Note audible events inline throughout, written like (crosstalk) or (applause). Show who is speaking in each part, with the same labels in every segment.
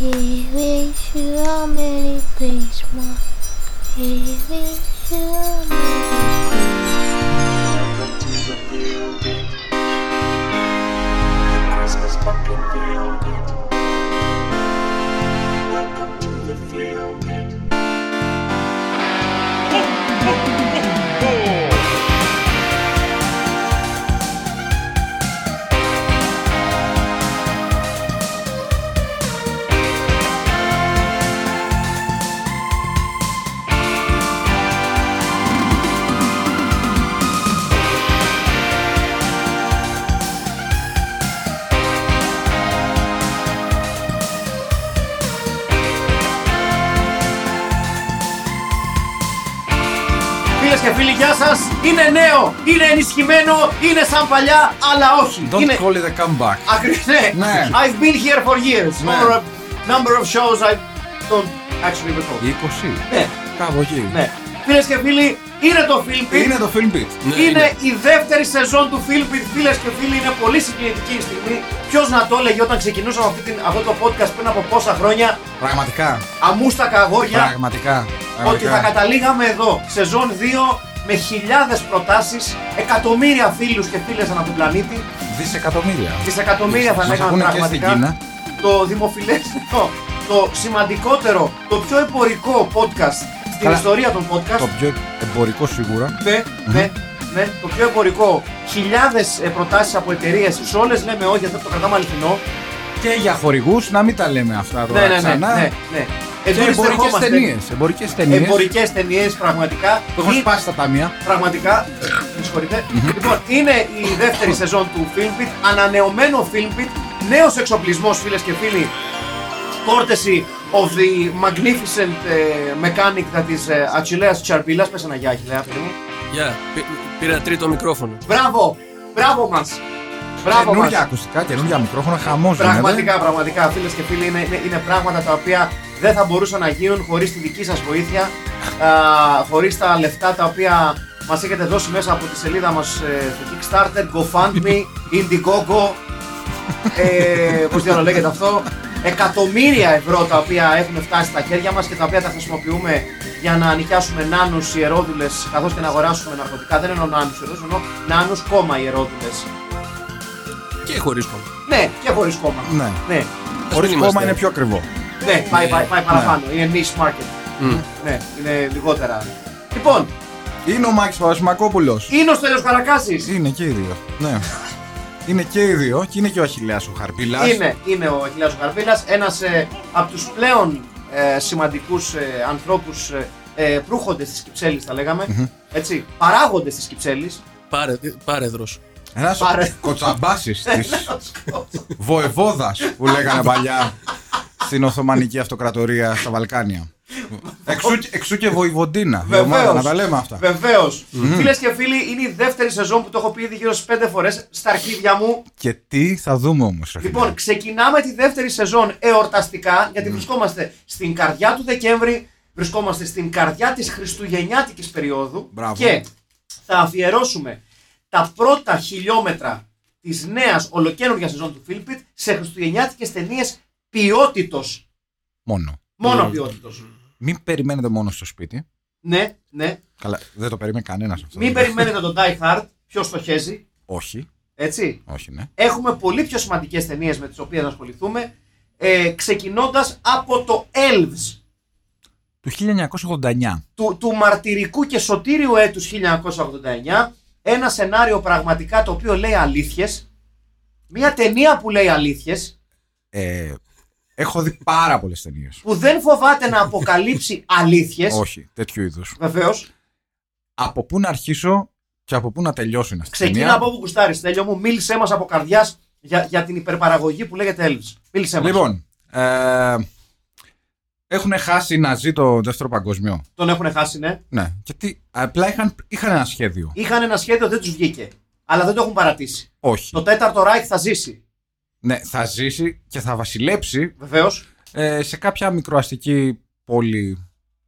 Speaker 1: We wish you a Merry Christmas. We wish you a Merry
Speaker 2: Welcome to the building. The Christmas pumpkin fielded. Welcome to the fielded.
Speaker 3: Φίλε και φίλοι, γεια σας! Είναι νέο, είναι ενισχυμένο, είναι σαν παλιά, αλλά όχι.
Speaker 4: Don't
Speaker 3: είναι...
Speaker 4: call it a comeback.
Speaker 3: Ακριβώς, ναι.
Speaker 4: Ναι.
Speaker 3: I've been here for years.
Speaker 4: Ναι.
Speaker 3: For a number of shows I don't actually recall.
Speaker 4: 20.
Speaker 3: Ναι,
Speaker 4: Κάπου εκεί.
Speaker 3: ναι. Φίλες και φίλοι, είναι το Film Pit.
Speaker 4: Είναι το Ναι, film beat.
Speaker 3: Ναι, είναι, η δεύτερη σεζόν του Film Pit. Φίλες και φίλοι, είναι πολύ συγκινητική η στιγμή. Ποιος να το έλεγε όταν ξεκινούσαμε αυτή την, αυτό το podcast πριν από πόσα χρόνια,
Speaker 4: Πραγματικά.
Speaker 3: αμούστακα αγόρια,
Speaker 4: Πραγματικά.
Speaker 3: ότι θα
Speaker 4: πραγματικά.
Speaker 3: καταλήγαμε εδώ, σεζόν 2, με χιλιάδες προτάσεις, εκατομμύρια φίλους και φίλες ανά τον πλανήτη,
Speaker 4: Δισεκατομμύρια.
Speaker 3: δισεκατομμύρια θα
Speaker 4: Μας
Speaker 3: λέγαμε
Speaker 4: ακούνε και στην
Speaker 3: πραγματικά.
Speaker 4: Κίνα.
Speaker 3: Το δημοφιλέστερο, το σημαντικότερο, το πιο εμπορικό podcast στην
Speaker 4: Καλά.
Speaker 3: ιστορία των podcast.
Speaker 4: Το πιο εμπορικό σίγουρα.
Speaker 3: Ναι, ναι, ναι, το πιο εμπορικό. Χιλιάδες ε, προτάσεις από εταιρείες, σε όλες λέμε όχι, αυτό το κρατάμε αληθινό.
Speaker 4: Και για χορηγούς, να μην τα λέμε αυτά τώρα
Speaker 3: Ναι, ναι, ναι,
Speaker 4: ξανά.
Speaker 3: ναι, ναι.
Speaker 4: Και
Speaker 3: Εδώ
Speaker 4: εμπορικέ
Speaker 3: ειστερχόμαστε.
Speaker 4: ταινίε. Εμπορικές ταινίες.
Speaker 3: Εμπορικές ταινίες πραγματικά.
Speaker 4: Που έχουν
Speaker 3: Ή-
Speaker 4: σπάσει τα ταμεία.
Speaker 3: Πραγματικά, με συγχωρείτε. λοιπόν, είναι η δεύτερη σεζόν του Filmpit, ανανεωμένο Filmpit, νέος εξοπλισμός φίλες και φίλοι, κόρτεση of the magnificent ε, mechanic that is ε, Αχιλέας Τσαρμπίλας, πες ένα γεια Αχιλέα, παιδί μου.
Speaker 5: Γεια, πή- πήρα τρίτο μικρόφωνο.
Speaker 3: Μπράβο, μπράβο μας, μπράβο μας.
Speaker 4: Καινούργια ακουστικά, καινούργια μικρόφωνα, χαμός Ναι,
Speaker 3: Πραγματικά, πραγματικά, φίλες και φίλοι, είναι, είναι, είναι πράγματα τα οποία δεν θα μπορούσαν να γίνουν χωρίς τη δική σας βοήθεια, χωρίς τα λεφτά τα οποία μας έχετε δώσει μέσα από τη σελίδα μας στο Kickstarter, GoFundMe, Indiegogo. ε, Πώς διάλογο λέγεται αυτό. Εκατομμύρια ευρώ τα οποία έχουν φτάσει στα χέρια μας και τα οποία τα χρησιμοποιούμε για να νοικιάσουμε νάνους ιερόδουλες καθώς και να αγοράσουμε ναρκωτικά. Δεν εννοώ νάνους ιερόδουλες, εννοώ νάνους κόμμα ιερόδουλες.
Speaker 5: Και χωρίς κόμμα.
Speaker 3: Ναι, και χωρίς κόμμα.
Speaker 4: Ναι.
Speaker 3: ναι.
Speaker 4: Χωρί κόμμα
Speaker 5: Δεν είμαστε.
Speaker 4: είναι πιο ακριβό.
Speaker 3: Ναι, πάει, πάει, πάει παραπάνω. Είναι niche market.
Speaker 5: Μμ.
Speaker 3: Ναι, είναι λιγότερα. Λοιπόν,
Speaker 4: Είναι ο Μάκης Παπασημακόπουλο.
Speaker 3: είναι ο Στέλιος Καρακάσης.
Speaker 4: Είναι και οι δύο. Ναι. είναι και οι δύο και είναι και ο Αχηλέα ο Χαρπίλας.
Speaker 3: Είναι, είναι ο Αχιλέας ο Καρβίλας, ένας ε, από τους πλέον ε, σημαντικούς ε, ανθρώπους ε, ε, προύχοντες της Κυψέλης θα λέγαμε, έτσι, παράγοντες της Κυψέλης.
Speaker 5: Πάρε, πάρεδρο.
Speaker 4: Ένα
Speaker 3: Πάρε.
Speaker 4: κοτσαμπάσης
Speaker 3: (laughs)
Speaker 4: της Βοεβόδα που λέγανε παλιά στην Οθωμανική Αυτοκρατορία στα
Speaker 3: (laughs)
Speaker 4: Βαλκάνια. Εξού, εξού και Βοηβοντίνα. η ομάδα,
Speaker 3: Βεβαίως.
Speaker 4: Να τα λέμε αυτά.
Speaker 3: Βεβαίως. Φίλες και φίλοι, είναι η δεύτερη σεζόν που το έχω πει ήδη γύρω στις πέντε φορές στα αρχίδια μου.
Speaker 4: Και τι θα δούμε όμως.
Speaker 3: Λοιπόν, ξεκινάμε τη δεύτερη σεζόν εορταστικά, γιατί βρισκόμαστε στην καρδιά του Δεκέμβρη, βρισκόμαστε στην καρδιά της Χριστουγεννιάτικης περίοδου
Speaker 4: Μπράβο.
Speaker 3: και θα αφιερώσουμε τα πρώτα χιλιόμετρα της νέας ολοκένουργιας σεζόν του Φίλπιτ σε χριστουγεννιάτικες ταινίες ποιότητος.
Speaker 4: Μόνο.
Speaker 3: Μόνο
Speaker 5: Μμμ.
Speaker 3: ποιότητος.
Speaker 4: Μην περιμένετε μόνο στο σπίτι.
Speaker 3: Ναι, ναι.
Speaker 4: Καλά, δεν το περίμενε κανένας αυτό.
Speaker 3: Μην περιμένετε τον Die Hard, ποιος το χέζει,
Speaker 4: Όχι,
Speaker 3: έτσι.
Speaker 4: όχι, ναι.
Speaker 3: Έχουμε πολύ πιο σημαντικές ταινίες με τις οποίες να ασχοληθούμε. Ε, Ξεκινώντας από το Elves
Speaker 4: Του 1989.
Speaker 3: του, του μαρτυρικού και σωτήριου έτους 1989. Ένα σενάριο πραγματικά το οποίο λέει αλήθειες. Μια ταινία που λέει αλήθειες.
Speaker 4: Ε, έχω δει πάρα πολλές ταινίες.
Speaker 3: Που δεν φοβάται να
Speaker 4: (laughs)
Speaker 3: αποκαλύψει αλήθειες.
Speaker 4: όχι, τέτοιου είδους.
Speaker 3: Βεβαίως.
Speaker 4: Από πού να αρχίσω και από πού να τελειώσω είναι αυτή η
Speaker 3: Ξεκινά
Speaker 4: ταινία.
Speaker 3: από όπου κουστάρεις Τέλειο μου. Μίλησέ μας από καρδιάς για, για την υπερπαραγωγή που λέγεται Elves. Μίλησέ μας.
Speaker 4: Λοιπόν, ε, έχουν χάσει οι Ναζί το δεύτερο παγκοσμίο.
Speaker 3: Τον έχουν χάσει, ναι.
Speaker 4: Ναι. Γιατί απλά είχαν, είχαν ένα σχέδιο.
Speaker 3: Είχαν ένα σχέδιο, δεν τους βγήκε. Αλλά δεν το έχουν παρατήσει.
Speaker 4: Όχι.
Speaker 3: Το τέταρτο Ράιχ θα ζήσει.
Speaker 4: Ναι, θα ζήσει και θα βασιλέψει
Speaker 3: Βεβαίως.
Speaker 4: ε, σε κάποια μικροαστική πόλη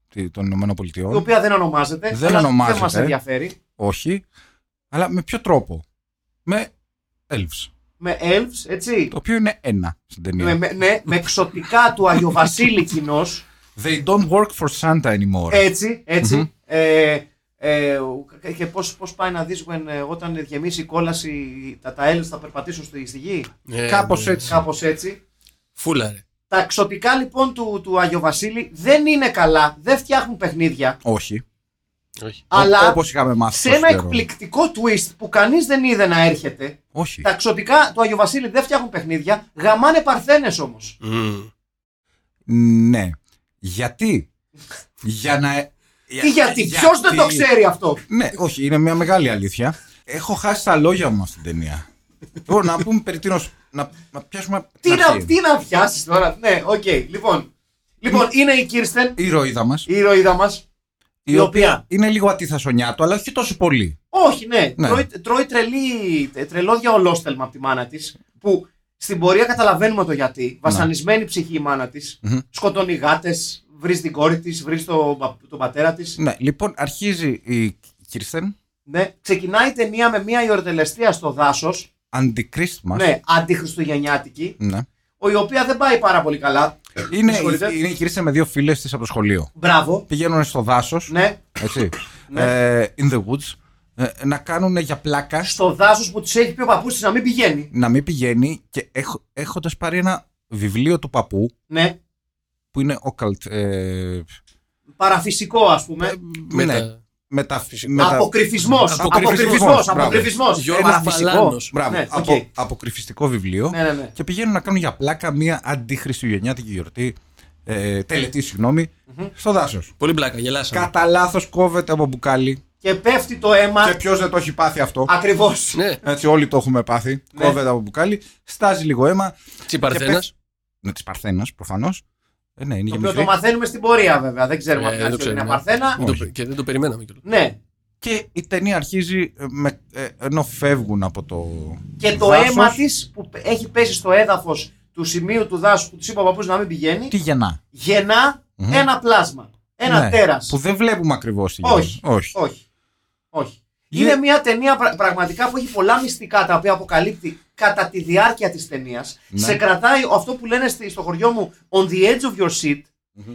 Speaker 4: τη- των Ηνωμένων
Speaker 3: Η
Speaker 4: Πολιτειών.
Speaker 3: οποία δεν ονομάζεται.
Speaker 4: Λοιπόν. Δεν
Speaker 3: αλλά
Speaker 4: ονομάζεται.
Speaker 3: Δεν μας ενδιαφέρει.
Speaker 4: Όχι. Αλλά με ποιο τρόπο. Με elves.
Speaker 3: με elves, έτσι.
Speaker 4: Το οποίο είναι ένα στην ταινία.
Speaker 3: Με, με, ναι, με εξωτικά του Αγιοβασίλη κοινός.
Speaker 4: They don't work for Santa anymore.
Speaker 3: Έτσι, έτσι. Ε, ε, και πώς, πώς πάει να δεις when, ε, όταν γεμίσει η κόλαση τα, τα elves θα περπατήσουν στη, στη γη.
Speaker 5: Ε,
Speaker 4: Κάπως
Speaker 5: ναι.
Speaker 4: έτσι.
Speaker 3: Κάπως έτσι.
Speaker 5: Φούλα, ρε.
Speaker 3: Τα εξωτικά λοιπόν του, του Άγιο Βασίλη δεν είναι καλά, δεν φτιάχνουν παιχνίδια.
Speaker 4: Όχι.
Speaker 5: Όχι.
Speaker 3: αλλά
Speaker 4: Όπως είχαμε μάθει.
Speaker 3: σε
Speaker 4: στο
Speaker 3: ένα
Speaker 4: στερό.
Speaker 3: εκπληκτικό twist που κανείς δεν είδε να έρχεται,
Speaker 4: Όχι.
Speaker 3: τα εξωτικά του Άγιο Βασίλη δεν φτιάχνουν παιχνίδια, γαμάνε παρθένες όμως.
Speaker 5: Μμμ.
Speaker 4: Ναι. Γιατί. Για να.
Speaker 3: Τι γιατί, ποιος δεν το ξέρει αυτό.
Speaker 4: Ναι, όχι, είναι μια μεγάλη αλήθεια. Έχω χάσει τα λόγια μου στην ταινία. Λοιπόν, να πούμε περί τίνος- Να, να πιάσουμε.
Speaker 3: Τι
Speaker 4: την
Speaker 3: να,
Speaker 4: αρχή.
Speaker 3: τι να πιάσεις τώρα. Ναι, οκ, λοιπόν. Λοιπόν, είναι η Κίρστεν,
Speaker 4: Η ηρωίδα μας.
Speaker 3: η ηρωίδα μας. η οποία-
Speaker 4: είναι λίγο αντίθασονιά του, αλλά όχι τόσο πολύ.
Speaker 3: Όχι, ναι.
Speaker 4: Ναι.
Speaker 3: Τρώει, τρώει τρελή, τρελόδια ολόστελμα από τη μάνα της. Που στην πορεία καταλαβαίνουμε το γιατί. Βασανισμένη ψυχή η μάνα της.
Speaker 4: Ναι. Μμμ.
Speaker 3: Σκοτώνει γάτες. Βρει την κόρη της. Βρει τον, πα- τον πατέρα της.
Speaker 4: Ναι, λοιπόν, αρχίζει η Κίρστεν.
Speaker 3: Ναι. Ξεκινάει η ταινία με μια ιωρτελεστία στο δάσος.
Speaker 4: Αντικρίστμα.
Speaker 3: Ναι, αντιχριστουγεννιάτικη.
Speaker 4: Ναι.
Speaker 3: Η οποία δεν πάει πάρα πολύ καλά.
Speaker 4: Είναι,
Speaker 3: Με συγχωρείτε.
Speaker 4: είναι η Κίρστεν με δύο φίλες της από το σχολείο.
Speaker 3: Μπράβο.
Speaker 4: Πηγαίνουν στο δάσος.
Speaker 3: Ναι.
Speaker 4: Έτσι. ε, in the woods. ε, να κάνουν για πλάκα.
Speaker 3: Στο δάσος που τη έχει πει ο παππούς της να μην πηγαίνει.
Speaker 4: να μην πηγαίνει και έχοντας πάρει ένα βιβλίο του παππού
Speaker 3: Ναι.
Speaker 4: που είναι occult. Ε,
Speaker 3: Παραφυσικό, ας πούμε.
Speaker 5: Με
Speaker 4: ναι,
Speaker 5: τα-
Speaker 4: μετα,
Speaker 3: Αποκρυφισμός. Αποκρυφισμός.
Speaker 4: Αποκρυφισμός, μπράβο.
Speaker 5: Γιώργος Παλάνος.
Speaker 4: Μπράβο,
Speaker 3: Ναι,
Speaker 4: απο-
Speaker 3: οκ.
Speaker 4: αποκρυφιστικό βιβλίο.
Speaker 3: Ναι, ναι, ναι.
Speaker 4: Και πηγαίνουν να κάνουν για πλάκα μία αντιχριστουγεννιάτικη γιορτή. Ε, τελετή, συγγνώμη, στο δάσος.
Speaker 5: Πολύ μπλάκα,
Speaker 3: Ναι.
Speaker 5: γελάσαμε.
Speaker 4: Κατά λάθος κόβεται από μπουκάλι.
Speaker 3: Και πέφτει το αίμα.
Speaker 4: Και ποιος δεν το έχει πάθει αυτό.
Speaker 3: Ακριβώς.
Speaker 5: Ναι,
Speaker 4: Έτσι, όλοι το έχουμε πάθει.
Speaker 3: Ναι.
Speaker 4: Κόβεται από μπουκάλι. Στάζει λίγο αίμα.
Speaker 5: τσιπαρθένας.
Speaker 4: Ναι, της Παρθένας, προφανώς. Ε, ναι, είναι
Speaker 3: Το
Speaker 4: για
Speaker 3: οποίο το
Speaker 4: μικρή.
Speaker 3: μαθαίνουμε στην πορεία βέβαια. Δεν ξέρουμε
Speaker 5: Ε,
Speaker 3: από την
Speaker 5: δεν
Speaker 3: αρχή ότι είναι
Speaker 5: ξέρουμε.
Speaker 3: Παρθένα.
Speaker 5: Δεν το-
Speaker 4: Όχι.
Speaker 5: Και δεν το περιμέναμε κιόλας.
Speaker 3: Ναι.
Speaker 4: Και η ταινία αρχίζει ε, με, ε, ενώ φεύγουν από το.
Speaker 3: Και το
Speaker 4: δάσος.
Speaker 3: αίμα της που έχει πέσει στο έδαφος του σημείου του δάσου που του είπε ο παππούς να μην πηγαίνει,
Speaker 4: Τι γεννά.
Speaker 3: γεννά
Speaker 4: Μμμ.
Speaker 3: ένα πλάσμα. Ένα
Speaker 4: Ναι,
Speaker 3: τέρας.
Speaker 4: Που δεν βλέπουμε ακριβώς τη γεννά.
Speaker 3: Όχι.
Speaker 4: Όχι.
Speaker 3: Όχι. Όχι.
Speaker 4: Γε-
Speaker 3: Είναι μια ταινία πρα- πραγματικά που έχει πολλά μυστικά τα οποία αποκαλύπτει κατά τη διάρκεια της ταινίας.
Speaker 4: Ναι.
Speaker 3: Σε κρατάει αυτό που λένε στη- στο χωριό μου on the edge of your seat.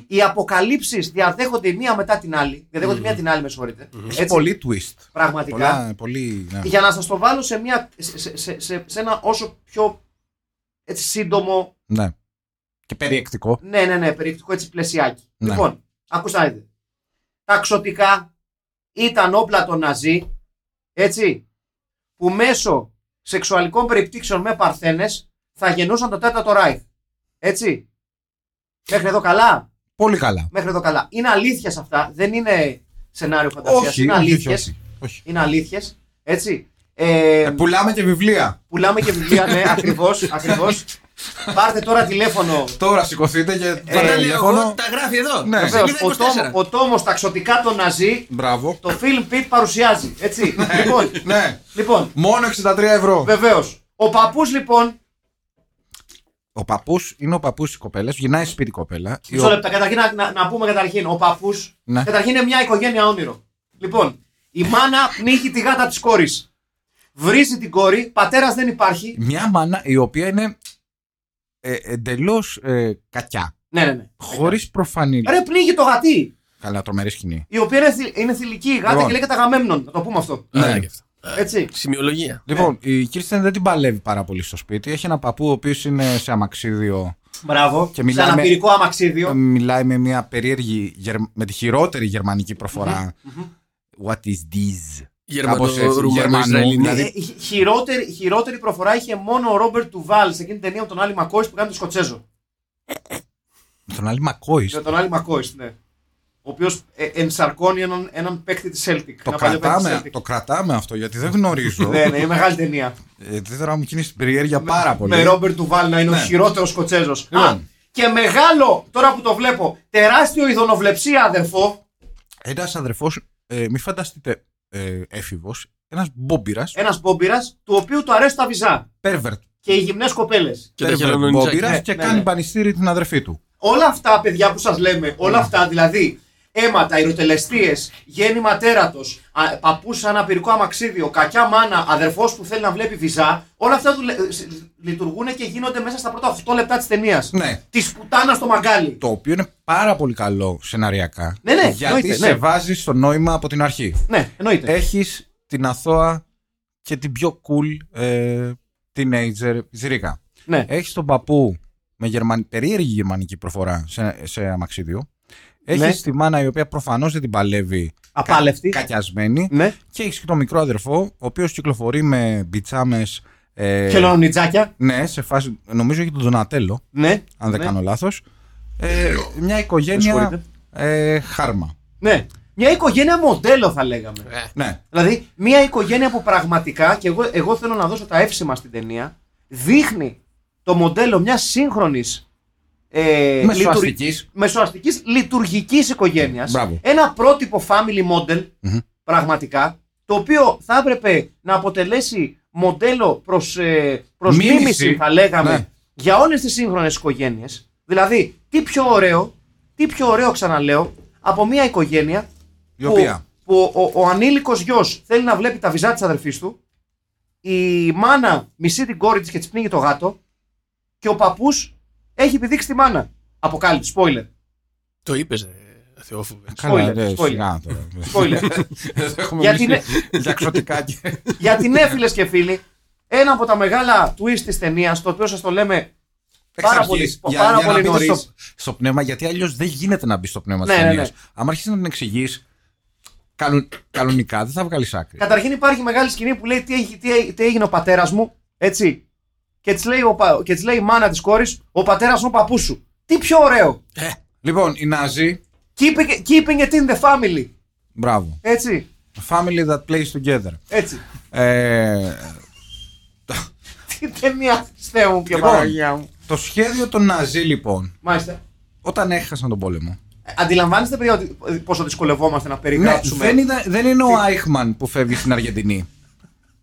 Speaker 3: Οι αποκαλύψεις διαδέχονται η μία μετά την άλλη. Διαδέχονται η μία την άλλη, με συγχωρείτε.
Speaker 4: Έχει
Speaker 3: Έτσι,
Speaker 4: πολύ twist.
Speaker 3: Πραγματικά.
Speaker 4: Πολλά, πολύ. ναι.
Speaker 3: για να σας το βάλω σε, μια, σε, σε- σε, σε, σε ένα όσο πιο έτσι, σύντομο,
Speaker 4: Ναι. Και περιεκτικό.
Speaker 3: ναι, ναι, ναι, περιεκτικό έτσι πλαισιάκι.
Speaker 4: Ναι.
Speaker 3: Λοιπόν, ακούστε να δείτε. Τα ξωτικά ήταν όπλα των Ναζί, έτσι, που μέσω σεξουαλικών περιπτύξεων με παρθένες θα γεννούσαν το τέταρτο Ράιχ. Έτσι. Μέχρι εδώ καλά.
Speaker 4: Πολύ καλά.
Speaker 3: Μέχρι εδώ καλά. Είναι αλήθειες αυτά. Δεν είναι σενάριο φαντασίας. είναι αλήθειες.
Speaker 4: όχι. όχι.
Speaker 3: Είναι αλήθειες. Έτσι. Ε,
Speaker 4: Ε, πουλάμε και βιβλία.
Speaker 3: Πουλάμε και βιβλία, ναι, ακριβώς. Ακριβώς. Πάρτε τώρα τηλέφωνο.
Speaker 4: Τώρα σηκωθείτε
Speaker 3: Ε,
Speaker 4: και
Speaker 5: Δεν
Speaker 4: πάρτε
Speaker 5: τα λέω
Speaker 4: Ε, τηλέφωνο.
Speaker 5: εγώ, τα γράφει εδώ.
Speaker 4: Ναι.
Speaker 5: Σελίδα
Speaker 3: Βεβαίως, ο,
Speaker 5: 24.
Speaker 3: Τόμ, ο Τόμος ταξωτικά των Ναζί,
Speaker 4: Μπράβο.
Speaker 3: το Film Pit παρουσιάζει. Έτσι. λοιπόν,
Speaker 4: ναι.
Speaker 3: λοιπόν
Speaker 4: Μόνο 63 ευρώ.
Speaker 3: βεβαίως. Ο παππούς λοιπόν.
Speaker 4: Ο παππούς είναι ο παππούς της κοπέλας. Γυρνάει σπίτι η κοπέλα. Η
Speaker 3: Μισό
Speaker 4: ο-
Speaker 3: λεπτά, καταρχήν να, να, να πούμε καταρχήν. Ο παππούς.
Speaker 4: Ναι.
Speaker 3: Καταρχήν είναι μια οικογένεια όνειρο. Λοιπόν, η μάνα πνίγει τη γάτα της κόρης. Βρίζει την κόρη, πατέρας δεν υπάρχει.
Speaker 4: Μια μάνα η οποία είναι ε, εντελώς ε, κακιά.
Speaker 3: Ναι, ναι, ναι.
Speaker 4: Χωρίς προφανή.
Speaker 3: Ρε, πνίγει το γατί.
Speaker 4: Καλά, τρομερή σκηνή.
Speaker 3: Η οποία είναι, θη- είναι θηλυκή η γάτα
Speaker 4: Λοιπόν.
Speaker 3: και λέγεται Αγαμέμνον. Να το πούμε αυτό.
Speaker 5: Άρα
Speaker 4: Ναι.
Speaker 5: και αυτό.
Speaker 3: Έτσι.
Speaker 5: Σημειολογία.
Speaker 4: Λοιπόν,
Speaker 3: Ναι.
Speaker 4: η Κίρστεν δεν την παλεύει πάρα πολύ στο σπίτι. Έχει ένα παππού ο οποίος είναι σε αμαξίδιο.
Speaker 3: Μπράβο.
Speaker 4: Και μιλάμε-
Speaker 3: Σε αναπηρικό αμαξίδιο.
Speaker 4: Ε, Μιλάει με μια περίεργη, γερ- με τη χειρότερη γερμανική προφορά. What is this? Κάπως έτσι, Γερμανό,
Speaker 5: Γερμανο-Ρουμανο-Ισραηλινή.
Speaker 4: δηλαδή-
Speaker 3: Ε, χι- χειρότερη, χειρότερη προφορά είχε μόνο ο Ρόμπερτ Τουβάλ σε εκείνη την ταινία με τον Άλλη Μακόης που κάνει τον Σκοτσέζο.
Speaker 4: Με τον άλλη Μακόης.
Speaker 3: Με τον Άλλη Μακόης, ναι. Ο οποίος ενσαρκώνει έναν, έναν παίκτη της Celtic.
Speaker 4: Το
Speaker 3: ένα παλιό παίκτη της
Speaker 4: κρατάμε,
Speaker 3: Celtic.
Speaker 4: το κρατάμε αυτό γιατί δεν γνωρίζω.
Speaker 3: Ναι, ναι, είναι μεγάλη ταινία.
Speaker 4: Ε, Δεν θέλω να μου κινήσει την περιέργεια πάρα πολύ.
Speaker 3: Με Ρόμπερτ Τουβάλ να είναι
Speaker 4: Ναι.
Speaker 3: ο χειρότερος Σκοτσέζος.
Speaker 4: Λοιπόν.
Speaker 3: Και μεγάλο, τώρα που το βλέπω, τεράστιο ειδωνοβλεψία αδερφό.
Speaker 4: Ένας αδερφός, ε, μη φανταστείτε ε, έφηβος, ένας μπόμπυρας,
Speaker 3: Ένας μπόμπυρας του οποίου του αρέσουν τα βυζά.
Speaker 4: pervert.
Speaker 3: Και οι γυμνές κοπέλες.
Speaker 5: Και τα χελωνονιτζάκια.
Speaker 4: μπόμπυρας
Speaker 3: Ναι,
Speaker 4: και
Speaker 3: ναι,
Speaker 4: κάνει
Speaker 3: ναι.
Speaker 4: πανιστήρι την αδερφή του.
Speaker 3: Όλα αυτά, παιδιά που σας λέμε, όλα αυτά δηλαδή. αίματα, ηροτελεστίε, γέννημα τέρατος, παππούς σαν απειρικό αμαξίδιο, κακιά μάνα, αδερφός που θέλει να βλέπει βυζά. Όλα αυτά δουλε- ε, σ- λειτουργούν και γίνονται μέσα στα πρώτα 8 λεπτά της ταινίας.
Speaker 4: Ναι.
Speaker 3: Της πουτάνας στο μαγκάλι.
Speaker 4: Το οποίο είναι πάρα πολύ καλό σεναριακά.
Speaker 3: Ναι, ναι,
Speaker 4: γιατί
Speaker 3: εννοείται,
Speaker 4: σε
Speaker 3: ναι.
Speaker 4: βάζεις στο νόημα από την αρχή.
Speaker 3: Ναι, εννοείται.
Speaker 4: Έχεις την αθώα και την πιο cool ε, teenager Ζηρίκα.
Speaker 3: ναι.
Speaker 4: Έχεις τον παππού με γερμαν... περίεργη γερμανική προφορά σε, σε αμαξίδιο. Έχεις
Speaker 3: Ναι.
Speaker 4: τη μάνα η οποία προφανώς δεν την παλεύει. κα-
Speaker 3: Απάλευτη.
Speaker 4: Κακιασμένη.
Speaker 3: ναι.
Speaker 4: Και έχεις και τον μικρό αδερφό, ο οποίος κυκλοφορεί με μπιτσάμες. Ε,
Speaker 3: Χελωνιτζάκια.
Speaker 4: ναι, σε φάση. Νομίζω έχει τον Ντονατέλο,
Speaker 3: Ναι.
Speaker 4: αν δεν
Speaker 3: ναι.
Speaker 4: κάνω λάθος. Ε, μια
Speaker 3: Με
Speaker 4: οικογένεια
Speaker 3: συγχωρείτε.
Speaker 4: ε, χάρμα.
Speaker 3: Ναι. Μια οικογένεια μοντέλο θα λέγαμε.
Speaker 4: Ναι.
Speaker 3: Δηλαδή, μια οικογένεια που πραγματικά, και εγώ, εγώ θέλω να δώσω τα εύσημα στην ταινία, δείχνει το μοντέλο μιας σύγχρονης. Ε,
Speaker 4: Μεσοαστικής.
Speaker 3: μεσοαστικής λειτουργικής οικογένειας
Speaker 4: Μπράβο.
Speaker 3: ένα πρότυπο family model
Speaker 4: Μμμ.
Speaker 3: πραγματικά το οποίο θα έπρεπε να αποτελέσει μοντέλο προς, ε, προς
Speaker 4: Μίμηση.
Speaker 3: μίμηση θα λέγαμε
Speaker 4: Ναι.
Speaker 3: για όλες τις σύγχρονες οικογένειες δηλαδή τι πιο ωραίο τι πιο ωραίο ξαναλέω από μια οικογένεια
Speaker 4: Η οποία.
Speaker 3: που ο, ο, ο ανήλικος γιος θέλει να βλέπει τα βυζά της αδερφής του η μάνα μισεί την κόρη της και της πνίγει το γάτο και ο παππούς έχει επιδείξει τη μάνα αποκάλυψη, spoiler
Speaker 5: Το είπες, ρε, Θεόφοβε.
Speaker 4: Καλά,
Speaker 3: Spoiler,
Speaker 4: ρε,
Speaker 3: spoiler.
Speaker 4: σιγά τώρα.
Speaker 3: spoiler
Speaker 4: (laughs) Έχουμε
Speaker 3: Γιατί
Speaker 4: μιλήσει για ξωτικά και.
Speaker 3: Γιατί ναι, φίλες και φίλοι, ένα από τα μεγάλα twist της ταινίας, το οποίο σας το λέμε πάρα
Speaker 4: Εξ
Speaker 3: πολύ,
Speaker 4: αρχής, για-
Speaker 3: πάρα
Speaker 4: για να
Speaker 3: πολύ
Speaker 4: μπείτε
Speaker 3: νωρί.
Speaker 4: Στο, στο πνεύμα, γιατί αλλιώς δεν γίνεται να μπεις στο πνεύμα
Speaker 3: Ναι,
Speaker 4: τη
Speaker 3: ναι,
Speaker 4: ταινίας.
Speaker 3: ναι.
Speaker 4: Αν αρχίσεις να την εξηγείς, κανονικά δεν θα βγάλεις άκρη.
Speaker 3: Καταρχήν υπάρχει μεγάλη σκηνή που λέει τι, έχει, τι, έ- τι έγινε ο πατέρας μου, έτσι. Και της λέει, ο πα- και της λέει η μάνα της κόρης, ο πατέρας μου ο παππούς σου. Τι πιο ωραίο.
Speaker 4: Λοιπόν, οι Ναζί,
Speaker 3: Keeping, keeping it in the family.
Speaker 4: μπράβο.
Speaker 3: Έτσι.
Speaker 4: Family that plays together.
Speaker 3: Έτσι.
Speaker 4: Ε,
Speaker 3: Τι ταινία θεέ μου και
Speaker 4: Λοιπόν.
Speaker 3: Παναγία μου.
Speaker 4: το σχέδιο των Ναζί, λοιπόν,
Speaker 3: Μάλιστα.
Speaker 4: όταν έχασαν τον πόλεμο.
Speaker 3: Ε, Αντιλαμβάνεστε, παιδιά, ότι, ε, πόσο δυσκολευόμαστε να
Speaker 4: Ναι,
Speaker 3: περιγράψουμε.
Speaker 4: δεν, ήταν- δεν είναι ο Άιχμαν που φεύγει στην Αργεντινή.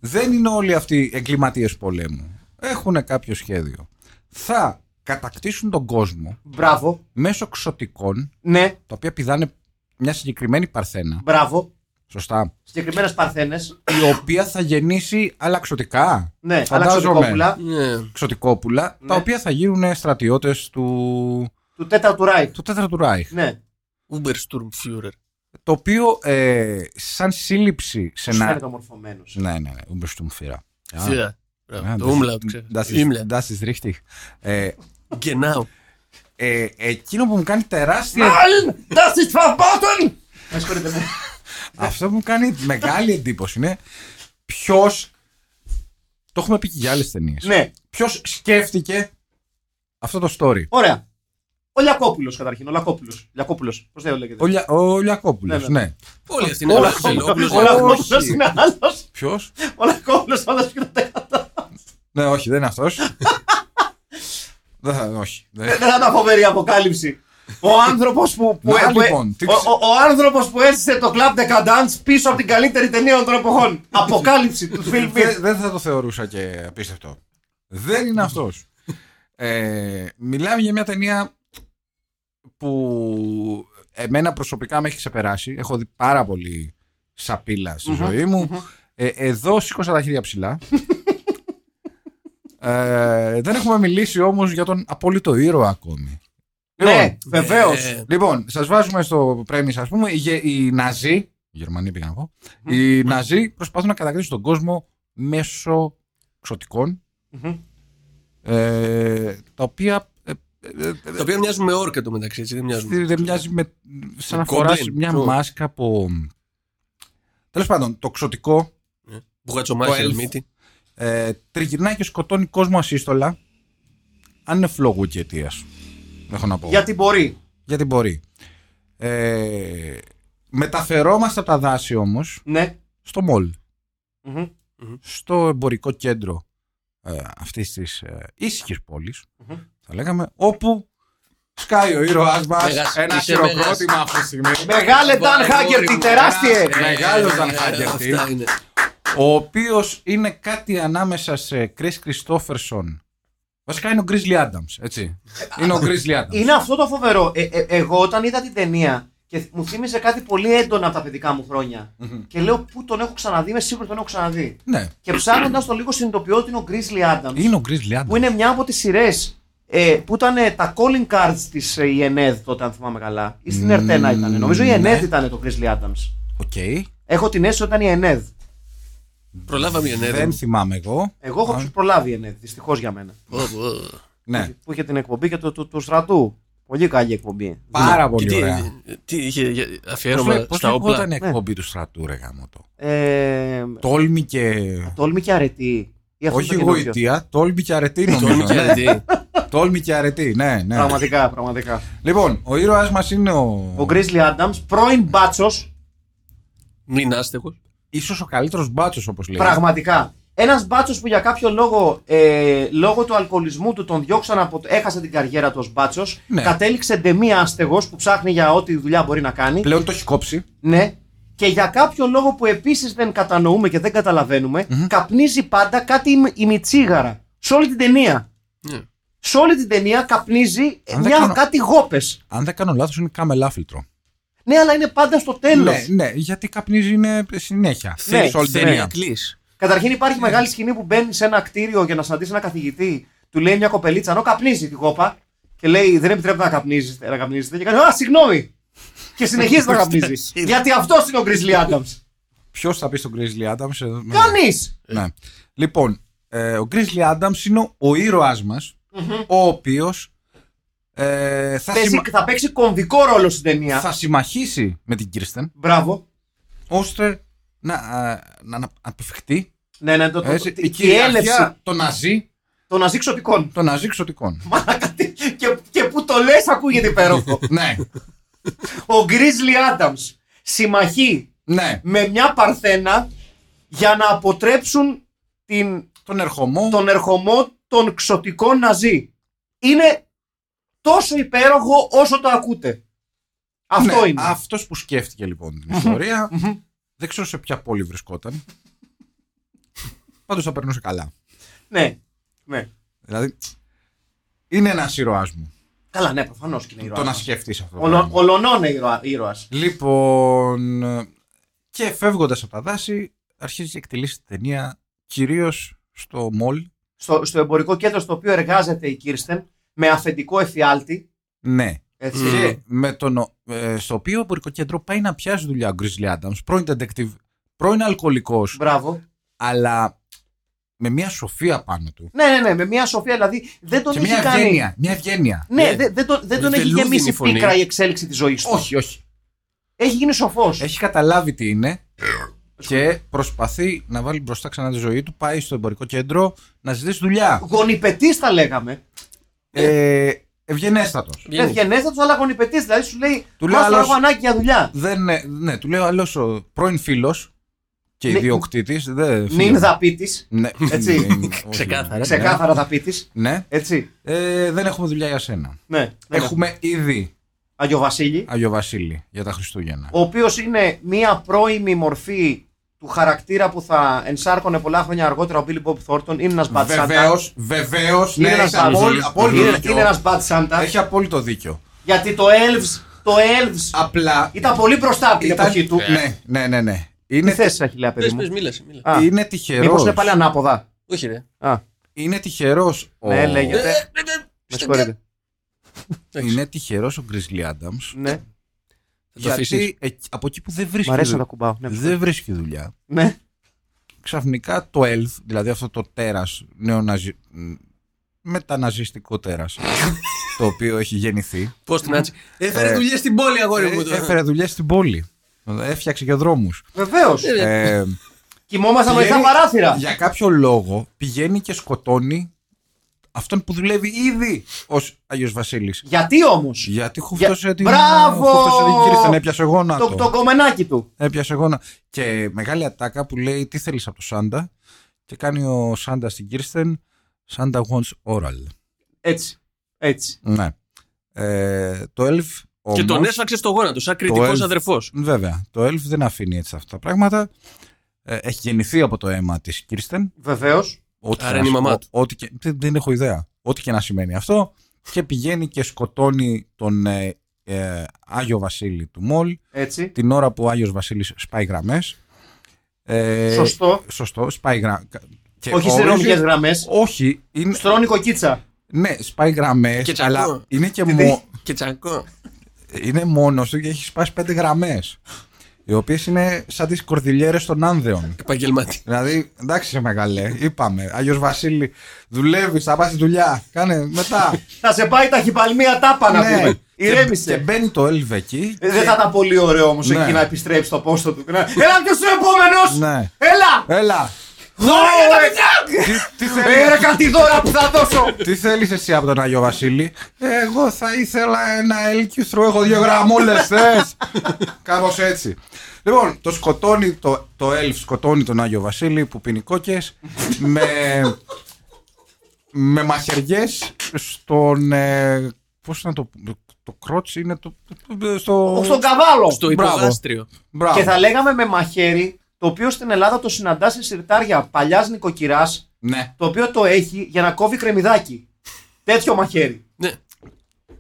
Speaker 4: δεν είναι όλοι αυτοί οι εγκληματίες πολέμου. Έχουν κάποιο σχέδιο. Θα κατακτήσουν τον κόσμο
Speaker 3: Μπράβο.
Speaker 4: μέσω ξωτικών,
Speaker 3: Ναι,
Speaker 4: τα οποία πηδάνε μια συγκεκριμένη παρθένα.
Speaker 3: μπράβο.
Speaker 4: Σωστά.
Speaker 3: Συγκεκριμένες παρθένες.
Speaker 4: Η οποία θα γεννήσει άλλα ξωτικά.
Speaker 3: Ναι, αλλά
Speaker 4: Φαντάζομαι.
Speaker 3: ξωτικόπουλα.
Speaker 5: Ναι.
Speaker 4: Ξωτικόπουλα, τα
Speaker 3: Ναι. οποία
Speaker 4: οποία θα γίνουν στρατιώτες του,
Speaker 3: Του τέταρτου Ράιτ.
Speaker 4: του τέταρτου Ράιχ.
Speaker 3: Ναι.
Speaker 5: Uber Sturmführer.
Speaker 4: Το οποίο ε, σαν σύλληψη σε
Speaker 3: Σου
Speaker 4: ένα.
Speaker 3: φαίνεται ομορφωμένος.
Speaker 4: Ναι, ναι, ναι. Umbestumfira.
Speaker 5: Führer. Μπράβο,
Speaker 4: Ναι,
Speaker 5: Το Umlaut, ξέρεις. Umlaut.
Speaker 4: Das ist richtig. Ε,
Speaker 5: Genau.
Speaker 4: ε, εκείνο που μου κάνει τεράστια.
Speaker 3: Das ist verboten! Με συγχωρείτε ναι. με.
Speaker 4: αυτό που μου κάνει μεγάλη εντύπωση είναι ποιος. Το έχουμε πει και για άλλες ταινίες.
Speaker 3: Ναι,
Speaker 4: Ποιος σκέφτηκε αυτό το story.
Speaker 3: ωραία. Ο Λιακόπουλος καταρχήν. Ο Λιακόπουλος. Λιακόπουλος. Πώς δεν λέγεται.
Speaker 4: Ο, Λια... ο Λιακόπουλος,
Speaker 3: Ναι,
Speaker 4: ναι.
Speaker 3: ναι.
Speaker 5: Όλοι αυτοί είναι.
Speaker 3: Ο
Speaker 5: Ο
Speaker 3: Λιακόπουλος-
Speaker 5: Βασιλόπουλος,
Speaker 3: ο
Speaker 5: ο
Speaker 3: Λιακόπουλος
Speaker 4: όχι.
Speaker 3: είναι άλλο.
Speaker 4: Ποιο?
Speaker 3: Ο Λιακόπουλος άλλο και το τέταρτο.
Speaker 4: Ναι, όχι, δεν είναι αυτός. δεν θα, όχι. δεν-
Speaker 3: Δεν θα ήταν φοβερή αποκάλυψη. Ο άνθρωπος που. που,
Speaker 4: Να,
Speaker 3: που-
Speaker 4: λοιπόν, τι
Speaker 3: ο, ο, ο άνθρωπος που έζησε το Club Decadence πίσω από την καλύτερη ταινία των εποχών. αποκάλυψη του Phil
Speaker 4: δεν,
Speaker 3: Fish.
Speaker 4: δεν θα το θεωρούσα και απίστευτο. Δεν είναι αυτός. Ε, μιλάμε για μια ταινία που εμένα προσωπικά με έχει ξεπεράσει. Έχω δει πάρα πολύ σαπίλα στη ζωή μου. Ε, εδώ σήκωσα τα χέρια
Speaker 3: (laughs)
Speaker 4: ψηλά. ε, δεν έχουμε μιλήσει όμως για τον απόλυτο ήρωα ακόμη.
Speaker 3: Ναι, βεβαίως.
Speaker 5: Ε,
Speaker 4: Λοιπόν, σας βάζουμε στο πρέμι, ας πούμε. Οι, γε- οι Ναζί, οι Γερμανοί πήγαν να πω, οι Ναζί προσπαθούν να κατακτήσουν τον κόσμο μέσω ξωτικών.
Speaker 3: Μμμ.
Speaker 4: ε, τα οποία ε,
Speaker 5: Τα οποία μοιάζουν με όρκα το μεταξύ, έτσι δεν
Speaker 4: στη-
Speaker 5: μοιάζουν.
Speaker 4: δεν μοιάζει με, σαν να
Speaker 5: Goblin,
Speaker 4: φοράς μια
Speaker 5: Ε, το-
Speaker 4: μάσκα από. Τέλος πάντων, το ξωτικό
Speaker 5: Μπουγατσομάχη,
Speaker 4: Το elf.
Speaker 5: μύτη.
Speaker 4: ε, τριγυρνάει και σκοτώνει κόσμο ασύστολα. Αν είναι φλόγου και αιτία. Έχω να πω.
Speaker 3: Γιατί μπορεί.
Speaker 4: Γιατί μπορεί. Ε, μεταφερόμαστε από τα δάση όμως
Speaker 3: Ναι.
Speaker 4: στο μολ.
Speaker 3: Μμμ.
Speaker 4: Στο εμπορικό κέντρο ε, αυτής της ε, ήσυχης πόλης,
Speaker 3: Μμμ.
Speaker 4: θα λέγαμε, όπου σκάει ο ήρωάς μας
Speaker 5: Μεγάλος,
Speaker 4: ένα
Speaker 5: είσαι
Speaker 4: χειροκρότημα αυτή τη στιγμή.
Speaker 3: Μεγάλε
Speaker 5: Μπα,
Speaker 3: Νταν Χάγκερ,
Speaker 5: αγόρι
Speaker 3: τι
Speaker 5: μου,
Speaker 3: τεράστιε!
Speaker 5: Ναι.
Speaker 4: Ε, μεγάλος ήταν χάκερ
Speaker 5: Αυτά
Speaker 4: τι.
Speaker 5: είναι.
Speaker 4: Ο οποίος είναι κάτι ανάμεσα σε Chris Christopherson. Βασικά είναι ο Grizzly Adams, έτσι. Είναι ο Grizzly Adams.
Speaker 3: Είναι αυτό το φοβερό. Ε, ε, εγώ όταν είδα την ταινία Και μου θύμιζε κάτι πολύ έντονα από τα παιδικά μου χρόνια. Και λέω πού τον έχω ξαναδεί, είμαι σίγουρος τον έχω ξαναδεί.
Speaker 4: Ναι.
Speaker 3: Και ψάχνοντας το λίγο συνειδητοποιώ ότι είναι ο Grizzly Adams.
Speaker 4: Είναι ο Grizzly Adams.
Speaker 3: Που είναι μια από τις σειρές ε, που ήταν ε, τα calling cards της ε, η ΕΝΕΔ τότε, αν θυμάμαι καλά. Ή στην Ερτένα ήταν. Νομίζω η
Speaker 4: Ναι.
Speaker 3: ΕΝΕΔ ήταν το Grizzly Adams.
Speaker 4: Οκ.
Speaker 3: Έχω την αίσθηση ότι ήταν η ΕΝΕΔ.
Speaker 5: Προλάβαμε η ενέργεια.
Speaker 4: Δεν θυμάμαι εγώ.
Speaker 3: Εγώ έχω
Speaker 4: Α,
Speaker 3: ξεπρολάβει η ΕΝΕΔ, δυστυχώς για μένα.
Speaker 4: Ναι.
Speaker 3: Που είχε την εκπομπή και του το, του στρατού. Πολύ καλή εκπομπή.
Speaker 4: Πάρα πολύ
Speaker 5: Τι,
Speaker 4: ωραία.
Speaker 5: τι είχε για-
Speaker 4: Πώς λέ-
Speaker 5: αφιέρωμα
Speaker 4: Πώς
Speaker 5: στα όπλα.
Speaker 4: λεγόταν η
Speaker 3: Ναι.
Speaker 4: εκπομπή του στρατού, ρε γάμο το.
Speaker 3: Ε,
Speaker 4: Τόλμη και...
Speaker 3: τόλμη και αρετή. Ή αυτό
Speaker 4: Όχι
Speaker 3: το καινούριο.
Speaker 4: γοητεία, τόλμη και αρετή
Speaker 5: Το
Speaker 4: νομίζω.
Speaker 5: όνομα και
Speaker 4: ναι.
Speaker 5: αρετή.
Speaker 4: Τόλμη και αρετή, ναι, ναι.
Speaker 3: Πραγματικά, πραγματικά.
Speaker 4: Λοιπόν, ο ήρωας μας είναι ο...
Speaker 3: Ο Grizzly Adams, πρώην μπάτσος,
Speaker 5: Μην άστεχο.
Speaker 4: Ίσως ο καλύτερος μπάτσος όπως λέει.
Speaker 3: πραγματικά. Ένας μπάτσος που για κάποιο λόγο, ε, λόγω του αλκοολισμού του, τον διώξαν από. έχασε την καριέρα του ως μπάτσος.
Speaker 4: Ναι.
Speaker 3: Κατέληξε ντεμή άστεγος που ψάχνει για ό,τι δουλειά μπορεί να κάνει.
Speaker 4: Πλέον το έχει κόψει.
Speaker 3: Ναι. Και για κάποιο λόγο που επίσης δεν κατανοούμε και δεν καταλαβαίνουμε, καπνίζει πάντα κάτι η, η μιτσίγαρα. Σε όλη την ταινία.
Speaker 5: Ναι.
Speaker 3: Σε όλη την ταινία καπνίζει
Speaker 4: Αν δεν
Speaker 3: μια,
Speaker 4: κάνω-
Speaker 3: κάτι γόπες.
Speaker 4: Αν δεν κάνω λάθος είναι καμελάφιλτρο.
Speaker 3: Ναι, αλλά είναι πάντα στο τέλος.
Speaker 4: Ναι, ναι, γιατί καπνίζει είναι συνέχεια.
Speaker 3: Ναι,
Speaker 4: Σε όλη την
Speaker 3: ναι.
Speaker 4: ταινία.
Speaker 5: Κλείς.
Speaker 3: Καταρχήν υπάρχει μεγάλη σκηνή που μπαίνει σε ένα κτίριο για να συναντήσει ένα καθηγητή. Του λέει μια κοπελίτσα, ενώ καπνίζει την κόπα. Και λέει: Δεν επιτρέπεται να καπνίζετε. Να καπνίζετε. Και κάνει: Α, συγγνώμη! και συνεχίζεις να
Speaker 4: (laughs)
Speaker 3: καπνίζεις. γιατί αυτός είναι ο Grizzly Adams.
Speaker 4: Ποιος θα πει στον Grizzly Adams. εδώ- ναι.
Speaker 3: Κανείς!
Speaker 4: Ναι. Λοιπόν, ε, ο Grizzly Adams είναι ο ήρωάς μας, ο οποίος ε, θα,
Speaker 3: Παίζει-
Speaker 4: συμμα-
Speaker 3: Θα παίξει κομβικό ρόλο στην ταινία.
Speaker 4: θα συμμαχήσει με την Kirsten,
Speaker 3: Μπράβο.
Speaker 4: ώστε να, α, να, να αποφευχτεί
Speaker 3: Ναι, ναι, το, το,
Speaker 4: έτσι,
Speaker 3: το-
Speaker 4: η
Speaker 3: η
Speaker 4: κυριαρχία
Speaker 3: έλευση
Speaker 4: των ναζί,
Speaker 3: των αζίξωτικών.
Speaker 4: των ναζί ξωτικών.
Speaker 3: (laughs) Μαλάκα, τι- και, και που το λες, ακούγεται
Speaker 4: (laughs)
Speaker 3: υπέροχο.
Speaker 4: ναι,
Speaker 3: ο Grizzly Adams συμμαχεί
Speaker 4: ναι.
Speaker 3: με μια παρθένα για να αποτρέψουν την,
Speaker 4: Τον ερχομό.
Speaker 3: τον ερχομό των ξωτικών ναζί. Είναι τόσο υπέροχο όσο το ακούτε. Αυτό
Speaker 4: Ναι,
Speaker 3: είναι.
Speaker 4: Αυτός που σκέφτηκε λοιπόν την ιστορία. Δεν ξέρω σε ποια πόλη βρισκόταν. Πάντως θα περνούσε καλά.
Speaker 3: Ναι. ναι.
Speaker 4: Δηλαδή, είναι ένας ήρωάς μου.
Speaker 3: Καλά, ναι, προφανώς και είναι
Speaker 4: Το να
Speaker 3: ήρωα.
Speaker 4: σκεφτείς αυτό. το
Speaker 3: Ολο,
Speaker 4: πράγμα.
Speaker 3: ολονών ήρωα. ήρωας.
Speaker 4: Λοιπόν. ε, Και φεύγοντας από τα δάση, αρχίζει και εκτελήσει την ταινία κυρίως στο μολ.
Speaker 3: Στο, στο εμπορικό κέντρο στο οποίο εργάζεται η Κίρστεν με αφεντικό εφιάλτη.
Speaker 4: Ναι.
Speaker 3: Έτσι.
Speaker 4: Και με τον, ο- ε, στο οποίο εμπορικό κέντρο πάει να πιάσει δουλειά ο Grizzly Adams, πρώην detective, πρώην αλκοολικός,
Speaker 3: Μπράβο.
Speaker 4: αλλά με μια σοφία πάνω του.
Speaker 3: Ναι, ναι, ναι, με μια σοφία δηλαδή δεν τον
Speaker 4: και
Speaker 3: έχει
Speaker 4: μια
Speaker 3: κάνει.
Speaker 4: ευγένεια. Μια ευγένεια.
Speaker 3: Ναι,
Speaker 5: Ναι.
Speaker 3: δεν δεν τον, δεν τον έχει
Speaker 5: Βελούδινη
Speaker 3: γεμίσει
Speaker 5: φωνή.
Speaker 3: πίκρα η εξέλιξη της ζωής του.
Speaker 4: Όχι, όχι.
Speaker 3: Έχει γίνει σοφός.
Speaker 4: Έχει καταλάβει τι είναι
Speaker 3: Ε,
Speaker 4: και προσπαθεί να βάλει μπροστά ξανά τη ζωή του. Πάει στο εμπορικό κέντρο να ζητήσει δουλειά.
Speaker 3: Γονιπετής τα λέγαμε.
Speaker 4: Ε, Ευγενέστατος.
Speaker 3: Είναι ευγενέστατος, αλλά γονιπετής. Δηλαδή σου λέει:
Speaker 4: Του
Speaker 3: Του
Speaker 4: λέω,
Speaker 3: λέω,
Speaker 4: άλλος-
Speaker 3: έχω ανάγκη για δουλειά.
Speaker 4: Δεν, ε, ναι, του λέω άλλος ο πρώην φίλος και
Speaker 3: Ναι.
Speaker 4: ιδιοκτήτης.
Speaker 3: Νυν δαπίτης.
Speaker 4: Ναι,
Speaker 3: Έτσι.
Speaker 4: νυν, όχι,
Speaker 5: Ξεκάθαρα.
Speaker 4: ναι.
Speaker 3: Ξεκάθαρα δαπίτης.
Speaker 4: Ναι.
Speaker 3: Έτσι.
Speaker 4: Ε, δεν έχουμε δουλειά για σένα.
Speaker 3: Ναι.
Speaker 4: Έχουμε ήδη
Speaker 3: Αγιο Βασίλη.
Speaker 4: Άγιο Βασίλη για τα Χριστούγεννα.
Speaker 3: Ο οποίος είναι μία πρώιμη μορφή του χαρακτήρα που θα ενσάρκωνε πολλά χρόνια αργότερα ο Billy Bob Thornton. Είναι ένας bad Santa.
Speaker 4: Βεβαίως, βεβαίως. Ναι,
Speaker 3: Είναι ένας
Speaker 4: έχει απόλυ-
Speaker 3: bad-
Speaker 4: απόλυτο
Speaker 3: είναι- είναι
Speaker 4: δίκιο.
Speaker 3: ένας bad Santa.
Speaker 4: Έχει απόλυτο δίκιο.
Speaker 3: Γιατί το Elves, το Elves
Speaker 4: Απλά.
Speaker 3: ήταν πολύ μπροστά από την
Speaker 4: ήταν-
Speaker 3: εποχή του.
Speaker 4: Ναι, ναι, ναι. ναι.
Speaker 3: Τι
Speaker 4: Είναι,
Speaker 3: θέση θα χιλιά, παιδί
Speaker 5: Πες,
Speaker 3: μου.
Speaker 5: πες, μίλασε, μίλασε.
Speaker 3: Α,
Speaker 4: είναι
Speaker 3: Μήπω
Speaker 4: τυχερός
Speaker 3: είναι πάλι ανάποδα.
Speaker 5: Όχι ρε.
Speaker 3: Α,
Speaker 4: Είναι τυχερός ο...
Speaker 3: Ναι, λέγεται.
Speaker 5: Ε, ε, ε,
Speaker 3: με συγχωρείτε.
Speaker 5: Εντάξει,
Speaker 4: Είναι τυχερός ο Grizzly Adams.
Speaker 3: Ναι,
Speaker 5: θα το αφήσεις.
Speaker 4: Γιατί εκ- από εκεί που δεν βρίσκει,
Speaker 3: μ' αρέσει να τα
Speaker 4: δουλειά,
Speaker 3: κουμπάω. Ναι,
Speaker 4: δεν βρίσκει δουλειά,
Speaker 3: ναι.
Speaker 4: ξαφνικά το ΕΛΘ, δηλαδή αυτό το τέρας νεοναζι... μ, μεταναζιστικό
Speaker 3: (laughs)
Speaker 4: τέρας το οποίο έχει γεννηθεί
Speaker 5: Πώς την άντσε.
Speaker 4: Ε,
Speaker 5: Έφερε δουλειές στην πόλη αγόρι μου.
Speaker 4: ε, έφερε δουλειές στην πόλη έφτιαξε και δρόμους
Speaker 3: Βεβαίως.
Speaker 4: Ε,
Speaker 3: (laughs) Κοιμόμασταν με τα
Speaker 4: πηγαίνει-
Speaker 3: παράθυρα.
Speaker 4: για κάποιο λόγο πηγαίνει και σκοτώνει αυτόν που δουλεύει ήδη ως Άγιος Βασίλης
Speaker 3: Γιατί όμως.
Speaker 4: γιατί
Speaker 3: Για-
Speaker 4: χουφτώσε την
Speaker 3: Μπράβο!
Speaker 4: χουφτώσε την Kirsten, έπιασε γόνατο
Speaker 3: Το, το κομμενάκι του.
Speaker 4: Έπιασε γόνα. Και μεγάλη ατάκα που λέει τι θέλεις από το Σάντα. Και κάνει ο Σάντα στην Κίρστεν. Σάντα wants oral.
Speaker 3: Έτσι. Έτσι.
Speaker 4: Ναι. Ε, το Elf όμως,
Speaker 5: Και τον έσφαξε στο γόνατο, σαν κριτικός
Speaker 4: Elf.
Speaker 5: αδερφός.
Speaker 4: Βέβαια. Το Elf δεν αφήνει έτσι αυτά τα πράγματα. Ε, έχει γεννηθεί από το αίμα της Κίρστεν.
Speaker 3: Βεβαίως.
Speaker 4: Ό,τι
Speaker 5: Άρα
Speaker 4: και
Speaker 5: είναι η
Speaker 4: να-
Speaker 5: μαμά
Speaker 4: ό-
Speaker 5: του.
Speaker 4: ό,τι και- δεν, δεν έχω ιδέα. Ό,τι και να σημαίνει αυτό. Και πηγαίνει και σκοτώνει τον ε, ε, Άγιο Βασίλη του Μολ,
Speaker 3: Έτσι.
Speaker 4: την ώρα που ο Άγιος Βασίλης σπάει γραμμές. Ε,
Speaker 3: Σωστό.
Speaker 4: Σωστό, σπάει γραμμές.
Speaker 3: Όχι σε ρομικές γραμμές.
Speaker 4: Όχι, είναι,
Speaker 3: Στρώνει κοκίτσα.
Speaker 4: ναι, σπάει γραμμές,
Speaker 5: Και τσακώ.
Speaker 4: αλλά είναι και
Speaker 3: Τι
Speaker 4: μο,
Speaker 3: δεις?
Speaker 5: Και τσακώ.
Speaker 4: είναι μόνος του και έχει σπάσει πέντε γραμμές. Οι οποίες είναι σαν τις κορδιλιέρες των Άνδεων.
Speaker 5: Επαγγελματία.
Speaker 4: Δηλαδή, εντάξει σε μεγάλε, είπαμε. Άγιος Βασίλη, δουλεύεις, θα πας στη δουλειά. Κάνε μετά.
Speaker 3: Θα σε πάει τα χυπαλμία τάπα (laughs) να
Speaker 4: Ναι.
Speaker 3: πούμε.
Speaker 4: Και
Speaker 3: Ηρέμησε.
Speaker 4: μπαίνει το Έλβε εκεί.
Speaker 3: Ε, Δεν θα ήταν πολύ ωραίο όμως
Speaker 4: Ναι.
Speaker 3: εκεί να επιστρέψει το πόστο του. Να- Έλα, ποιος ο επόμενος!
Speaker 4: Ναι.
Speaker 3: Έλα!
Speaker 4: Έλα!
Speaker 3: Δώρα για τα παιδιά!
Speaker 4: Τι, τι,
Speaker 3: Ε, ρε,
Speaker 4: θέλει,
Speaker 3: κάτι δώρα που θα δώσω!
Speaker 4: τι θέλεις εσύ από τον Άγιο Βασίλη. «Ε, Εγώ θα ήθελα ένα έλκυθρο, έχω δύο γραμμούλες θες. Κάπως έτσι. Λοιπόν, το σκοτώνει, το, το Έλφ σκοτώνει τον Άγιο Βασίλη που πίνει κόκκες με, με μαχαιριές στον... Ε, πώς να το... πω, Το κρότσι είναι το... Στο...
Speaker 3: Στον καβάλο!
Speaker 5: Στο
Speaker 4: Μπράβο.
Speaker 5: υπογάστριο.
Speaker 4: Μπράβο.
Speaker 3: Και θα λέγαμε με μαχαίρι, το οποίο στην Ελλάδα το συναντάς σε σιρτάρια παλιάς νοικοκυράς,
Speaker 4: Ναι.
Speaker 3: το οποίο το έχει για να κόβει κρεμμυδάκι. Τέτοιο μαχαίρι.
Speaker 5: Ναι.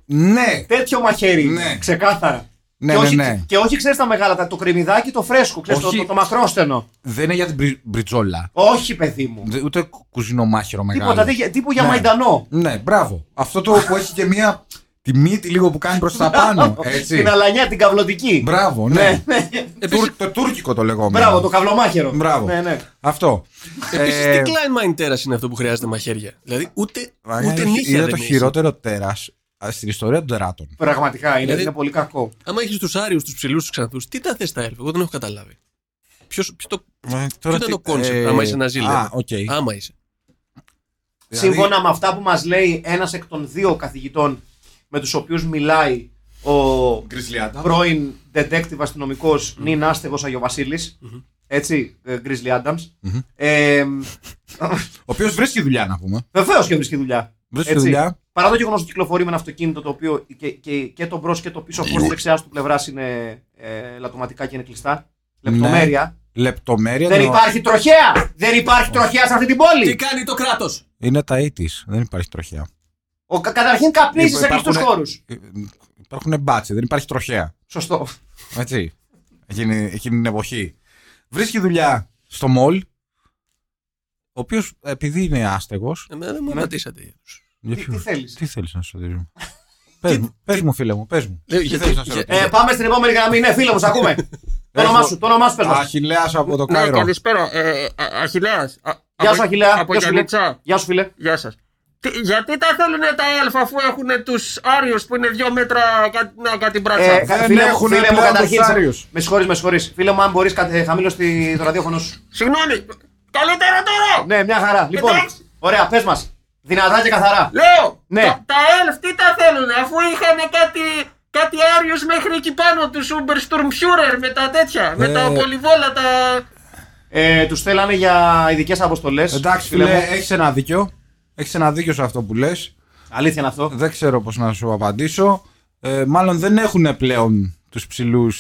Speaker 4: Ναι.
Speaker 3: Τέτοιο μαχαίρι.
Speaker 4: Ναι.
Speaker 3: Ξεκάθαρα.
Speaker 4: Ναι,
Speaker 3: και,
Speaker 4: ναι,
Speaker 3: όχι,
Speaker 4: ναι.
Speaker 3: και όχι ξέρεις τα μεγάλα, τα- το κρεμμυδάκι το φρέσκο, ξέρεις, το,
Speaker 4: Όχι.
Speaker 3: το, το μακρόστενο.
Speaker 4: Δεν είναι για την μπρι- μπριτζόλα.
Speaker 3: Όχι, παιδί μου.
Speaker 4: Δε- Ούτε κου- κουζινομάχαιρο Ναι, μεγάλο.
Speaker 3: Τίποτα, δεν- τύπου για
Speaker 4: Ναι.
Speaker 3: μαϊντανό.
Speaker 4: Ναι, μπράβο. Αυτό το που έχει και μία τη μύτη λίγο που κάνει προς
Speaker 3: (laughs)
Speaker 4: τα πάνω. Έτσι.
Speaker 3: Την αλανιά, την καυλωτική.
Speaker 4: Μπράβο,
Speaker 3: Ναι,
Speaker 4: ναι.
Speaker 3: ναι.
Speaker 4: Τουρ- Το τουρκικό το λεγόμενο.
Speaker 3: Μπράβο, το καυλομάχαιρο.
Speaker 4: Μπράβο.
Speaker 3: Ναι, ναι.
Speaker 4: Αυτό.
Speaker 5: Επίσης,
Speaker 4: Ε,
Speaker 5: τι Klein Mind τέρα είναι αυτό που χρειάζεται μαχαίρια. Δηλαδή, ούτε,
Speaker 4: Βαγγέλη,
Speaker 5: ούτε νύχια
Speaker 4: Είναι
Speaker 5: δεν
Speaker 4: το
Speaker 5: έχει.
Speaker 4: χειρότερο τέρας α, στην ιστορία των τεράτων.
Speaker 3: Πραγματικά είναι,
Speaker 5: Δηλαδή-
Speaker 3: είναι πολύ κακό.
Speaker 5: Άμα έχεις τους άριους, τους ψηλούς, τους ξανθούς, τι τα θες τα έλφη, εγώ δεν έχω καταλάβει. Ποιος, ποιος το, ποιο ήταν το κόνσεπτ, άμα είσαι ναζί,
Speaker 4: Ε, Α,
Speaker 5: λέμε.
Speaker 4: οκ.
Speaker 5: Άμα είσαι.
Speaker 4: Δηλαδή-
Speaker 3: Σύμφωνα με αυτά που μας λέει ένας εκ των δύο καθηγητών με τους οποίους μιλάει ο πρώην detective αστυνομικός νυν άστεγος Αγιοβασίλης, έτσι, ε, Grizzly Adams, ε,
Speaker 4: Ο οποίος βρίσκει δουλειά, να πούμε.
Speaker 3: βεβαίως και βρίσκει δουλειά.
Speaker 4: Βρίσκει
Speaker 3: Έτσι.
Speaker 4: δουλειά.
Speaker 3: Παρά το γεγονός ότι κυκλοφορεί με ένα αυτοκίνητο το οποίο και, και, και το μπρος και το πίσω φω τη δεξιάς του πλευράς είναι ε, λατωματικά και είναι κλειστά. Λεπτομέρεια.
Speaker 4: Λεπτομέρεια.
Speaker 3: Δεν
Speaker 4: το-
Speaker 3: υπάρχει τροχέα! Δεν υπάρχει τροχέα σε αυτή την πόλη!
Speaker 5: Τι κάνει το κράτος.
Speaker 4: Είναι τα 80s. Δεν υπάρχει τροχιά.
Speaker 3: Ο, κα- καταρχήν καπνίζεις σε
Speaker 4: Υπάρχουν-
Speaker 3: κλειστού χώρου.
Speaker 4: Υπάρχουν μπάτσι, δεν υπάρχει τροχέα.
Speaker 3: Σωστό.
Speaker 4: Έτσι. Εκείνη, εκείνη την εποχή. Βρίσκει δουλειά στο μολ. Ο οποίος επειδή είναι άστεγος.
Speaker 5: Εμένα Ε, δεν μου ρωτήσατε.
Speaker 3: Τι, τι θέλεις.
Speaker 4: Τι θέλεις να
Speaker 3: (laughs)
Speaker 4: σου ρωτήσω. Πες, μου, πες μου, φίλε μου, πες μου.
Speaker 5: Λέω,
Speaker 4: Τι
Speaker 5: γιατί-
Speaker 4: θέλεις να σε
Speaker 5: για-
Speaker 4: ρωτήσω.
Speaker 3: Ε, πάμε στην επόμενη γραμμή. Ναι, φίλε μου, σε ακούμε. το όνομά σου, το όνομά σου, πες μας.
Speaker 4: Αχιλέας από το Κάιρο.
Speaker 6: Ναι, καλησπέρα. Ε, Αχιλέα.
Speaker 3: Γεια σου, Αχιλέα.
Speaker 6: Από
Speaker 3: Γεια σου, φίλε.
Speaker 6: Γιάννητσα.
Speaker 3: Γεια σου, φίλε.
Speaker 6: Γεια σας. Γιατί τα θέλουν τα αλφα αφού έχουν τους άριους που είναι δύο μέτρα κα- να κάτι πράτσα.
Speaker 3: Ε, κα-
Speaker 4: Δεν
Speaker 3: φίλε μου,
Speaker 4: έχουν
Speaker 3: φίλε μου,
Speaker 4: πλέον
Speaker 3: καταρχήν.
Speaker 4: τους Άριους.
Speaker 3: Με συγχωρείς, με συγχωρείς. Φίλε μου, αν μπορείς, κατε- χαμήλωση το ραδιόφωνο σου.
Speaker 6: Συγγνώμη. Καλύτερα τώρα.
Speaker 3: Ναι, μια χαρά. Λοιπόν,
Speaker 6: Εντάξει.
Speaker 3: ωραία, πες μας. Δυνατά και καθαρά.
Speaker 6: Λέω.
Speaker 3: Ναι.
Speaker 6: Τα, τα elf τι τα θέλουν αφού είχαν κάτι, κάτι άριους μέχρι εκεί πάνω τους Uber Sturmführer με τα τέτοια. Με
Speaker 4: Ε.
Speaker 6: τα πολυβόλα τα.
Speaker 3: Ε, τους στέλνανε για ειδικές αποστολές.
Speaker 4: Εντάξει, φίλε, έχεις ένα δίκιο. Έχεις ένα δίκιο σε αυτό που λες.
Speaker 3: Αλήθεια είναι αυτό.
Speaker 4: Δεν ξέρω πώς να σου απαντήσω. Ε, μάλλον δεν έχουν πλέον τους ψηλούς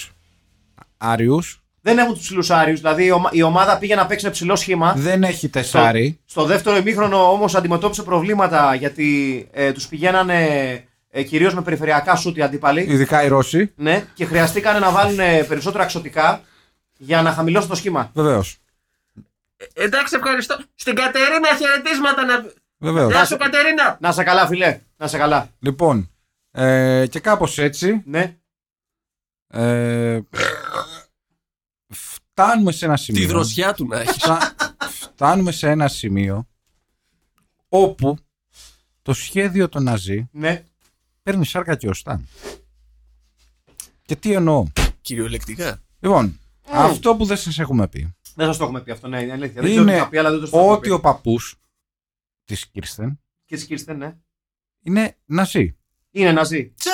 Speaker 4: άριους.
Speaker 3: Δεν έχουν τους ψηλούς άριους. Δηλαδή η ομα- η ομάδα πήγε να παίξει ένα ψηλό σχήμα.
Speaker 4: Δεν έχει
Speaker 3: Στο,
Speaker 4: τεσάρι.
Speaker 3: στο δεύτερο ημίχρονο όμως αντιμετώπισε προβλήματα γιατί ε, τους πηγαίνανε ε, κυρίως με περιφερειακά σούτ οι αντίπαλοι.
Speaker 4: Ειδικά οι Ρώσοι.
Speaker 3: Ναι, και χρειαστήκανε να βάλουν ε, περισσότερα εξωτικά για να χαμηλώσουν το σχήμα.
Speaker 4: Βεβαίως.
Speaker 6: Ε, Εντάξει, ευχαριστώ. Στην Κατερίνα χαιρετίσματα να.
Speaker 4: Βεβαίως.
Speaker 6: Γεια σου, Κατερίνα.
Speaker 3: Να σε καλά, φιλέ. Να σε καλά.
Speaker 4: Λοιπόν, ε, και κάπως έτσι
Speaker 3: Ναι.
Speaker 4: ε, φτάνουμε σε ένα σημείο.
Speaker 5: Τη δροσιά του να έχεις.
Speaker 4: Φτα- φτάνουμε σε ένα σημείο όπου το σχέδιο των Ναζί
Speaker 3: Ναι.
Speaker 4: παίρνει σάρκα και οστά. Και τι εννοώ.
Speaker 5: Κυριολεκτικά.
Speaker 4: Λοιπόν, αυτό που δεν σας έχουμε πει
Speaker 3: Δεν σας το έχουμε πει αυτό. Ναι, είναι αλήθεια. Δεν ξέρω τι
Speaker 4: είναι
Speaker 3: θα πει, αλλά δεν το στο
Speaker 4: ότι
Speaker 3: έχουμε
Speaker 4: ο
Speaker 3: πει.
Speaker 4: παππούς της Κίρστεν
Speaker 3: Και σκύρστε, ναι.
Speaker 4: είναι Ναζί.
Speaker 3: Είναι ναζί.
Speaker 5: Τσεκ!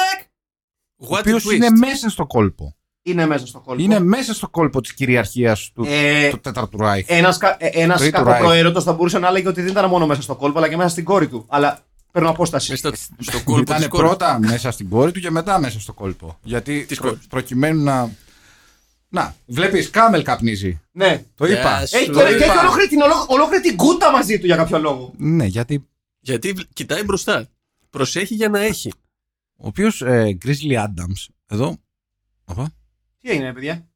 Speaker 4: Ο
Speaker 5: What a
Speaker 4: οποίος
Speaker 5: twist.
Speaker 4: είναι μέσα στο κόλπο.
Speaker 3: Είναι μέσα στο κόλπο.
Speaker 4: Είναι μέσα στο κόλπο της κυριαρχίας του,
Speaker 3: Ε,
Speaker 4: του τέταρτου Ράιχ.
Speaker 3: Ένα ένας
Speaker 4: Τρίτο
Speaker 3: κακοπροαίρετος θα μπορούσε να έλεγε ότι δεν ήταν μόνο μέσα στο κόλπο, αλλά και μέσα στην κόρη του. Αλλά παίρνω απόσταση.
Speaker 5: Μέσα στο- στο κόλπο
Speaker 4: Ήταν
Speaker 5: της κόρης.
Speaker 4: πρώτα μέσα στην κόρη του και μετά μέσα στο κόλπο. Γιατί
Speaker 5: Της
Speaker 4: προ-
Speaker 5: κόρης.
Speaker 4: προκειμένου να. Να, βλέπεις, Κάμελ καπνίζει.
Speaker 3: Ναι.
Speaker 4: Το
Speaker 5: Γεια
Speaker 4: είπα.
Speaker 5: σου.
Speaker 3: Έχει,
Speaker 5: Το
Speaker 3: και, και έχει
Speaker 5: είπα.
Speaker 3: ολόκληρη την, ολό- ολόκληρη την κούτα μαζί του για κάποιο λόγο.
Speaker 4: Ναι, γιατί.
Speaker 5: Γιατί βλ- κοιτάει μπροστά. Προσέχει για να έχει.
Speaker 4: Ο οποίος ε, Grizzly Adams, εδώ. Οπα.
Speaker 3: Τι έγινε, παιδιά.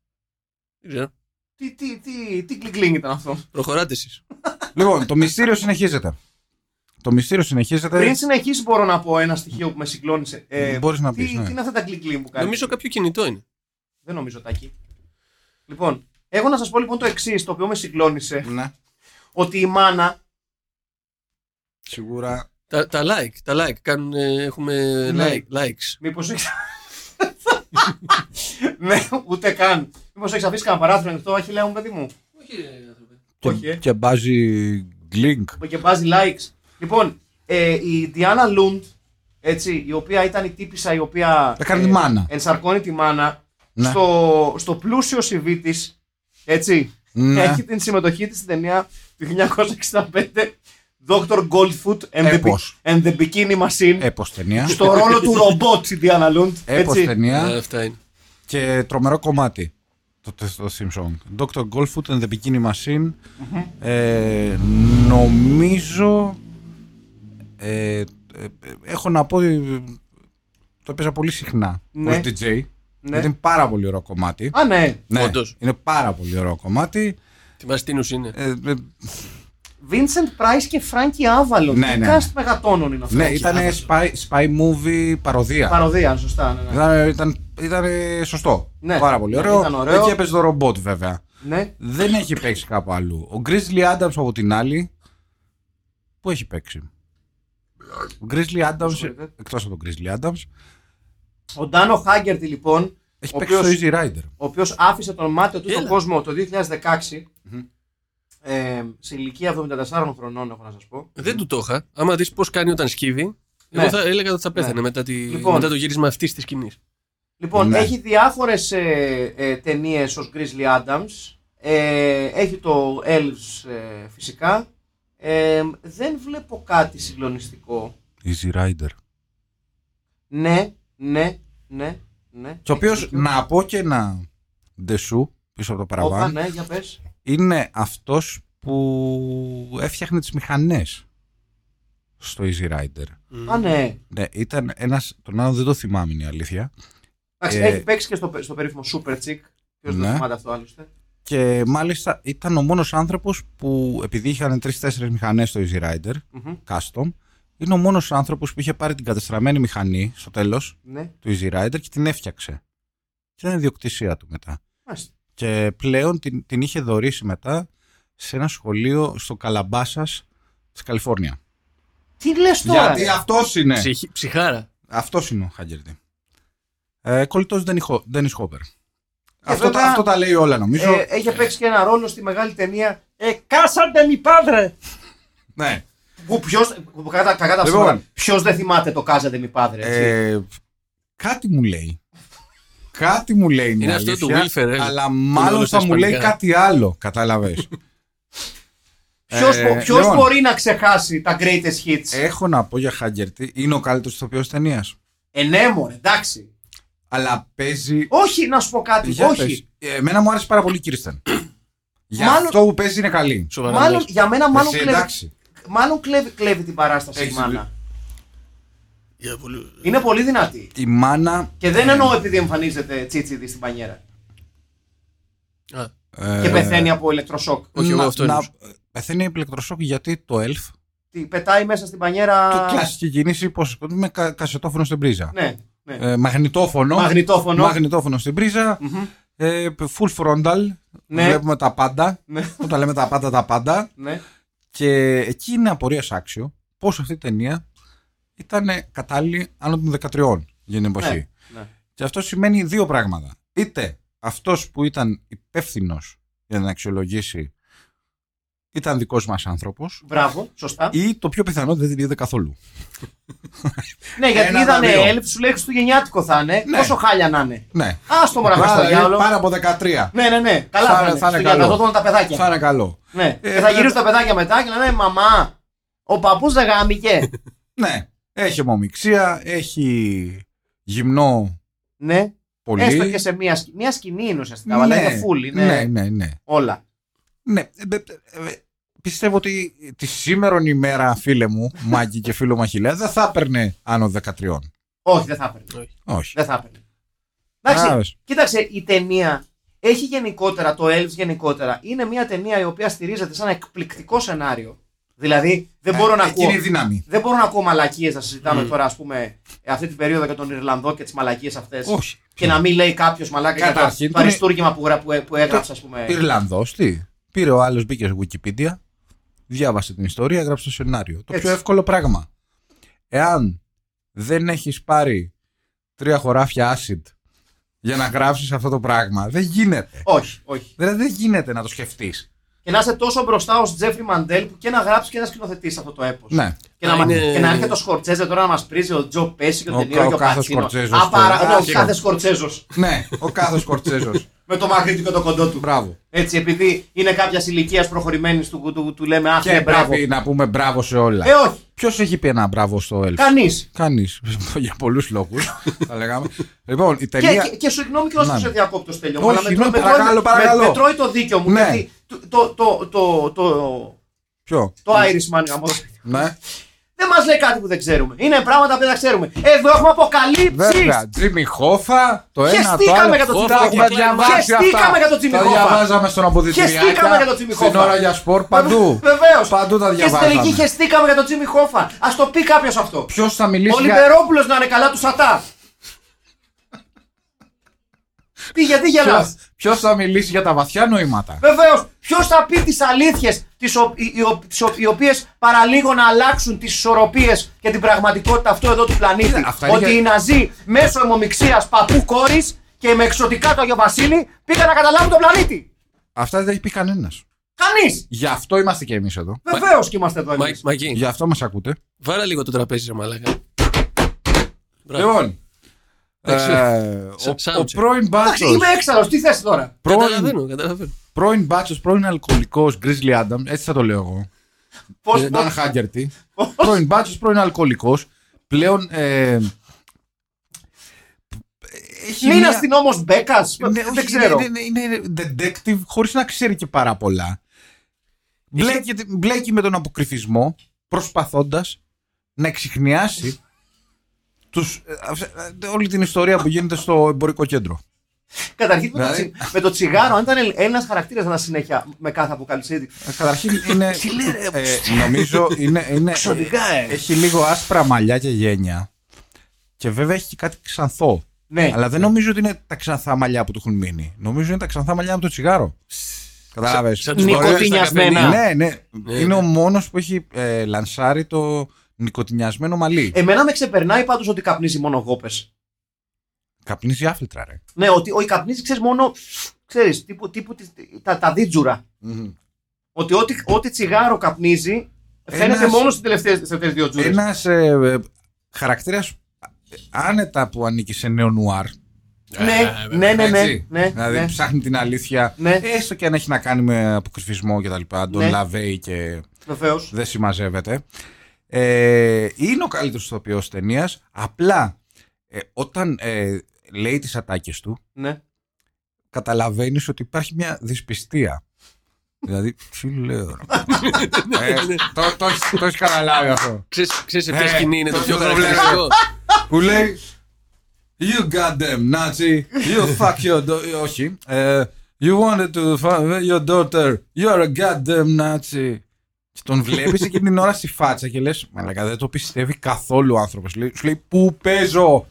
Speaker 5: Δεν ξέρω.
Speaker 3: Τι, τι, τι, τι κλικκλίνγκ ήταν αυτό.
Speaker 4: Ε.
Speaker 5: Προχωράτε εσείς.
Speaker 4: λοιπόν, το μυστήριο συνεχίζεται. Το μυστήριο συνεχίζεται.
Speaker 3: Πριν συνεχίσει, μπορώ να πω ένα στοιχείο που με συγκλώνησε. Ε,
Speaker 4: Μπορείς να
Speaker 3: τι,
Speaker 4: πεις, ναι.
Speaker 3: τι είναι αυτά τα κλικκλίνγκ που κάνεις.
Speaker 5: Νομίζω κάποιο κινητό είναι.
Speaker 3: Δεν νομίζω, Τάκη. Λοιπόν, έχω να σας πω λοιπόν το εξής, το οποίο με συγκλώνησε.
Speaker 4: Ναι.
Speaker 3: Ότι η μάνα.
Speaker 4: Σίγουρα.
Speaker 5: Τα, τα like, τα like. Κάνουν, ε, έχουμε
Speaker 3: Ναι.
Speaker 5: like, likes.
Speaker 3: Μήπως έχεις. (laughs) ναι, ούτε καν. Μήπως έχεις αφήσει κανένα παράθυρο ανοιχτό, έχει λέει μου παιδί μου.
Speaker 4: Και,
Speaker 3: Όχι, ε.
Speaker 4: και μπάζει γκλίνκ.
Speaker 3: και βάζει likes. Λοιπόν, ε, η Diana Lund, έτσι, η οποία ήταν η τύπησα η οποία. ε,
Speaker 4: Έκανε τη μάνα.
Speaker 3: Ενσαρκώνει τη μάνα.
Speaker 4: Ναι.
Speaker 3: Στο, στο πλούσιο CV της, έτσι,
Speaker 4: Ναι.
Speaker 3: έχει την συμμετοχή της στην ταινία του 1965 Dr. Goldfoot and, the,
Speaker 4: Έπος.
Speaker 3: and the Bikini Machine.
Speaker 4: Έπος ταινία.
Speaker 3: στο ρόλο του ρομπότ η Diana Lund.
Speaker 4: Έπος
Speaker 3: Έτσι.
Speaker 5: Α,
Speaker 4: ταινία
Speaker 5: Ε, αυτά είναι.
Speaker 4: και τρομερό κομμάτι. Το, το, το theme song. Dr. Goldfoot and the Bikini Machine.
Speaker 3: Mm-hmm.
Speaker 4: Ε, νομίζω. Ε, ε, ε, έχω να πω. ε, Το έπαιζα πολύ συχνά.
Speaker 3: Ναι.
Speaker 4: Ως DJ.
Speaker 3: Ναι.
Speaker 4: Γιατί είναι πάρα πολύ ωραίο κομμάτι.
Speaker 3: Α, ναι.
Speaker 4: Ναι,
Speaker 5: Όντως.
Speaker 4: είναι πάρα πολύ ωραίο κομμάτι.
Speaker 5: Τι μαστίνους είναι.
Speaker 4: Ε, ε,
Speaker 3: Vincent Price και Frankie Avalon.
Speaker 4: Ναι,
Speaker 3: Τι
Speaker 4: ναι,
Speaker 3: cast
Speaker 4: ναι.
Speaker 3: μεγατόνων είναι αυτό.
Speaker 4: ναι, ήταν spy, spy movie παροδία.
Speaker 3: Παροδία, σωστά. Ναι, ναι.
Speaker 4: Ήταν, ήταν, ήταν ε, σωστό.
Speaker 3: Ναι.
Speaker 4: Πάρα πολύ
Speaker 3: Ναι,
Speaker 4: ωραίο.
Speaker 3: ήταν ωραίο.
Speaker 4: Εκεί έπαιζε το ρομπότ βέβαια.
Speaker 3: ναι.
Speaker 4: Δεν έχει παίξει κάπου αλλού. Ο Grizzly Adams από την άλλη. Πού έχει παίξει. Ο Grizzly Adams,
Speaker 3: Συγχωρείτε.
Speaker 4: εκτός από τον Grizzly Adams,
Speaker 3: Ο Ντάνο Χάγκερτη, λοιπόν,
Speaker 4: έχει
Speaker 3: Ο
Speaker 4: παίξει στο
Speaker 3: οποίος-
Speaker 4: Easy Rider.
Speaker 3: ο οποίος άφησε τον μάτιο του στον
Speaker 5: Έλα.
Speaker 3: κόσμο το 2016. ε, σε ηλικία 74 χρονών, έχω να σας πω.
Speaker 5: Δεν του το είχα. Άμα δεις πώς κάνει όταν σκύβει,
Speaker 3: Ναι.
Speaker 5: εγώ θα έλεγα ότι θα πέθανε
Speaker 3: Ναι.
Speaker 5: μετά, τη,
Speaker 3: Λοιπόν.
Speaker 5: μετά το γύρισμα αυτής της σκηνής.
Speaker 3: Λοιπόν,
Speaker 4: Ναι.
Speaker 3: έχει διάφορες ε, ε, ταινίες ως Grizzly Adams. Ε, έχει το Elves ε, φυσικά. Ε, δεν βλέπω κάτι συγκλονιστικό.
Speaker 4: Easy Rider.
Speaker 3: Ναι, ναι, ναι, ναι.
Speaker 4: Και ο οποίος
Speaker 3: Έχεις δίκιο.
Speaker 4: να πω και ένα ντεσού πίσω από το
Speaker 3: Όπα,
Speaker 4: παραβάν.
Speaker 3: ναι, για πες.
Speaker 4: είναι αυτός που έφτιαχνε τις μηχανές στο Easy Rider.
Speaker 3: Α, ναι.
Speaker 4: Ναι, ήταν ένας, τον άλλο δεν το θυμάμαι είναι η αλήθεια.
Speaker 3: Εντάξει,
Speaker 4: Ε,
Speaker 3: έχει παίξει και στο, στο περίφημο Super Chick. Ποιος
Speaker 4: ναι.
Speaker 3: δεν θυμάται αυτό άλλωστε.
Speaker 4: Και μάλιστα ήταν ο μόνος άνθρωπος που επειδή είχαν τρεις-τέσσερις μηχανές στο Easy Rider,
Speaker 3: Μμμ.
Speaker 4: custom, είναι ο μόνος άνθρωπος που είχε πάρει την κατεστραμμένη μηχανή στο τέλος
Speaker 3: Ναι.
Speaker 4: του Easy Rider και την έφτιαξε. Και ήταν ιδιοκτησία του μετά.
Speaker 3: Μάλιστα.
Speaker 4: Και πλέον την, την είχε δωρήσει μετά σε ένα σχολείο στο Καλαμπάσας της Καλιφόρνια.
Speaker 3: Τι λες τώρα.
Speaker 4: Γιατί
Speaker 3: ρε.
Speaker 4: αυτός είναι.
Speaker 5: Ψυχ- ψυχάρα.
Speaker 4: Αυτός είναι ο Χάγκερτη. Ε, Κολλητός Ντένι Χόπερ. Αυτό,
Speaker 3: βέβαια-
Speaker 4: τα, αυτό τα λέει όλα νομίζω.
Speaker 3: Ε, έχει παίξει και ένα ρόλο στη μεγάλη ταινία Ε, κάσαντε μη πάδρε.
Speaker 4: ναι.
Speaker 3: Που ποιος, που κατά, κατά
Speaker 4: Λοιπόν.
Speaker 3: ποιος δεν θυμάται το κάζατε μη πάδρε. έτσι.
Speaker 4: Ε, κάτι μου λέει. κάτι μου λέει είναι,
Speaker 5: Είναι αυτό
Speaker 4: αλήθεια,
Speaker 5: του Will Ferrell.
Speaker 4: αλλά
Speaker 5: όλο
Speaker 4: μάλλον
Speaker 5: στα
Speaker 4: θα μου λέει
Speaker 5: ισπανικά.
Speaker 4: κάτι άλλο. Κατάλαβες. (laughs)
Speaker 3: ποιος,
Speaker 4: ε,
Speaker 3: μπο- ποιος
Speaker 4: λοιπόν.
Speaker 3: μπορεί να ξεχάσει τα greatest hits. Ε,
Speaker 4: Έχω να πω για Χάγκερτη, είναι ο καλύτερος ηθοποιός ταινίας.
Speaker 3: ναι, μωρέ, εντάξει.
Speaker 4: Αλλά παίζει.
Speaker 3: Όχι, να σου πω κάτι.
Speaker 4: Για
Speaker 3: όχι.
Speaker 4: πες. Ε, Εμένα μου άρεσε πάρα πολύ η
Speaker 3: (clears throat)
Speaker 4: Κίρστεν. για
Speaker 3: Μάλλον-
Speaker 4: αυτό που παίζει είναι καλή.
Speaker 5: Σοβαρά.
Speaker 3: Μάλλον,
Speaker 5: μιλάς.
Speaker 3: για μένα μάλλον
Speaker 4: Εσύ,
Speaker 3: κλέβει,
Speaker 4: εντάξει.
Speaker 3: μάλλον κλέβει, κλέβει την παράσταση η
Speaker 4: Έχεις
Speaker 3: μάνα.
Speaker 5: Για πολύ-
Speaker 3: Είναι πολύ δυνατή.
Speaker 4: Η μάνα.
Speaker 3: Και δεν εννοώ επειδή εμφανίζεται τσίτσιδη στην πανιέρα.
Speaker 5: Α,
Speaker 4: ε,
Speaker 3: και πεθαίνει από ηλεκτροσόκ.
Speaker 5: Όχι, εγώ
Speaker 4: να-
Speaker 5: αυτό
Speaker 4: να-
Speaker 5: εννοούσα.
Speaker 4: Πεθαίνει από ηλεκτροσόκ γιατί το ELF
Speaker 3: Τη πετάει μέσα στην πανιέρα.
Speaker 4: Το κλασική κίνηση, πώ με κα, κασετόφωνο στην πρίζα.
Speaker 3: Ναι, ναι.
Speaker 4: Ε, μαγνητόφωνο.
Speaker 3: Μαγνητόφωνο.
Speaker 4: Μαγνητόφωνο στην πρίζα. Ε, full frontal.
Speaker 3: Ναι.
Speaker 4: Βλέπουμε τα πάντα.
Speaker 3: Ναι.
Speaker 4: Όταν λέμε τα πάντα, τα πάντα.
Speaker 3: ναι.
Speaker 4: Και εκεί είναι απορίας άξιο πώ αυτή η ταινία ήταν κατάλληλη άνω των 13 για την εποχή.
Speaker 3: Ναι, ναι.
Speaker 4: Και αυτό σημαίνει δύο πράγματα. Είτε αυτός που ήταν υπεύθυνος για να αξιολογήσει ήταν δικός μας άνθρωπος,
Speaker 3: Μπράβο, σωστά.
Speaker 4: ή το πιο πιθανό δεν την είδε καθόλου.
Speaker 3: Ναι, γιατί
Speaker 4: Ένα,
Speaker 3: είδανε
Speaker 4: δύο.
Speaker 3: έλφ, σου λέει χριστουγεννιάτικο θα είναι.
Speaker 4: Ναι.
Speaker 3: Πόσο χάλια να είναι.
Speaker 4: Ναι.
Speaker 3: Ας το μωρά στο
Speaker 4: Πάρα-
Speaker 3: διάλογο.
Speaker 4: Πάρα από 13.
Speaker 3: Ναι, ναι, ναι. Καλά
Speaker 4: Θα
Speaker 3: θα,
Speaker 4: είναι-
Speaker 3: είναι.
Speaker 4: θα είναι
Speaker 3: Χριστουγεννιά,
Speaker 4: καλό.
Speaker 3: Θα το δουν τα παιδάκια.
Speaker 4: Θα είναι καλό.
Speaker 3: Ναι.
Speaker 4: Ε,
Speaker 3: και θα
Speaker 4: ε,
Speaker 3: γυρίσουν τα παιδάκια μετά και να λένε Μαμά, ο παππούς δεν γάμηκε.
Speaker 4: Ναι. Έχει αιμομηξία, έχει γυμνό
Speaker 3: ναι.
Speaker 4: πολύ.
Speaker 3: Έστω και σε μία, σκη- μία σκηνή είναι ουσιαστικά. Αλλά είναι full, είναι
Speaker 4: Ναι, ναι, ναι.
Speaker 3: όλα.
Speaker 4: ναι. Ε, ε, ε, ε, Πιστεύω ότι τη σήμερον ημέρα, φίλε μου, Μάγκη και φίλο Μαχιλέα, δεν θα έπαιρνε άνω 13.
Speaker 3: Όχι, δεν θα έπαιρνε.
Speaker 4: Όχι.
Speaker 3: Δεν θα έπαιρνε.
Speaker 4: Άρας.
Speaker 3: Εντάξει, κοίταξε, η ταινία έχει γενικότερα, το Elves γενικότερα, είναι μια ταινία η οποία στηρίζεται σε ένα εκπληκτικό σενάριο. Δηλαδή, δεν μπορώ να ακούω.
Speaker 4: Ναι. Ε, Εκείνη η δύναμη.
Speaker 3: Δεν μπορώ να ακούω μαλακίες να συζητάμε
Speaker 4: Mm.
Speaker 3: τώρα, ας πούμε, αυτή την περίοδο για τον Ιρλανδό και τις μαλακίες αυτές.
Speaker 4: Όχι.
Speaker 3: Και να μην λέει κάποιος μαλάκα για το,
Speaker 4: Καταρχήν,
Speaker 3: το
Speaker 4: τον-
Speaker 3: αριστούργημα που, γρα- που, που έγραψε, ας πούμε.
Speaker 4: Ιρλανδός, τι. Πήρε ο άλλος, μπήκε στη Wikipedia, διάβασε την ιστορία, έγραψε το σενάριο. Το
Speaker 3: Έτσι.
Speaker 4: πιο εύκολο πράγμα. Εάν δεν έχεις πάρει τρία χωράφια acid για να γράψεις αυτό το πράγμα, δεν γίνεται.
Speaker 3: Όχι, όχι.
Speaker 4: Δηλαδή δεν γίνεται να το σκεφτείς.
Speaker 3: Και να είσαι τόσο μπροστά ως Τζέφρι Μαντέλ που και να γράψεις και να σκηνοθετεί αυτό το έπος.
Speaker 4: Ναι.
Speaker 3: Και να,
Speaker 5: Α,
Speaker 3: μα-
Speaker 5: είναι-
Speaker 3: και να έρχεται ο Σκορτσέζε τώρα να μας πρίζει ο Τζο Πέση και ο
Speaker 4: Ο
Speaker 3: Ντενίρο
Speaker 4: κα-
Speaker 3: και ο
Speaker 4: ο κάθε
Speaker 3: Πατσίνο.
Speaker 4: Σκορτσέζος
Speaker 3: Απαρα-
Speaker 4: τώρα.
Speaker 3: ναι, Ο
Speaker 4: Άσχημα.
Speaker 3: κάθε Σκορτσέζος.
Speaker 4: ναι, ο κάθε Κορτσέζο.
Speaker 3: Με το μακρύ του και το κοντό του.
Speaker 4: Μπράβο.
Speaker 3: Έτσι, επειδή είναι κάποια ηλικία προχωρημένη του, του, του λέμε Αχ, ναι,
Speaker 4: Και
Speaker 3: μπράβο.
Speaker 4: πρέπει να πούμε μπράβο σε όλα.
Speaker 3: Ε, όχι.
Speaker 4: Ποιος έχει πει ένα μπράβο στο Elf.
Speaker 3: Κανείς.
Speaker 4: Κανείς. (laughs) Για πολλούς λόγους. θα λέγαμε. λοιπόν, η
Speaker 3: Και,
Speaker 4: τελεία.
Speaker 3: και, και συγγνώμη κιόλα που
Speaker 4: Ναι.
Speaker 3: σε διακόπτω Στέλιο. μου,
Speaker 4: Όχι,
Speaker 3: αλλά με,
Speaker 4: ναι,
Speaker 3: με,
Speaker 4: παρακαλώ,
Speaker 3: με-
Speaker 4: παρακαλώ.
Speaker 3: με τρώει το δίκιο μου.
Speaker 4: Ναι.
Speaker 3: Γιατί το, το, το, το, το,
Speaker 4: Ποιο.
Speaker 3: το Irishman γαμώ.
Speaker 4: Ναι.
Speaker 3: δεν μας λέει κάτι που δεν ξέρουμε. Είναι πράγματα που δεν τα ξέρουμε. Εδώ έχουμε αποκαλύψεις.
Speaker 4: Βέβαια, Τζίμι Χόφα, το ένα το
Speaker 3: Χεστήκαμε
Speaker 4: άλλο.
Speaker 3: για το Τζίμι
Speaker 4: τα
Speaker 5: Χόφα.
Speaker 4: έχουμε διαβάσει αυτά.
Speaker 3: Χεστήκαμε για το Τζίμι
Speaker 4: Τα
Speaker 3: Χόφα.
Speaker 4: διαβάζαμε στον αποδητηριάκια.
Speaker 3: Χεστήκαμε για το Τζίμι
Speaker 4: Στην
Speaker 3: Χόφα.
Speaker 4: ώρα για σπορ παντού.
Speaker 3: Βεβαίως.
Speaker 4: Παντού τα
Speaker 3: Και στην τελική
Speaker 4: διαβάζαμε.
Speaker 3: χεστήκαμε για τον Τζίμι Χόφα. Ας το πει κάποιος αυτό.
Speaker 4: Ποιος θα
Speaker 3: Ο
Speaker 4: μιλήσει για...
Speaker 3: Λιμπερόπουλος να είναι καλά του Σατά. Τι, γιατί γελάς.
Speaker 4: ποιος- ποιος θα μιλήσει για τα βαθιά νοήματα.
Speaker 3: Βεβαίως, ποιος θα πει τις αλήθειες, τις ο- οι, οι, ο- τις ο- οι οποίες παραλίγο να αλλάξουν τις ισορροπίες και την πραγματικότητα αυτού εδώ του πλανήτη.
Speaker 4: Κοίτα, αυτά είναι
Speaker 3: Ότι
Speaker 4: για-
Speaker 3: οι Ναζί μέσω αιμομηξία παππού κόρης και με εξωτικά του Αγιο Βασίλη πήγαν να καταλάβουν τον πλανήτη.
Speaker 4: Αυτά δεν έχει πει κανένας.
Speaker 3: Κανείς!
Speaker 4: Γι' αυτό είμαστε και εμείς εδώ.
Speaker 3: Βεβαίως και είμαστε εδώ
Speaker 5: Μα-
Speaker 3: εμείς.
Speaker 5: Μαγί,
Speaker 4: Γι' αυτό μας ακούτε.
Speaker 5: βάρα λίγο το τραπέζι, ρε μαλάκα. Μπράβο.
Speaker 4: Λοιπόν.
Speaker 5: Εντάξει.
Speaker 4: ε,
Speaker 5: Σα-
Speaker 4: ο, ο
Speaker 5: soundcheck.
Speaker 4: πρώην μπάτσο.
Speaker 3: Είμαι έξαλλος, τι θες τώρα.
Speaker 5: Καταλαβαίνω, καταλαβαίνω.
Speaker 4: Πρώην μπάτσος, πρώην αλκοολικός Grizzly Adam. Έτσι θα το λέω εγώ. Ε,
Speaker 3: Πώς
Speaker 4: Dan Haggerty. πρώην μπάτσος, πρώην αλκοολικός. Πλέον. ε, έχει
Speaker 3: είναι
Speaker 4: μία-
Speaker 3: αστυνόμο Μπέκας.
Speaker 4: Ναι,
Speaker 3: Δεν
Speaker 4: όχι,
Speaker 3: ξέρω.
Speaker 4: Είναι, είναι, είναι detective χωρίς να ξέρει και πάρα πολλά. Μπλέκει, μπλέκει με τον αποκρυφισμό προσπαθώντας να εξηχνιάσει τους, ε, αυ- ε, όλη την ιστορία που γίνεται στο εμπορικό κέντρο.
Speaker 3: Καταρχήν με το
Speaker 4: Δηλαδή-
Speaker 3: τσι- με το τσιγάρο, αν ήταν Έλληνας χαρακτήρας να συνέχεια με κάθε αποκαλυψίδι.
Speaker 4: Ε, Καταρχήν είναι. ε, νομίζω είναι. είναι
Speaker 3: ε.
Speaker 4: έχει λίγο άσπρα μαλλιά και γένια. Και βέβαια έχει και κάτι ξανθό.
Speaker 3: Ναι.
Speaker 4: Αλλά δεν νομίζω ότι είναι τα ξανθά μαλλιά που του έχουν μείνει. Νομίζω είναι τα ξανθά μαλλιά από το τσιγάρο. Κατάλαβες.
Speaker 5: Σαν τους βολεύεις τα
Speaker 3: Νοικοτινιασμένα.
Speaker 4: Ναι,
Speaker 5: καφενεία.
Speaker 4: ναι. Είναι ο μόνος που έχει ε, λανσάρει το νοικοτινιασμένο μαλλί.
Speaker 3: Εμένα με ξεπερνάει πάντως ότι καπνίζει μόνο γόπες.
Speaker 4: Καπνίζει άφιλτρα, ρε.
Speaker 3: Ναι, ότι ο καπνίζει, ξέρεις μόνο. Ξέρεις, τύπου, τύπου, τις- τα, τα δίτζουρα. Ότι ό,τι, ό,τι τσιγάρο καπνίζει φαίνεται
Speaker 4: Ένας-
Speaker 3: μόνο στι τελευταίε δύο τζούρες.
Speaker 4: Ένας ε, ε, χαρακτήρας άνετα που ανήκει σε νέο νουάρ.
Speaker 3: Ναι, ναι, ναι, ναι,
Speaker 4: Έτσι.
Speaker 3: ναι,
Speaker 4: δηλαδή
Speaker 3: ναι.
Speaker 4: ψάχνει την αλήθεια.
Speaker 3: Ναι.
Speaker 4: Έστω και αν έχει να κάνει με αποκρυφισμό και τα λοιπά. Τον
Speaker 3: Ναι.
Speaker 4: λαβέει και
Speaker 3: Βεβαίως.
Speaker 4: δεν συμμαζεύεται. Ε, είναι ο καλύτερος ηθοποιός ταινίας. Απλά ε, όταν ε, λέει τις ατάκες του,
Speaker 3: Ναι.
Speaker 4: καταλαβαίνεις ότι υπάρχει μια δυσπιστία. δηλαδή, τι λέω. ρε. ε, το, το, έχεις- το έχεις καταλάβει αυτό.
Speaker 5: Ξέρεις, ξέρεις σε
Speaker 4: Ε,
Speaker 5: ποια σκηνή είναι το
Speaker 4: το
Speaker 5: πιο
Speaker 4: πιο το βλέπω.
Speaker 5: χαρακτηριστικό.
Speaker 4: Που λέει. You goddamn Nazi. You fuck your daughter. Όχι. Ε, you wanted to fuck your daughter. You're a goddamn Nazi. Και τον βλέπεις εκείνη την ώρα στη φάτσα και λες: Μαλακά, δεν το πιστεύει καθόλου ο άνθρωπος. Σου λέει: Πού παίζω,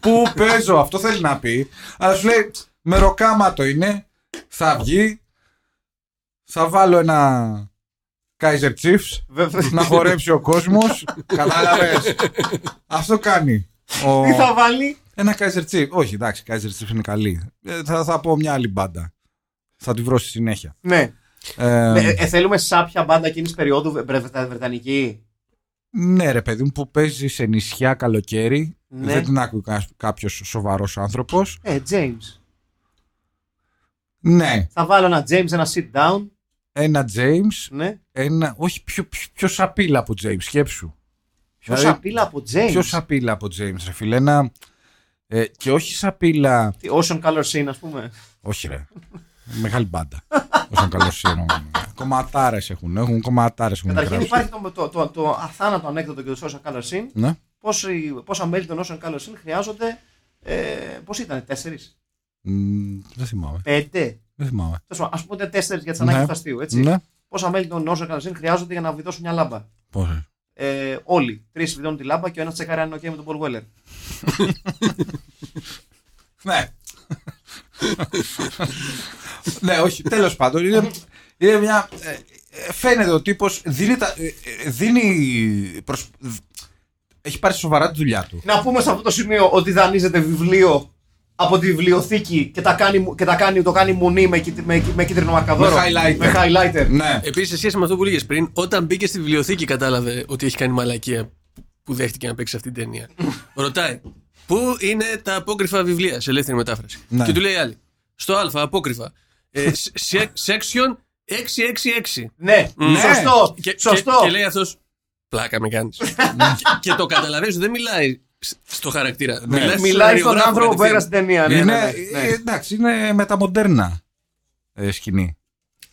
Speaker 4: πού παίζω. Αυτό θέλει να πει. Αλλά σου λέει: Μεροκάματο είναι. Θα βγει. Θα βάλω ένα Kaiser Chiefs
Speaker 3: Βεβαίως.
Speaker 4: να χορέψει ο κόσμος. Κατάλαβες. Αυτό κάνει. Ο...
Speaker 3: Τι θα βάλει.
Speaker 4: Ένα Kaiser Chief. Όχι, εντάξει, Kaiser Chief είναι καλή. Ε, θα, θα πω μια άλλη μπάντα. Θα τη βρω στη συνέχεια.
Speaker 3: Ναι.
Speaker 4: Ε,
Speaker 3: Ε, ε, θέλουμε σάπια μπάντα εκείνης περίοδου βρε- βρε- βρετανική.
Speaker 4: ναι, ρε παιδί μου, που παίζεις σε νησιά καλοκαίρι.
Speaker 3: Ναι.
Speaker 4: Δεν την άκουγε κάποιος σοβαρός άνθρωπος.
Speaker 3: Ε, James.
Speaker 4: Ναι,
Speaker 3: Θα βάλω ένα James, ένα sit down.
Speaker 4: ένα James.
Speaker 3: Ναι.
Speaker 4: Ένα, όχι, πιο, πιο, πιο σαπίλα από James, σκέψου.
Speaker 3: Ποιο
Speaker 4: Δηλαδή,
Speaker 3: σαπίλα από James.
Speaker 4: Πιο σαπίλα από James, ρε φίλε. Ένα, ε, και όχι σαπίλα.
Speaker 3: Τι, Ocean Color Scene, ας πούμε.
Speaker 4: Όχι, ρε. Μεγάλη μπάντα. Όσον καλό είναι. Κομματάρες έχουν. Έχουν κομματάρες. Έχουν
Speaker 3: Καταρχήν
Speaker 4: γράψει.
Speaker 3: υπάρχει το, το, το, το αθάνατο ανέκδοτο και το Ocean Color Scene.
Speaker 4: Ναι.
Speaker 3: πόσοι, πόσα μέλη των όσων καλοσύν χρειάζονται. Ε, Πώς ήταν, τέσσερις,
Speaker 4: Μμμ, Δεν θυμάμαι.
Speaker 3: πέντε.
Speaker 4: Δεν θυμάμαι.
Speaker 3: Ας πούμε τέσσερις για τις ανάγκες
Speaker 4: Ναι.
Speaker 3: του αστείου. Έτσι.
Speaker 4: Ναι.
Speaker 3: Πόσα μέλη των όσων καλοσύν χρειάζονται για να βιδώσουν μια λάμπα.
Speaker 4: Πόσες.
Speaker 3: Ε, όλοι. Τρεις βιδώνουν τη λάμπα και ο ένας τσεκάρει αν είναι OK με τον Πολ Γουέλλερ.
Speaker 4: Ναι. ναι, όχι. Τέλος πάντων, είναι, είναι μια. ε, ε, Φαίνεται ο τύπος δίνει. Τα, ε, ε, δίνει προσ- Έχει πάρει σοβαρά τη δουλειά του.
Speaker 3: Να πούμε σε αυτό το σημείο ότι δανείζεται βιβλίο από τη βιβλιοθήκη και, τα κάνει, μου- και τα κάνει, το κάνει μουνί με, κίτρι- με, με κίτρινο μαρκαδόρο.
Speaker 4: Με highlighter.
Speaker 3: Με highlighter.
Speaker 4: Ναι.
Speaker 5: Επίσης, σε σχέση με αυτό που λέγε πριν, όταν μπήκε στη βιβλιοθήκη, κατάλαβε ότι έχει κάνει μαλακία που δέχτηκε να παίξει αυτή
Speaker 3: (laughs)
Speaker 5: την ταινία. Ρωτάει, Πού είναι τα απόκριφα βιβλία σε ελεύθερη μετάφραση.
Speaker 4: Ναι.
Speaker 5: Και του λέει η άλλη, Στο Α, απόκριφα. Ε, σε- section 666.
Speaker 3: Ναι,
Speaker 5: Ναι.
Speaker 3: σωστό.
Speaker 5: Και, και-
Speaker 3: σωστό. Ναι.
Speaker 5: Και, λέει αυτός. Πλάκα με κάνεις. και το καταλαβαίνεις ότι δεν μιλάει σ- στο χαρακτήρα.
Speaker 4: Ναι.
Speaker 5: Μιλάει,
Speaker 3: Μιλάει στον άνθρωπο που
Speaker 5: πέρα
Speaker 3: έγραψε την ταινία. Ναι,
Speaker 4: είναι,
Speaker 3: ναι, ναι.
Speaker 4: ε, εντάξει, είναι μεταμοντέρνα ε, σκηνή.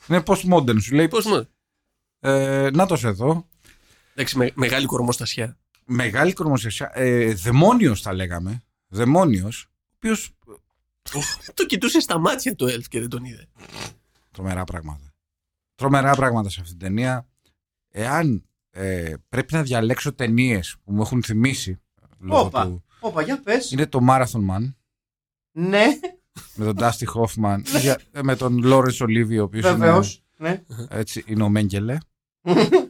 Speaker 4: Είναι postmodern. Σου λέει.
Speaker 5: Πώ μου.
Speaker 4: Ε, να το σε εδώ.
Speaker 5: Εντάξει, με- μεγάλη κορμοστασιά.
Speaker 4: Μεγάλη κορμοσυσιά. Ε, δαιμόνιος θα λέγαμε. Δαιμόνιος. Ο οποίος.
Speaker 5: το κοιτούσε στα μάτια του Ελφ και δεν τον είδε.
Speaker 4: Τρομερά πράγματα. Τρομερά πράγματα σε αυτήν την ταινία. Εάν ε, πρέπει να διαλέξω ταινίες που μου έχουν θυμίσει. Λόγω
Speaker 3: Όπα.
Speaker 4: του,
Speaker 3: Όπα, για πες.
Speaker 4: είναι το Marathon Man
Speaker 3: Ναι,
Speaker 4: με τον Dusty Hoffman, για- ε, με τον Lawrence Olivier, ο οποίος είναι,
Speaker 3: βεβαίως. Ναι.
Speaker 4: έτσι, είναι ο
Speaker 3: (laughs)
Speaker 4: Μέγκελε.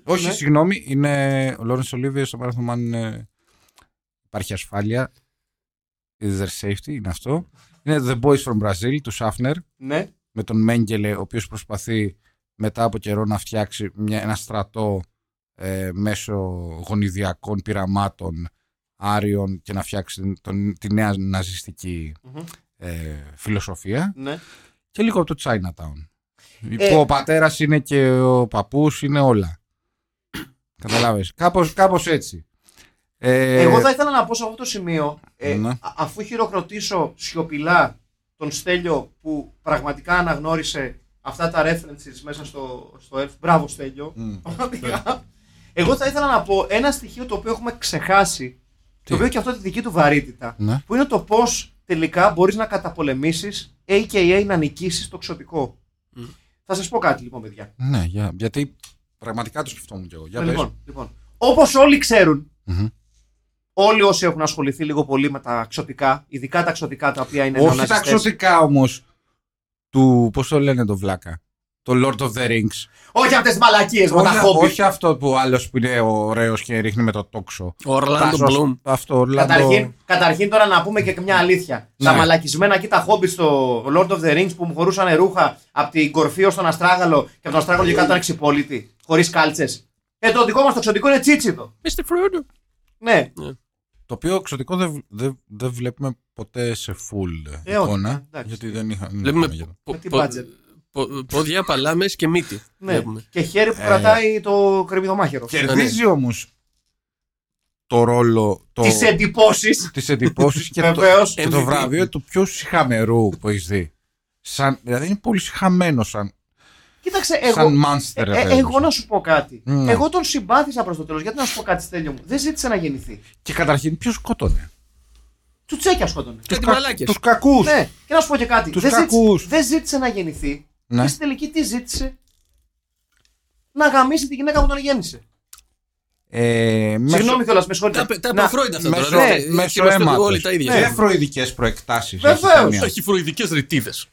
Speaker 4: Όχι,
Speaker 3: Ναι.
Speaker 4: συγγνώμη, είναι ο Λόρεν Ολίβιο στο Marathon Man. είναι- Υπάρχει ασφάλεια. Is there safety, είναι αυτό. Είναι The Boys from Brazil του Σάφνερ
Speaker 3: Ναι.
Speaker 4: με τον Μέγκελε, ο οποίος προσπαθεί μετά από καιρό να φτιάξει μια, ένα στρατό ε, μέσω γονιδιακών πειραμάτων άριων και να φτιάξει την- τον, τη νέα ναζιστικη
Speaker 3: Μμμ.
Speaker 4: ε, φιλοσοφία
Speaker 3: ναι.
Speaker 4: και λίγο από το Chinatown.
Speaker 3: Ε.
Speaker 4: Που ο πατέρας είναι και ο παππούς είναι
Speaker 3: (coughs)
Speaker 4: όλα. Καταλάβες. Κάπως, κάπως έτσι. Ε,
Speaker 3: Εγώ θα ήθελα να πω σε αυτό το σημείο, ε,
Speaker 4: Ναι.
Speaker 3: α- αφού χειροκροτήσω σιωπηλά τον Στέλιο που πραγματικά αναγνώρισε αυτά τα references μέσα στο, στο ELF. Μπράβο Στέλιο.
Speaker 4: Μμ. Ναι.
Speaker 3: Πραγματικά. Εγώ θα ήθελα να πω ένα στοιχείο το οποίο έχουμε ξεχάσει,
Speaker 4: Τι?
Speaker 3: το οποίο και αυτό τη δική του βαρύτητα,
Speaker 4: Ναι.
Speaker 3: που είναι το πώς τελικά μπορείς να καταπολεμήσεις, a.k.a. να νικήσεις το ξωτικό. Θα σας πω κάτι λοιπόν παιδιά.
Speaker 4: Ναι, για, γιατί πραγματικά το σκεφτόμουν κι εγώ. Για
Speaker 3: Ναι,
Speaker 4: πες.
Speaker 3: λοιπόν, λοιπόν. Όπως όλοι ξέρουν,
Speaker 4: Μμμ.
Speaker 3: όλοι όσοι έχουν ασχοληθεί λίγο πολύ με τα ξωτικά, ειδικά τα ξωτικά τα οποία είναι
Speaker 4: Όχι τα
Speaker 3: νεοναζιστές,
Speaker 4: ξωτικά όμως του, πώς το λένε το βλάκα, το Lord of the Rings.
Speaker 3: Όχι αυτές τις μαλακίες με τα
Speaker 4: Όχι,
Speaker 3: χόμπι.
Speaker 4: όχι αυτό που άλλος που είναι ωραίος και ρίχνει με το τόξο.
Speaker 5: Ο Ορλάντο
Speaker 4: Τάσος,
Speaker 5: Μπλουμ.
Speaker 4: Αυτό, Orlando-
Speaker 3: Καταρχήν, καταρχήν τώρα να πούμε και μια αλήθεια.
Speaker 4: Ναι.
Speaker 3: Τα μαλακισμένα εκεί τα χόμπι στο Lord of the Rings που μου χωρούσαν ρούχα από την κορφή ως τον Αστράγαλο και από τον Αστράγαλο και κάτω ήταν εξυπόλυτη, χωρίς κάλτσες. Ε, το δικό μας το ξωτικό είναι τσίτσιδο.
Speaker 5: Mr. Frodo.
Speaker 3: Ναι,
Speaker 4: Το οποίο εξωτικό δεν, β- δεν, δεν βλέπουμε ποτέ σε full
Speaker 3: Ε, όχι,
Speaker 4: εικόνα.
Speaker 3: εντάξει.
Speaker 4: γιατί δεν είχα. δεν
Speaker 5: Βλέπουμε
Speaker 4: είχαμε για το-
Speaker 5: πο-
Speaker 3: Με τι
Speaker 5: πο-
Speaker 3: budget.
Speaker 5: πο- πόδια, παλάμες και μύτη.
Speaker 3: ναι.
Speaker 5: Βλέπουμε.
Speaker 3: Και χέρι
Speaker 4: Ε.
Speaker 3: που κρατάει το κρεμμυδομάχαιρο.
Speaker 4: Κερδίζει όμως το ρόλο το,
Speaker 3: Τις εντυπώσεις.
Speaker 4: της εντυπώσεις και, το,
Speaker 3: Βεβαίως.
Speaker 4: και το
Speaker 5: MVP.
Speaker 4: βραβείο του πιο συχαμερού που έχεις δει. Σαν, δηλαδή είναι πολύ συχαμένος σαν,
Speaker 3: Κοίταξε, εγώ.
Speaker 4: σαν μάνστερ.
Speaker 3: Ε, ε, εγώ να σου πω κάτι.
Speaker 4: Ναι.
Speaker 3: Εγώ τον συμπάθησα προς το τέλος. Γιατί να σου πω κάτι, Στέλιο μου. Δεν ζήτησε να γεννηθεί.
Speaker 4: Και καταρχήν ποιος σκότωνε.
Speaker 3: Του τσέκια σκότωνε.
Speaker 5: Κάτι
Speaker 4: κα-
Speaker 5: Ε, μαλάκες.
Speaker 4: τους κακούς.
Speaker 3: Ναι, και να σου πω και κάτι.
Speaker 4: Τους
Speaker 3: Δεν
Speaker 4: κακούς.
Speaker 3: ζήτησε, δεν ζήτησε να γεννηθεί.
Speaker 4: Ναι.
Speaker 3: Και στην τελική τι ζήτησε. Να γαμίσει τη γυναίκα που τον γέννησε.
Speaker 4: Ε, μέσω-
Speaker 3: Συγγνώμη κιόλας, με
Speaker 5: Τα,
Speaker 3: συγχωρείτε. Να-
Speaker 5: τα προφρόιντα αυτά
Speaker 4: μέσω-
Speaker 5: τώρα.
Speaker 4: ναι,
Speaker 5: δεν-
Speaker 4: μέσω
Speaker 5: είμαστε
Speaker 4: αίματος.
Speaker 5: Όλοι τα ίδια.
Speaker 4: Ναι.
Speaker 5: Ναι.
Speaker 4: Δεν φροηδικές προεκτάσεις.
Speaker 3: Βεβαίως.
Speaker 4: έχει καμία.
Speaker 5: Έχει φροηδικές ρητίδες.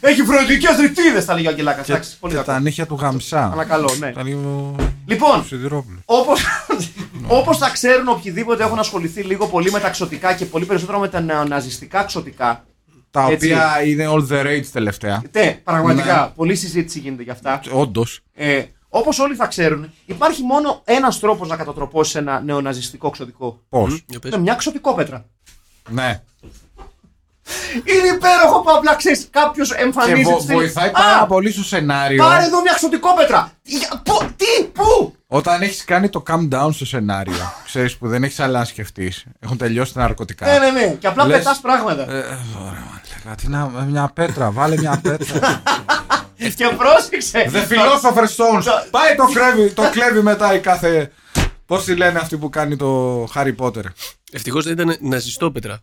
Speaker 3: Έχει φροηδικέ ρητίδε, θα λέγει ο Αγγελάκας.
Speaker 4: Και,
Speaker 3: Εντάξει, πολύ
Speaker 4: και τα
Speaker 3: κακό.
Speaker 4: νύχια του Γαμσά.
Speaker 3: Ανακαλώ, ναι.
Speaker 4: Ήταν λίγο
Speaker 3: Λοιπόν,
Speaker 4: σιδηρόπουλο.
Speaker 3: Όπως, (laughs) όπως θα ξέρουν οποιοδήποτε έχουν ασχοληθεί λίγο πολύ με τα ξωτικά και πολύ περισσότερο με τα νεοναζιστικά ξωτικά.
Speaker 4: Τα
Speaker 3: Έτσι.
Speaker 4: οποία είναι all the rage τελευταία.
Speaker 3: Τε, πραγματικά,
Speaker 4: Ναι.
Speaker 3: πολλή συζήτηση γίνεται για αυτά.
Speaker 4: Όντως.
Speaker 3: Ε, Όπως όλοι θα ξέρουν, υπάρχει μόνο ένας τρόπος να κατατροπώσει ένα νεοναζιστικό ξωτικό.
Speaker 4: Πώς.
Speaker 5: Για πες.
Speaker 3: Είναι μια ξωτικόπετρα.
Speaker 4: Ναι.
Speaker 3: Είναι υπέροχο που απλά ξέρεις κάποιος
Speaker 4: Και
Speaker 3: εμφανίζεται.
Speaker 4: βο-
Speaker 3: στην-
Speaker 4: βοηθάει
Speaker 3: Α,
Speaker 4: πάρα πολύ ε. στο σενάριο.
Speaker 3: Πάρε εδώ μια ξωτικόπετρα! Για- πού- Τι, πού!
Speaker 4: Όταν έχεις κάνει το calm down στο σενάριο, ξέρεις που δεν έχεις άλλα να σκεφτεί. Έχουν τελειώσει τα ναρκωτικά.
Speaker 3: Ναι, ναι, ναι. Και απλά
Speaker 4: Ε. Λες-
Speaker 3: πετάς πράγματα.
Speaker 4: Ε, ωραία, μαλάκα, τι να, ε, μια πέτρα, βάλε μια
Speaker 3: (laughs)
Speaker 4: πέτρα. Ε.
Speaker 3: Και πρόσεξε.
Speaker 4: The Philosopher's Stones.
Speaker 3: Το-
Speaker 4: Πάει το κλέβει, το κλέβει μετά η κάθε. Πώς τη λένε αυτή που κάνει το Harry Potter.
Speaker 5: Ευτυχώς δεν ήταν ναζιστό πετρά.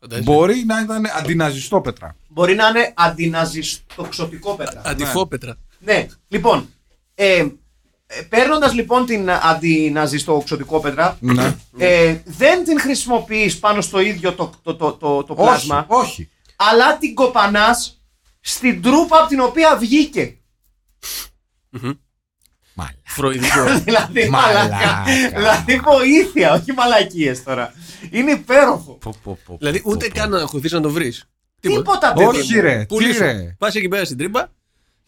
Speaker 5: Φαντάζεσαι.
Speaker 4: Μπορεί να ήταν αντιναζιστό πετρά.
Speaker 3: Μπορεί να είναι αντιναζιστοξωτικό πέτρα.
Speaker 5: Αντιφόπετρα.
Speaker 3: Ναι, λοιπόν. Ε, Παίρνοντας λοιπόν την αντιναζιστοξωτικό πέτρα,
Speaker 4: Ναι.
Speaker 3: ε, δεν την χρησιμοποιείς πάνω στο ίδιο το, το, το, το, το πλάσμα,
Speaker 4: Όχι, όχι.
Speaker 3: αλλά την κοπανάς στην τρούπα από την οποία βγήκε.
Speaker 4: Μάλα.
Speaker 5: Φροηδικό.
Speaker 3: δηλαδή,
Speaker 4: Μαλάκα.
Speaker 3: μαλάκα. δηλαδή, βοήθεια, όχι μαλακίες τώρα. Είναι υπέροχο.
Speaker 4: Πω, πω, πω,
Speaker 5: δηλαδή
Speaker 4: πω,
Speaker 5: ούτε
Speaker 4: πω.
Speaker 5: καν να αγχωθεί να το βρεις.
Speaker 3: Τίποτα τέτοιο.
Speaker 4: Όχι ρε, Ε, τι ρε.
Speaker 5: Πας εκεί πέρα στην τρύπα.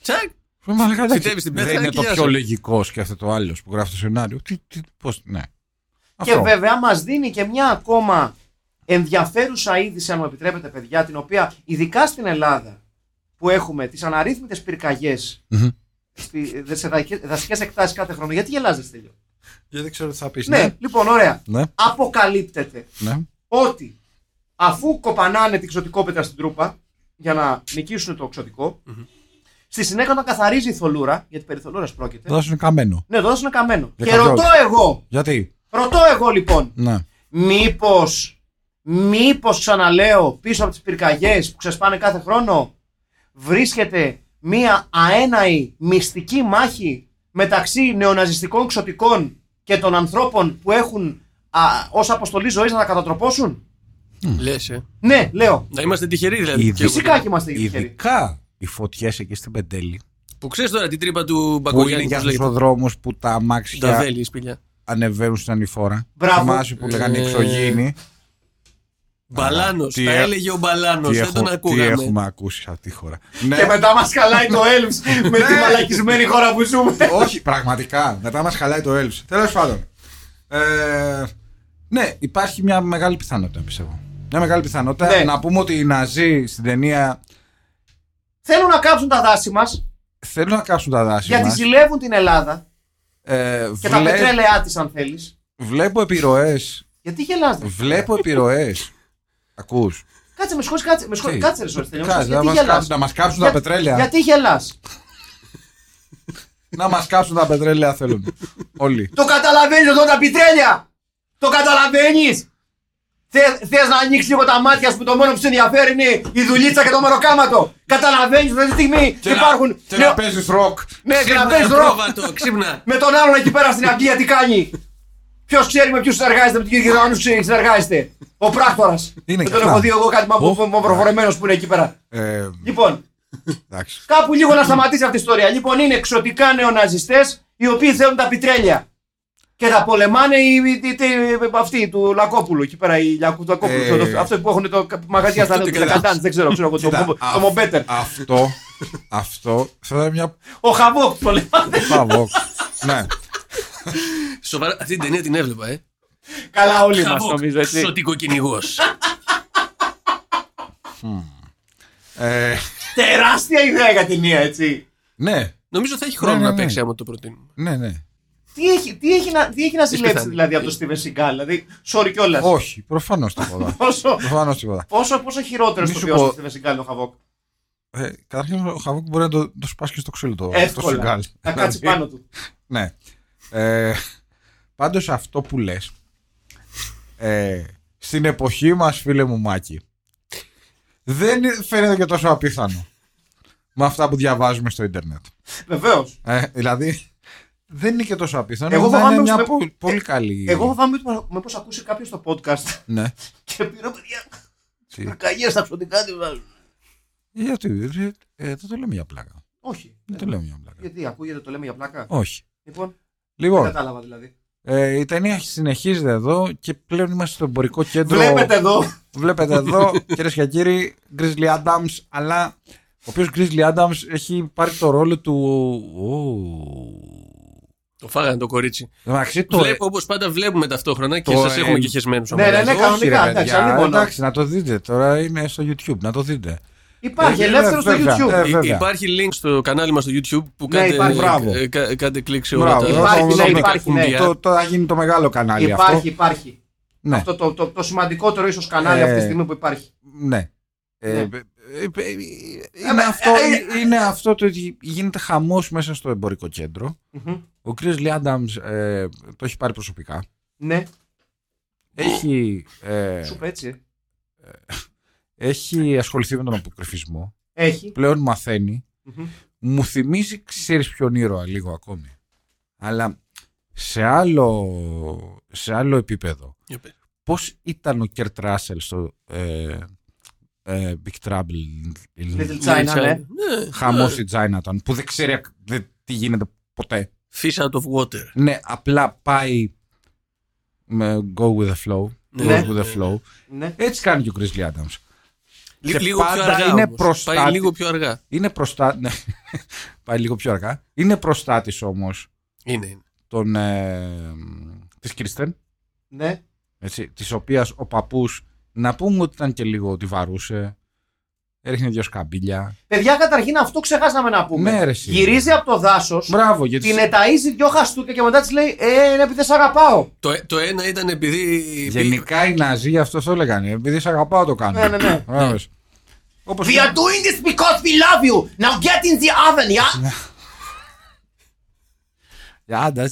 Speaker 5: Τσακ.
Speaker 4: Μαλάκα, εντάξει.
Speaker 5: Φυτεύεις την πέτρα
Speaker 4: Δεν είναι
Speaker 5: και
Speaker 4: το
Speaker 5: γεια
Speaker 4: πιο
Speaker 5: σου.
Speaker 4: λογικό σκέφτεται το άλλο που γράφει το σενάριο. Τι, τι, πώς, ναι.
Speaker 3: Και
Speaker 4: Αυτό.
Speaker 3: βέβαια μας δίνει και μια ακόμα ενδιαφέρουσα είδηση, αν μου επιτρέπετε, παιδιά, την οποία ειδικά στην Ελλάδα που έχουμε τις αναρρύθμιτες πυρκαγιές
Speaker 4: Μμμ.
Speaker 3: σε δασικές εκτάσεις κάθε χρόνο. Γιατί γελάζεστε λίγο.
Speaker 4: Γιατί δεν ξέρω τι θα πεις.
Speaker 3: Ναι, λοιπόν, ωραία.
Speaker 4: Ναι.
Speaker 3: Αποκαλύπτεται
Speaker 4: ναι.
Speaker 3: ότι αφού κοπανάνε την ξωτικόπετρα στην τρούπα για να νικήσουν το ξωτικο στη συνέχεια όταν καθαρίζει η θολούρα, γιατί περί θολούρας πρόκειται,
Speaker 4: Δώσουν καμένο.
Speaker 3: ναι, το δώσουν καμένο.
Speaker 4: Για
Speaker 3: Και
Speaker 4: κάποιο
Speaker 3: ρωτώ εγώ,
Speaker 4: Γιατί.
Speaker 3: ρωτώ εγώ λοιπόν,
Speaker 4: Ναι.
Speaker 3: Μήπως, μήπως ξαναλέω πίσω από τις πυρκαγιές που ξεσπάνε κάθε χρόνο βρίσκεται μία αέναη μυστική μάχη μεταξύ νεοναζιστικών ξωτικών και των ανθρώπων που έχουν α, ως αποστολή ζωής να τα κατατροπώσουν.
Speaker 5: Λες, ε.
Speaker 3: Ναι, λέω.
Speaker 5: Να είμαστε τυχεροί δηλαδή.
Speaker 4: Ήδη.
Speaker 5: και εγώ.
Speaker 3: Φυσικά και είμαστε τυχεροί.
Speaker 4: Ειδικά οι φωτιές εκεί στην Πεντέλη.
Speaker 5: Που ξέρεις τώρα την τρύπα του
Speaker 4: Που είναι
Speaker 5: Μπακογιάννη.
Speaker 4: για
Speaker 5: πώς λέγεται.
Speaker 4: δρόμου που τα
Speaker 5: Τα
Speaker 4: αμάξια
Speaker 5: βέλη, η σπηλιά.
Speaker 4: ανεβαίνουν στην ανηφόρα.
Speaker 3: Μπράβο.
Speaker 4: Θυμάσαι που λέγανε
Speaker 5: Ε,
Speaker 4: εξωγήινοι.
Speaker 5: Μπαλάνο.
Speaker 4: τι
Speaker 5: Τα
Speaker 4: έ-
Speaker 5: έλεγε ο Μπαλάνος.
Speaker 4: Τι,
Speaker 5: Δεν
Speaker 4: έχω-
Speaker 5: τον
Speaker 4: τι
Speaker 5: ακούγαμε.
Speaker 4: έχουμε ακούσει σε αυτή τη χώρα. Ναι,
Speaker 3: Και μετά μας χαλάει το έλμς με τη μαλακισμένη χώρα που ζούμε.
Speaker 4: όχι, πραγματικά. Μετά μας χαλάει το έλψη. Τέλος πάντων. Ε, ναι, υπάρχει μια μεγάλη πιθανότητα, πιστεύω. Μια μεγάλη πιθανότητα
Speaker 3: Ναι.
Speaker 4: να πούμε ότι οι Ναζί στην ταινία
Speaker 3: Θέλουν να κάψουν τα δάση μας
Speaker 4: θέλουν να κάψουν τα δάση
Speaker 3: γιατί
Speaker 4: μας.
Speaker 3: ζηλεύουν την Ελλάδα
Speaker 4: Ε,
Speaker 3: και τα
Speaker 4: βλέ-
Speaker 3: πετρέλαιά της αν θέλεις.
Speaker 4: Βλέπω επιρροές.
Speaker 3: Γιατί γελάς.
Speaker 4: Βλέπω επιρροές. Ακούς.
Speaker 3: Κάτσε, με συγχωρείς, κάτσε, με συγχωρείς,
Speaker 4: Τι?
Speaker 3: κάτσε ρε Σόρις, τελειώνω.
Speaker 4: Κάτσε,
Speaker 3: Γιατί
Speaker 4: να μας
Speaker 3: γελάς?
Speaker 4: κάψουν- να μας κάψουν τα
Speaker 3: Για-
Speaker 4: πετρέλαια.
Speaker 3: Γιατί γελάς.
Speaker 4: να μας κάψουν τα
Speaker 3: (laughs)
Speaker 4: πετρέλαια θέλουν. Όλοι.
Speaker 3: Το καταλαβαίνεις εδώ τα πιτρέλια. Το καταλαβαίνεις. Θε- Θες να ανοίξεις λίγο τα μάτια σου που το μόνο που σε ενδιαφέρει είναι η δουλίτσα και το μεροκάματο. Καταλαβαίνεις ότι αυτή τη στιγμή
Speaker 4: Και να-
Speaker 3: υπάρχουν...
Speaker 4: Και
Speaker 3: ναι,
Speaker 4: να παίζεις ροκ.
Speaker 3: Ναι, και να
Speaker 5: Ξύπνα, ε,
Speaker 3: παίζεις ροκ
Speaker 5: πρόβατο, ξύπνα.
Speaker 3: με τον άλλον εκεί πέρα στην Αγγλία τι κάνει. Ποιος ξέρει με ποιους συνεργάζεται, με ποιου γερμανού συνεργάζεται. Ο πράκτορας.
Speaker 4: Είναι
Speaker 3: Δεν
Speaker 4: και
Speaker 3: τον
Speaker 4: αυτά.
Speaker 3: έχω δει εγώ κάτι μαυροφορεμένος που είναι εκεί πέρα.
Speaker 4: Ε,
Speaker 3: Λοιπόν,
Speaker 4: εντάξει.
Speaker 3: Κάπου λίγο να σταματήσει αυτή η ιστορία. Λοιπόν, είναι εξωτικά νεοναζιστές οι οποίοι θέλουν τα πιτρέλια. Και τα πολεμάνε οι, οι, οι- οι- αυτοί του Λακόπουλου. Εκεί πέρα οι Λιακού του Λακόπουλου.
Speaker 4: Ε,
Speaker 3: αυτό- αυτό που έχουν το μαγαζιά στα
Speaker 5: Ούτε
Speaker 3: νέα
Speaker 5: καλά.
Speaker 3: Καντάνη. Δεν ξέρω, ξέρω εγώ. Το,
Speaker 4: Κοίτα,
Speaker 3: το,
Speaker 4: α-
Speaker 3: το Μομπέτερ.
Speaker 4: Αυτό. Αυτό θα ήταν μια
Speaker 3: Ο Χαβόκ που το λένε.
Speaker 4: παβό. ναι.
Speaker 5: Σοβαρά, αυτή την ταινία την έβλεπα, ε.
Speaker 3: Καλά, όλοι μα
Speaker 5: Χαβόκ,
Speaker 3: νομίζω έτσι.
Speaker 5: Ξωτικό κυνηγό.
Speaker 4: Ε,
Speaker 3: Τεράστια ιδέα για ταινία, έτσι.
Speaker 4: ναι.
Speaker 5: Νομίζω θα έχει χρόνο
Speaker 4: Ναι, ναι,
Speaker 5: να
Speaker 4: ναι.
Speaker 5: παίξει άμα το προτείνουμε.
Speaker 4: Ναι, ναι.
Speaker 3: Τι έχει, τι έχει να, τι έχει να συλλέξει
Speaker 5: πιθανή.
Speaker 3: δηλαδή από το Steven Seagal. Δηλαδή, sorry κιόλας.
Speaker 4: Όχι, προφανώς τίποτα.
Speaker 3: Πόσο,
Speaker 4: Προφανώς τίποτα.
Speaker 3: πόσο, πόσο χειρότερο
Speaker 4: Μη
Speaker 3: στο
Speaker 4: σου
Speaker 3: ποιό του
Speaker 4: πω.
Speaker 3: Steven Seagal είναι ο Χαβόκ.
Speaker 4: Ε, Καταρχήν ο Χαβούκ μπορεί να το, το σπάσει και στο ξύλο το, το
Speaker 3: Εύκολα.
Speaker 4: σιγκάλ.
Speaker 3: Να κάτσει
Speaker 4: Δηλαδή,
Speaker 3: πάνω του.
Speaker 4: Ναι. Ε, Πάντως αυτό που λες. Ε, στην εποχή μας, φίλε μου Μάκη, δεν φαίνεται και τόσο απίθανο με αυτά που διαβάζουμε στο Ιντερνετ.
Speaker 3: Βεβαίως.
Speaker 4: Ε, δηλαδή, δεν είναι και τόσο απίθανο.
Speaker 3: Εγώ
Speaker 4: να
Speaker 3: φοβάμαι
Speaker 4: είναι μια
Speaker 3: ότι-
Speaker 4: πο- πολύ καλή.
Speaker 3: Εγώ φοβάμαι ότι μήπω ακούσει κάποιος το podcast (laughs)
Speaker 4: Ναι.
Speaker 3: και πει ρε παιδιά,
Speaker 4: Τι.
Speaker 3: πυρκαγιέ στα ξωτικά τι βάζουν.
Speaker 4: Γιατί. Ε, δεν το λέμε για πλάκα.
Speaker 3: Όχι.
Speaker 4: Δεν το λέμε για πλάκα.
Speaker 3: Γιατί ακούγεται το λέμε για πλάκα.
Speaker 4: Όχι.
Speaker 3: Λοιπόν, δεν
Speaker 4: Λοιπόν,
Speaker 3: κατάλαβα δηλαδή.
Speaker 4: ε, η ταινία συνεχίζεται εδώ και πλέον είμαστε στο εμπορικό κέντρο.
Speaker 3: Βλέπετε
Speaker 4: (laughs)
Speaker 3: εδώ.
Speaker 4: Βλέπετε εδώ, (laughs) κυρίες και κύριοι, Grizzly Adams, αλλά ο οποίος Grizzly Adams έχει πάρει το ρόλο του. Ου.
Speaker 5: Το φάγανε το κορίτσι.
Speaker 4: Εντάξει, το.
Speaker 5: Βλέπω όπως πάντα βλέπουμε ταυτόχρονα και
Speaker 4: το
Speaker 5: σας έχουμε
Speaker 4: ε,
Speaker 5: και χεσμένους.
Speaker 3: ναι, ναι, ναι.
Speaker 4: Όχι,
Speaker 3: κανονικά,
Speaker 4: ρε,
Speaker 3: εντάξει,
Speaker 4: παιδιά,
Speaker 3: ανήμωνο.
Speaker 4: εντάξει, να το δείτε. Τώρα είναι στο YouTube, να το δείτε.
Speaker 3: Υπάρχει
Speaker 4: Ε,
Speaker 3: ελεύθερο στο
Speaker 4: βέβαια,
Speaker 3: YouTube.
Speaker 4: ε, βέβαια.
Speaker 5: Υπάρχει link στο κανάλι μας στο YouTube που
Speaker 3: Ναι,
Speaker 5: κάντε,
Speaker 3: υπάρχει.
Speaker 4: Μπράβο.
Speaker 5: ε, κα- κάντε κλικ σε όλα
Speaker 4: Μπράβο,
Speaker 5: τα
Speaker 4: εδώ
Speaker 3: Υπάρχει,
Speaker 4: θα
Speaker 3: ναι,
Speaker 4: δούμε
Speaker 3: υπάρχει,
Speaker 4: κουμπιά.
Speaker 3: ναι.
Speaker 4: Το, το θα γίνει το μεγάλο κανάλι
Speaker 3: Υπάρχει,
Speaker 4: αυτό.
Speaker 3: υπάρχει.
Speaker 4: Ναι,
Speaker 3: Αυτό το, το, το σημαντικότερο ίσως κανάλι αυτή τη
Speaker 4: Ε,
Speaker 3: στιγμή που υπάρχει.
Speaker 4: ναι. Ε,
Speaker 3: Ναι. ε,
Speaker 4: ε, ε, ε, ε, Είναι αυτό, είναι αυτό το ότι γίνεται χαμός μέσα στο εμπορικό κέντρο.
Speaker 3: Μμμ.
Speaker 4: Ο Chris Liandams ε, το έχει πάρει προσωπικά.
Speaker 3: Ναι,
Speaker 4: Έχει, ε,
Speaker 3: σου πει έτσι.
Speaker 4: έχει ασχοληθεί με τον αποκρυφισμό.
Speaker 3: Έχει.
Speaker 4: Πλέον μαθαίνει.
Speaker 3: Μμμ.
Speaker 4: Μου θυμίζει, ξέρεις ποιον ήρωα λίγο ακόμη. Αλλά σε άλλο, σε άλλο επίπεδο.
Speaker 5: Για πες.
Speaker 4: πώς ήταν ο Κέρτ Ράσελ στο ε, ε, Big Trouble in
Speaker 3: Little
Speaker 4: Little
Speaker 3: China, ναι.
Speaker 5: Ναι.
Speaker 4: Χαμός στη Chinatown, που δεν ξέρει ακ- δεν- τι γίνεται ποτέ.
Speaker 5: Fish out of water.
Speaker 4: Ναι, απλά πάει με go with the flow.
Speaker 5: Ναι.
Speaker 4: Go with the flow.
Speaker 3: Ναι.
Speaker 4: Έτσι κάνει και ο Grizzly Adams.
Speaker 5: Λι-
Speaker 4: Και
Speaker 5: λίγο πιο
Speaker 4: πάντα
Speaker 5: αργά.
Speaker 4: είναι
Speaker 5: όμως.
Speaker 4: προστάτη.
Speaker 5: Πάει λίγο πιο αργά.
Speaker 4: Είναι προστά... ναι. (laughs) πάει λίγο πιο αργά. Είναι προστάτης όμως
Speaker 5: Είναι. είναι.
Speaker 4: των, ε, της Κρίστεν,
Speaker 3: Ναι.
Speaker 4: έτσι, της οποίας ο παππούς, να πούμε ότι ήταν και λίγο ότι βαρούσε, έριχνε δυο σκαμπίλια.
Speaker 3: Παιδιά, καταρχήν αυτό ξεχάσαμε να πούμε.
Speaker 4: Ναι, ρε, εσύ.
Speaker 3: Γυρίζει από το δάσος,
Speaker 4: Μπράβο, γιατί.
Speaker 3: την εταίζει δυο χαστούκια και μετά της λέει Ε, ναι, επειδή σε αγαπάω.
Speaker 5: Το, το ένα ήταν επειδή.
Speaker 4: Γενικά οι Ναζί γι' αυτό το έλεγαν. Επειδή σε αγαπάω το κάνω.
Speaker 3: Ναι, ναι, ναι.
Speaker 4: Όπω.
Speaker 3: We are doing this because we love you. Now get in the oven, yeah?
Speaker 4: Ja, das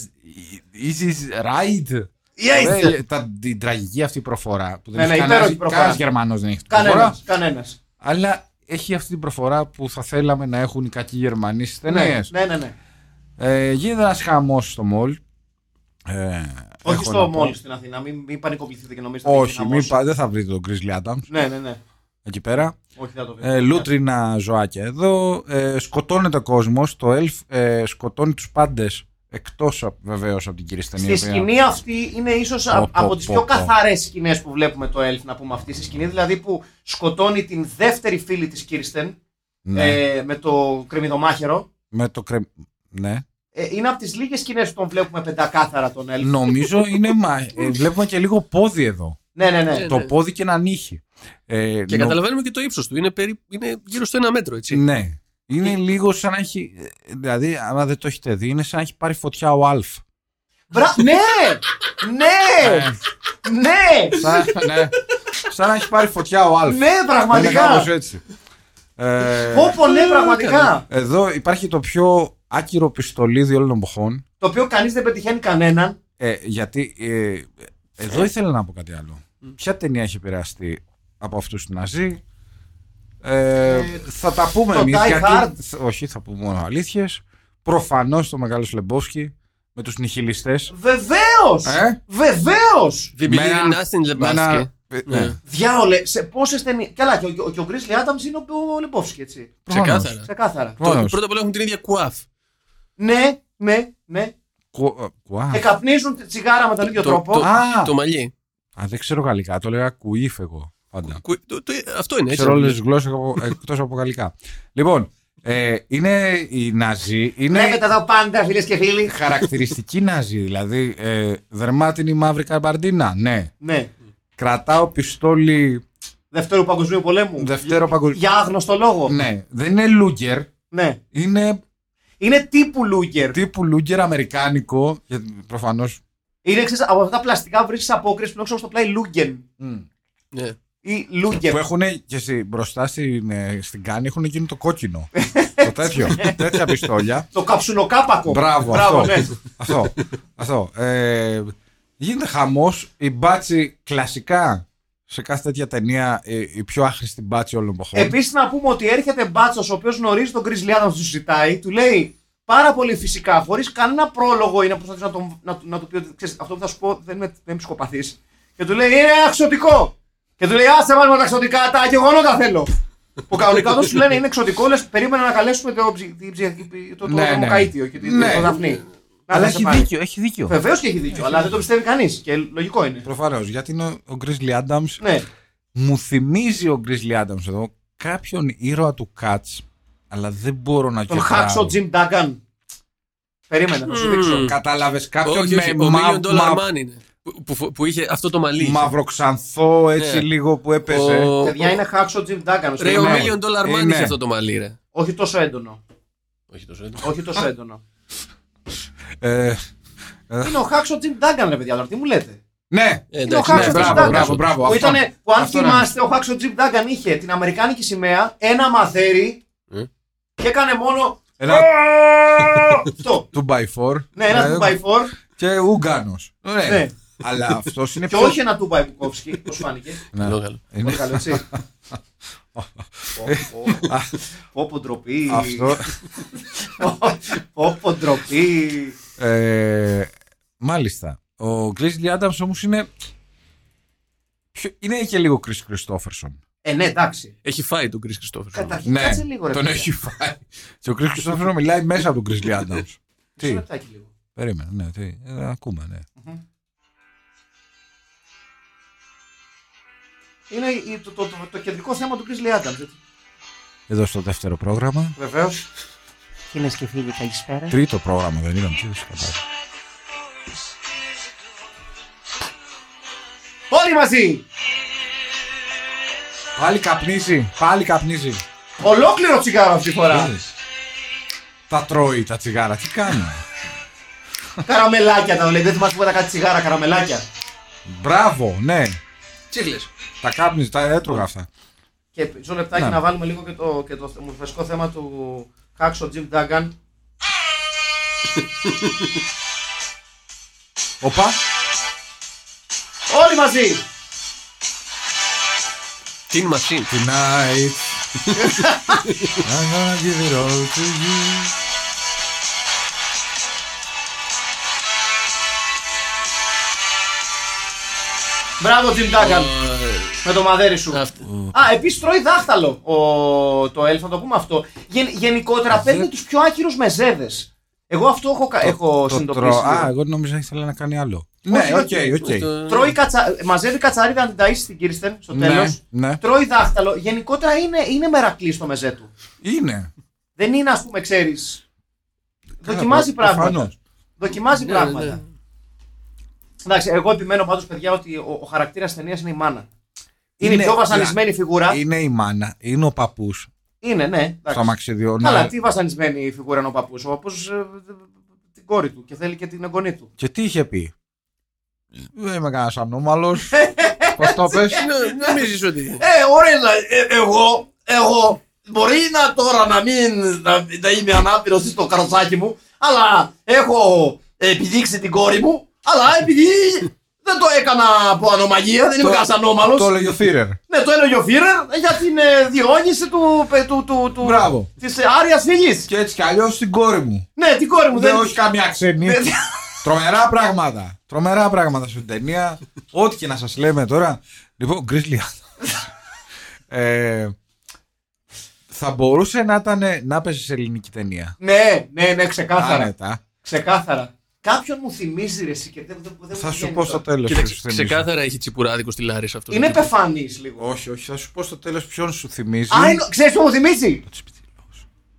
Speaker 4: is is right.
Speaker 3: Yes.
Speaker 4: Ρε, τα- Την τραγική αυτή προφορά που δεν
Speaker 3: Ναι, ναι,
Speaker 4: έχει
Speaker 3: υπέροχη προφορά.
Speaker 4: κανένας Γερμανός δεν έχει την
Speaker 3: Κανένας.
Speaker 4: προφορά.
Speaker 3: Κανένας.
Speaker 4: Αλλά έχει αυτή την προφορά που θα θέλαμε να έχουν οι κακοί Γερμανοί στις ταινίες.
Speaker 3: Ναι, ναι, ναι. ναι.
Speaker 4: Ε, γίνεται ένας χαμός στο μολ. Ε, έχω
Speaker 3: Όχι
Speaker 4: να
Speaker 3: στο
Speaker 4: πω-
Speaker 3: μόλι στην Αθήνα. Μην, μην πανικοποιηθείτε και νομίζετε ότι
Speaker 4: Όχι,
Speaker 3: είναι
Speaker 4: μην
Speaker 3: χαμός.
Speaker 4: πα- δεν θα βρείτε τον Grizzly Adams
Speaker 3: Ναι, ναι, ναι.
Speaker 4: εκεί πέρα.
Speaker 3: Όχι, θα το Ναι.
Speaker 4: Ε, λούτρινα ζωάκια εδώ. Ε, σκοτώνεται ο κόσμος. Το Elf ε, σκοτώνει τους πάντες. Εκτός βεβαίως από την κυρία
Speaker 3: Στη
Speaker 4: Στενή.
Speaker 3: σκηνή αυτή είναι ίσως
Speaker 4: Πω, πω,
Speaker 3: από τις
Speaker 4: πω,
Speaker 3: πιο
Speaker 4: πω.
Speaker 3: καθαρές σκηνές που βλέπουμε το Elf, να πούμε αυτή. Στη σκηνή δηλαδή που σκοτώνει την δεύτερη φίλη της Κίρστεν
Speaker 4: Ναι.
Speaker 3: ε, με το κρεμμυδομάχαιρο.
Speaker 4: Με το κρεμ. Ναι.
Speaker 3: Ε, είναι από τις λίγες σκηνές που τον βλέπουμε πεντακάθαρα τον Elf.
Speaker 4: Νομίζω είναι. Μα... ε, βλέπουμε και λίγο πόδι εδώ.
Speaker 3: Ναι, ναι, ναι.
Speaker 5: Ε,
Speaker 4: το
Speaker 5: ναι.
Speaker 4: πόδι και ένα νύχι. Ε,
Speaker 5: Και
Speaker 4: νο-
Speaker 5: καταλαβαίνουμε και το ύψος του. Είναι, περί... είναι γύρω στο ένα μέτρο, έτσι.
Speaker 4: Ναι. Είναι λίγο σαν να έχει. ε, Δηλαδή, άμα δεν το έχετε δει, είναι σαν να έχει πάρει φωτιά ο Αλφ.
Speaker 3: Μπρα- ναι! Ναι!
Speaker 4: Ε,
Speaker 3: Ναι!
Speaker 4: σαν, ναι. σαν να έχει πάρει φωτιά ο Αλφ.
Speaker 3: Ναι,
Speaker 4: Είναι κάπως
Speaker 3: πραγματικά!
Speaker 4: έτσι. Ε,
Speaker 3: Πόπο, ναι, πραγματικά!
Speaker 4: Εδώ υπάρχει το πιο άκυρο πιστολίδι όλων των εποχών.
Speaker 3: Το οποίο κανείς δεν πετυχαίνει κανέναν.
Speaker 4: Ε, γιατί. ε, εδώ ήθελα να πω κάτι άλλο. Ποια ταινία έχει επηρεαστεί από αυτούς τους Ναζί. Ε, θα τα πούμε
Speaker 3: το
Speaker 4: εμείς.
Speaker 3: Die Hard.
Speaker 4: Όχι, θα πούμε μόνο αλήθειες. Προφανώς το μεγάλος Λεμπόφσκι με τους νιχιλιστέ.
Speaker 3: Βεβαίως!
Speaker 4: Ε?
Speaker 3: Βεβαίως!
Speaker 5: Δεν
Speaker 4: Με
Speaker 5: believe in
Speaker 4: ένα- ε,
Speaker 5: us in Lebowski. Ναι.
Speaker 3: Διάολε, σε πόσες ταινίες. Καλά, και ο, και ο Grizzly Adams είναι ο Λεπόφσκι, έτσι.
Speaker 5: Ξεκάθαρα.
Speaker 3: Ξεκάθαρα.
Speaker 5: Το- Πρώτα απ' όλα έχουν την ίδια κουάφ.
Speaker 3: Ναι, ναι, ναι. Ε, Εκαπνίζουν τσιγάρα με τον ίδιο
Speaker 5: Το-
Speaker 3: τρόπο.
Speaker 5: το-
Speaker 4: ε, Α.
Speaker 5: Το μαλλί.
Speaker 4: Αν δεν ξέρω γαλλικά, το λέγα κουίφ εγώ πάντα.
Speaker 5: Κου- το- το- Αυτό είναι Ναι, έτσι.
Speaker 4: Ξέρω όλες τις γλώσσες εκτός από γαλλικά. Λοιπόν, ε, είναι οι Ναζί. Είναι
Speaker 3: Βλέπετε εδώ πάντα, φίλες και φίλοι.
Speaker 4: χαρακτηριστική Ναζί. Δηλαδή, ε, δερμάτινη μαύρη καμπαρντίνα. Ναι.
Speaker 3: Ναι.
Speaker 4: Κρατάω πιστόλι
Speaker 3: Δευτέρου Παγκοσμίου Πολέμου.
Speaker 4: δευτέρο παγκοσμίου.
Speaker 3: Για άγνωστο λόγο.
Speaker 4: Ναι. Δεν είναι Λούγκερ.
Speaker 3: Ναι.
Speaker 4: Είναι
Speaker 3: Είναι τύπου Λούγκερ.
Speaker 4: τύπου Λούγκερ αμερικάνικο. Γιατί προφανώς.
Speaker 3: Είναι ξέρεις, από αυτά τα πλαστικά που βρίσκεις απόκριση που είναι ξέρω στο πλάι Λούγκεν.
Speaker 5: Ναι.
Speaker 3: Ή
Speaker 4: Που
Speaker 3: Λούγκερ.
Speaker 4: έχουν και στη- μπροστά στην, ε, στην κάνη έχουν εκείνο το
Speaker 3: (laughs)
Speaker 4: κόκκινο.
Speaker 3: Ναι.
Speaker 4: το τέτοιο. τέτοια πιστόλια.
Speaker 3: Το καψουνοκάπακο.
Speaker 4: Μπράβο,
Speaker 3: Μπράβο,
Speaker 4: αυτό.
Speaker 3: ναι.
Speaker 4: αυτό. αυτό. Ε, γίνεται χαμός. Η μπάτσι κλασικά σε κάθε τέτοια ταινία ε, η πιο άχρηστη μπάτσι όλων των εποχών.
Speaker 3: Επίσης να πούμε ότι έρχεται μπάτσος ο οποίος γνωρίζει τον Chris Adams, τους ζητάει, του λέει πάρα πολύ φυσικά, χωρίς κανένα πρόλογο ή να προσπαθήσει να, τον, να, του- να του πει ότι ξέρεις, αυτό που θα σου πω δεν είμαι, δεν είμαι ψυχοπαθής». Και του λέει είναι αξιωτικό. Και του λέει άσε βάλουμε τα εξωτικά, τα γεγονότα θέλω. που κανονικά όταν σου λένε είναι εξωτικό, λες περίμενα να καλέσουμε το, ψυχ- την ψυχ- το, το,
Speaker 4: Ναι,
Speaker 3: το
Speaker 4: ναι.
Speaker 3: Μοκαΐτιο και την-
Speaker 4: Ναι.
Speaker 3: το Δαφνή.
Speaker 4: Αλλά έχει δίκιο, έχει δίκιο.
Speaker 3: Βεβαίως και έχει δίκιο, αλλά δεν το πιστεύει κανείς. Και λογικό είναι.
Speaker 4: Προφανώς, γιατί είναι ο- ο Grizzly Adams.
Speaker 3: Ναι.
Speaker 4: Μου θυμίζει ο Grizzly Adams εδώ κάποιον ήρωα του Cats, αλλά δεν μπορώ να
Speaker 3: Τον
Speaker 4: κεντράρω.
Speaker 3: Χάξο Jim Duggan. Περίμενα, θα σου δείξω.
Speaker 4: Κατάλαβες κάποιον
Speaker 5: Όχι,
Speaker 4: με
Speaker 5: όχι, ο
Speaker 4: μα...
Speaker 5: Million Dollar
Speaker 4: μα...
Speaker 5: Man είναι. Που- που- Που είχε αυτό το μαλλί.
Speaker 4: μαυροκσανθό έτσι
Speaker 5: Ναι.
Speaker 4: λίγο που έπαιζε.
Speaker 5: Ο-
Speaker 3: Παιδιά είναι χάξο Jim Duggan. ο
Speaker 5: Ρε, ο
Speaker 3: Superman.
Speaker 4: ε. Ναι.
Speaker 5: Million Dollar Man
Speaker 4: Είναι.
Speaker 5: είχε αυτό το μαλλί, ρε.
Speaker 3: Όχι τόσο έντονο.
Speaker 5: Όχι τόσο έντονο.
Speaker 3: Όχι τόσο έντονο.
Speaker 4: Ε,
Speaker 3: είναι ο Χάξο Jim Duggan, ρε παιδιά, τώρα τι μου λέτε.
Speaker 4: ναι,
Speaker 3: Είναι ο
Speaker 5: Ε, εντάξει,
Speaker 3: Χάξο
Speaker 5: ναι,
Speaker 3: Jim
Speaker 5: μπράβο,
Speaker 3: Duggan.
Speaker 5: μπράβο, μπράβο.
Speaker 3: Που,
Speaker 4: αυτό.
Speaker 3: ήτανε, που αν
Speaker 4: Αυτό, ναι.
Speaker 3: θυμάστε, ο Χάξο Jim Duggan είχε την Αμερικάνικη σημαία, ένα μαθέρι
Speaker 5: Ε.
Speaker 3: και έκανε μόνο.
Speaker 4: Ένα
Speaker 3: Αυτό.
Speaker 4: 2x4.
Speaker 3: Ε! Ναι, ένα 2x4
Speaker 4: Ε, Και Ούγκανο.
Speaker 3: Ναι.
Speaker 4: Αλλά αυτός είναι
Speaker 3: και όχι ένα 2x που κόψει, πώς φάνηκε.
Speaker 4: Ε, Ναι. Ε.
Speaker 5: Λόγαλο.
Speaker 4: Είναι-
Speaker 3: Πολύ
Speaker 4: (laughs)
Speaker 3: καλό, έτσι. Πόπο ντροπή.
Speaker 4: Αυτό.
Speaker 3: Πόπο ντροπή.
Speaker 4: Ε, μάλιστα. Ο Grizzly Adams όμως είναι. πιο- Είναι και λίγο Chris Christopherson.
Speaker 3: Ε, ναι, εντάξει.
Speaker 5: Έχει φάει τον Chris Christopherson.
Speaker 3: Καταρχήν, κάτσε λίγο. Ρε,
Speaker 4: τον
Speaker 3: φίλε.
Speaker 4: έχει φάει. Και ο Chris Christopherson μιλάει μέσα από τον Grizzly Adams.
Speaker 3: Μισό
Speaker 4: τι,
Speaker 3: λεπτάκι λίγο.
Speaker 4: περίμενε, ναι, τι, ε, ακούμε, ναι.
Speaker 3: Είναι η- το, το, το, το κεντρικό θέμα του Grizzly Adams.
Speaker 4: Εδώ στο δεύτερο πρόγραμμα.
Speaker 3: Βεβαίως.
Speaker 7: Φίλε και φίλοι, καλησπέρα.
Speaker 4: Τρίτο πρόγραμμα δεν ήταν, τι δεν κατάλαβα.
Speaker 3: Όλοι μαζί!
Speaker 4: Πάλι καπνίζει, πάλι καπνίζει.
Speaker 3: Ολόκληρο τσιγάρο αυτή τη φορά.
Speaker 4: Είδες. Τα τρώει τα τσιγάρα, τι κάνει.
Speaker 3: καραμελάκια τα λέει. Δεν θυμάσαι που ήταν κάτι τσιγάρα, καραμελάκια.
Speaker 4: Μπράβο, ναι.
Speaker 5: Τσίγλε.
Speaker 4: Τα κάπνιζε, τα έτρωγα αυτά.
Speaker 3: Και μισό λεπτάκι
Speaker 4: Ναι.
Speaker 3: να βάλουμε λίγο και το, και το μουσικό θέμα του Κάξο Jim Duggan.
Speaker 4: Οπα,
Speaker 3: Όλοι μαζί!
Speaker 5: Την Machine.
Speaker 4: tonight. I'm gonna give it all to you.
Speaker 3: Μπράβο Jim Duggan! Με το μαδέρι σου.
Speaker 5: Αυτή.
Speaker 3: Α, επίσης τρώει δάχτυλο ο, το Elf, να το πούμε αυτό. Γεν, γενικότερα παίρνει τους πιο άχυρους μεζέδες. Εγώ αυτό έχω, κα- έχω
Speaker 4: Το
Speaker 3: συνειδητοποιήσει.
Speaker 4: τρώω. Α,
Speaker 3: λίγο.
Speaker 4: εγώ νόμιζα ήθελα να κάνει άλλο. Ναι, οκ,
Speaker 3: όχι.
Speaker 4: οκ.
Speaker 3: Τρώει κατσα... Μαζεύει κατσαρίδα να την ταΐσει στην Κίρστεν στο
Speaker 4: Ναι,
Speaker 3: τέλος.
Speaker 4: ναι.
Speaker 3: Τρώει δάχτυλο. Γενικότερα είναι, είναι μερακλή στο μεζέ του.
Speaker 4: Είναι.
Speaker 3: Δεν είναι, ας πούμε, ξέρεις.
Speaker 4: Καλά,
Speaker 3: Δοκιμάζει
Speaker 4: Ναι, προ-
Speaker 3: πράγματα.
Speaker 4: προφανώς.
Speaker 3: Δοκιμάζει
Speaker 5: Ναι,
Speaker 3: πράγματα.
Speaker 5: ναι.
Speaker 3: Εντάξει, εγώ επιμένω πάντως, παιδιά, ότι ο, ο χαρακτήρας ταινίας είναι η μάνα. Είναι,
Speaker 4: Είναι- Ε,
Speaker 3: η πιο βασανισμένη φιγούρα.
Speaker 4: Είναι η μάνα, είναι ο παππούς
Speaker 3: Είναι, ναι. εντάξει.
Speaker 4: στο αμαξιδιό.
Speaker 3: Καλά,
Speaker 4: ναι.
Speaker 3: τι βασανισμένη φιγούρα είναι ο παππούς. Ο παππούς ε, την κόρη του και θέλει και την εγγονή του.
Speaker 4: Και τι είχε πει. Δεν είμαι κανένας αμνόμαλο.
Speaker 3: (laughs)
Speaker 4: Πώς το πες.
Speaker 5: Ε, Νομίζεις ότι.
Speaker 3: Ε, ωραία, εγώ, εγώ μπορεί να τώρα να μην να, να είμαι ανάπηρος στο καροτσάκι μου, αλλά έχω επιδείξει την κόρη μου, αλλά επειδή δεν το έκανα από ανομαγία, δεν είμαι
Speaker 4: Το-
Speaker 3: κανένας ανώμαλος.
Speaker 4: Το έλεγε ο Θήρερ.
Speaker 3: Ναι, το έλεγε ο Φίρερ για την ε, διόνυση του, πε- του, του, του
Speaker 4: Μπράβο.
Speaker 3: της ε, άριας φυγής.
Speaker 4: Και έτσι κι αλλιώς την κόρη μου.
Speaker 3: Ναι, την κόρη μου δεν...
Speaker 4: Δεν όχι καμία ξένη.
Speaker 3: δεν-
Speaker 4: Τρομερά πράγματα. Τρομερά πράγματα στην ταινία. Ό,τι και να σας λέμε τώρα. Λοιπόν, Grizzly Adams. ε, θα μπορούσε να ήταν να παίζει σε ελληνική ταινία.
Speaker 3: (laughs) ναι, ναι, ναι, ξεκάθαρα.
Speaker 4: Άνετα.
Speaker 3: Ξεκάθαρα. Κάποιον μου θυμίζει ρε εσύ και δεν, δεν, δεν
Speaker 4: Θα
Speaker 3: μου
Speaker 4: σου
Speaker 3: βγαίνει
Speaker 4: πω
Speaker 3: τώρα.
Speaker 4: στο τέλος.
Speaker 5: Κοίταξε, ξεκάθαρα έχει τσιπουράδικο στη Λάρη αυτό.
Speaker 3: Είναι πεφανής λίγο.
Speaker 4: Όχι, όχι, θα σου πω στο τέλος ποιον σου θυμίζει.
Speaker 3: Α, είναι... ξέρεις τι μου θυμίζει.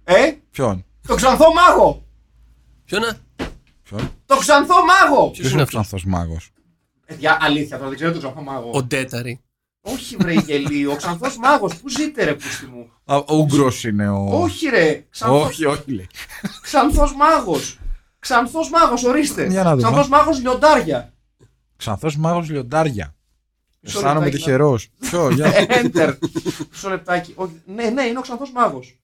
Speaker 3: Ε,
Speaker 4: Ποιον.
Speaker 3: το ξανθό μάγο.
Speaker 5: Ποιο να.
Speaker 4: Ποιον.
Speaker 3: Το ξανθό μάγο.
Speaker 5: Ποιος
Speaker 4: Ποιος
Speaker 5: είναι
Speaker 4: είναι ο
Speaker 5: αυτός.
Speaker 4: ξανθός μάγος.
Speaker 3: Παιδιά, αλήθεια τώρα, δεν ξέρω το ξανθό μάγο.
Speaker 5: Ο Ντέταρη.
Speaker 3: Όχι βρε γελίο, ο ξανθός μάγος. Πού ζείτε ρε πούστη μου.
Speaker 4: Ο Ούγγρος είναι ο.
Speaker 3: Όχι ρε, ξανθός
Speaker 4: όχι, όχι. λέει.
Speaker 3: Ξανθός μάγος. Ξανθός μάγος, ορίστε.
Speaker 4: Για να δούμε.
Speaker 3: Ξανθός μάγος λιοντάρια.
Speaker 4: Ξανθός μάγος λιοντάρια.
Speaker 3: Μισό
Speaker 4: Αισθάνομαι
Speaker 3: λεπτάκι να-
Speaker 4: τυχερός. Ποιο,
Speaker 3: (laughs)
Speaker 4: για.
Speaker 3: Enter. Μισό λεπτάκι. Όχι, Ναι, ναι, είναι ο ξανθός μάγος.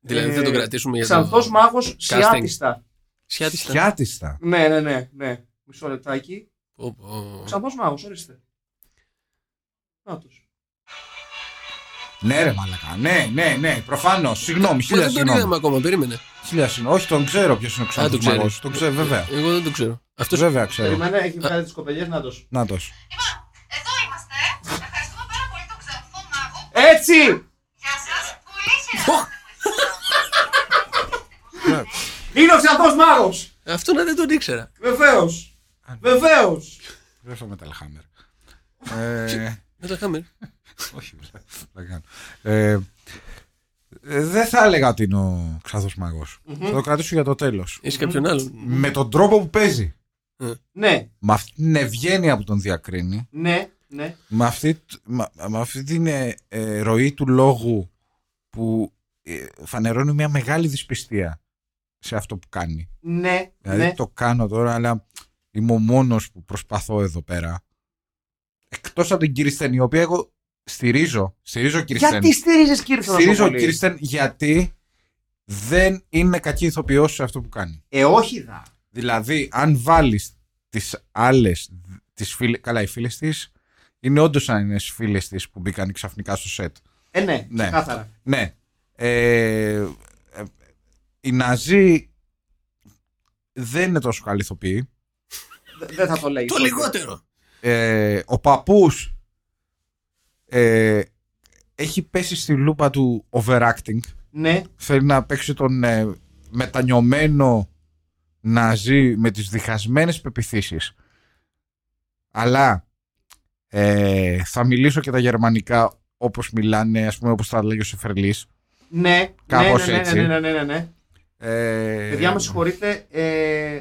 Speaker 5: Δηλαδή
Speaker 3: Ε,
Speaker 5: δεν τον κρατήσουμε για το.
Speaker 3: Ξανθός μάγος σιάτιστα.
Speaker 5: Σιάτιστα.
Speaker 4: Πιάτιστα.
Speaker 3: Ναι, ναι, ναι, ναι. Μισό λεπτάκι.
Speaker 5: Πω, πω.
Speaker 3: Ξανθός μάγος, ορίστε. Νάτος.
Speaker 4: Ναι, ρε Μαλακά. Ναι, ναι, ναι. Προφανώς. Συγγνώμη,
Speaker 5: Μα
Speaker 4: χίλια
Speaker 5: Ε. δεν τον είδαμε
Speaker 4: συγγνώμη.
Speaker 5: ακόμα, περίμενε.
Speaker 4: Χίλια συγγνώμη. Όχι, τον ξέρω ποιος είναι ο
Speaker 5: Α,
Speaker 4: ξανθό
Speaker 5: τον ξέρει.
Speaker 4: μάγο. Τον ξέρω, βέβαια.
Speaker 5: Εγώ δεν το ξέρω. Αυτός
Speaker 4: Βέβαια ξέρω.
Speaker 3: Περίμενε, έχει βγάλει τις κοπελιές, νάτος.
Speaker 4: Να το. σου.
Speaker 8: Εδώ είμαστε. Ευχαριστούμε πάρα πολύ τον ξαφνικό μάγο.
Speaker 3: Έτσι!
Speaker 8: Γεια σας. Πολύ χαίρομαι.
Speaker 3: Είναι ο ξανθός μάγος!
Speaker 5: Αυτό να δεν τον ήξερα.
Speaker 3: Βεβαίως! Βεβαίως!
Speaker 4: Βρέφω με τα λαχάμερ.
Speaker 5: (laughs)
Speaker 4: Ε,
Speaker 5: Δεν τα είχαμε.
Speaker 4: Όχι, βλα- βλακάνω. Ε, ε, Δεν θα έλεγα ότι είναι ο ξανθό μάγο. Θα το κρατήσω για το τέλος.
Speaker 5: Έχει κάποιον άλλον.
Speaker 4: Με τον τρόπο που παίζει.
Speaker 3: Ναι,
Speaker 4: Με αυτή την ευγένεια που τον διακρίνει.
Speaker 3: ναι, ναι.
Speaker 4: με αυτή, τ- μα- με αυτή την ε, ε, ροή του λόγου που ε, φανερώνει μια μεγάλη δυσπιστία σε αυτό που κάνει.
Speaker 3: Ναι,
Speaker 4: Δηλαδή
Speaker 3: ναι.
Speaker 4: το κάνω τώρα, αλλά είμαι ο μόνος που προσπαθώ εδώ πέρα. Εκτός από την Κυρστέν, η οποία εγώ στηρίζω. Στηρίζω Κυρστέν.
Speaker 3: Γιατί στηρίζεις Κίρθο
Speaker 4: στηρίζω Κυρστέν γιατί δεν είναι κακή ηθοποιός σε αυτό που κάνει.
Speaker 3: Ε, όχι δα.
Speaker 4: Δηλαδή, αν βάλεις τις άλλες. Τις φίλε, καλά, οι φίλες της είναι όντως σαν είναι φίλες της που μπήκαν ξαφνικά στο σετ.
Speaker 3: Ε, ναι,
Speaker 4: Ναι.
Speaker 3: ξεκάθαρα.
Speaker 4: Ναι. Ε, ε, οι Ναζί δεν είναι τόσο καλή ηθοποιοί.
Speaker 3: Δε- Δεν θα το λέει.
Speaker 5: Το λιγότερο.
Speaker 4: Ε, ο παππούς ε, έχει πέσει στη λούπα του overacting.
Speaker 3: Ναι,
Speaker 4: Θέλει να παίξει τον ε, μετανιωμένο Ναζί με τις διχασμένες πεπιθήσεις. Αλλά ε, θα μιλήσω και τα γερμανικά όπως μιλάνε, ας πούμε όπως τα λέγει ο Σεφερλής.
Speaker 3: ναι,
Speaker 4: Κάπως
Speaker 3: ναι, ναι,
Speaker 4: έτσι.
Speaker 3: ναι, ναι, ναι, ναι, ναι.
Speaker 4: Ε,
Speaker 3: Παιδιά, με συγχωρείτε, ε,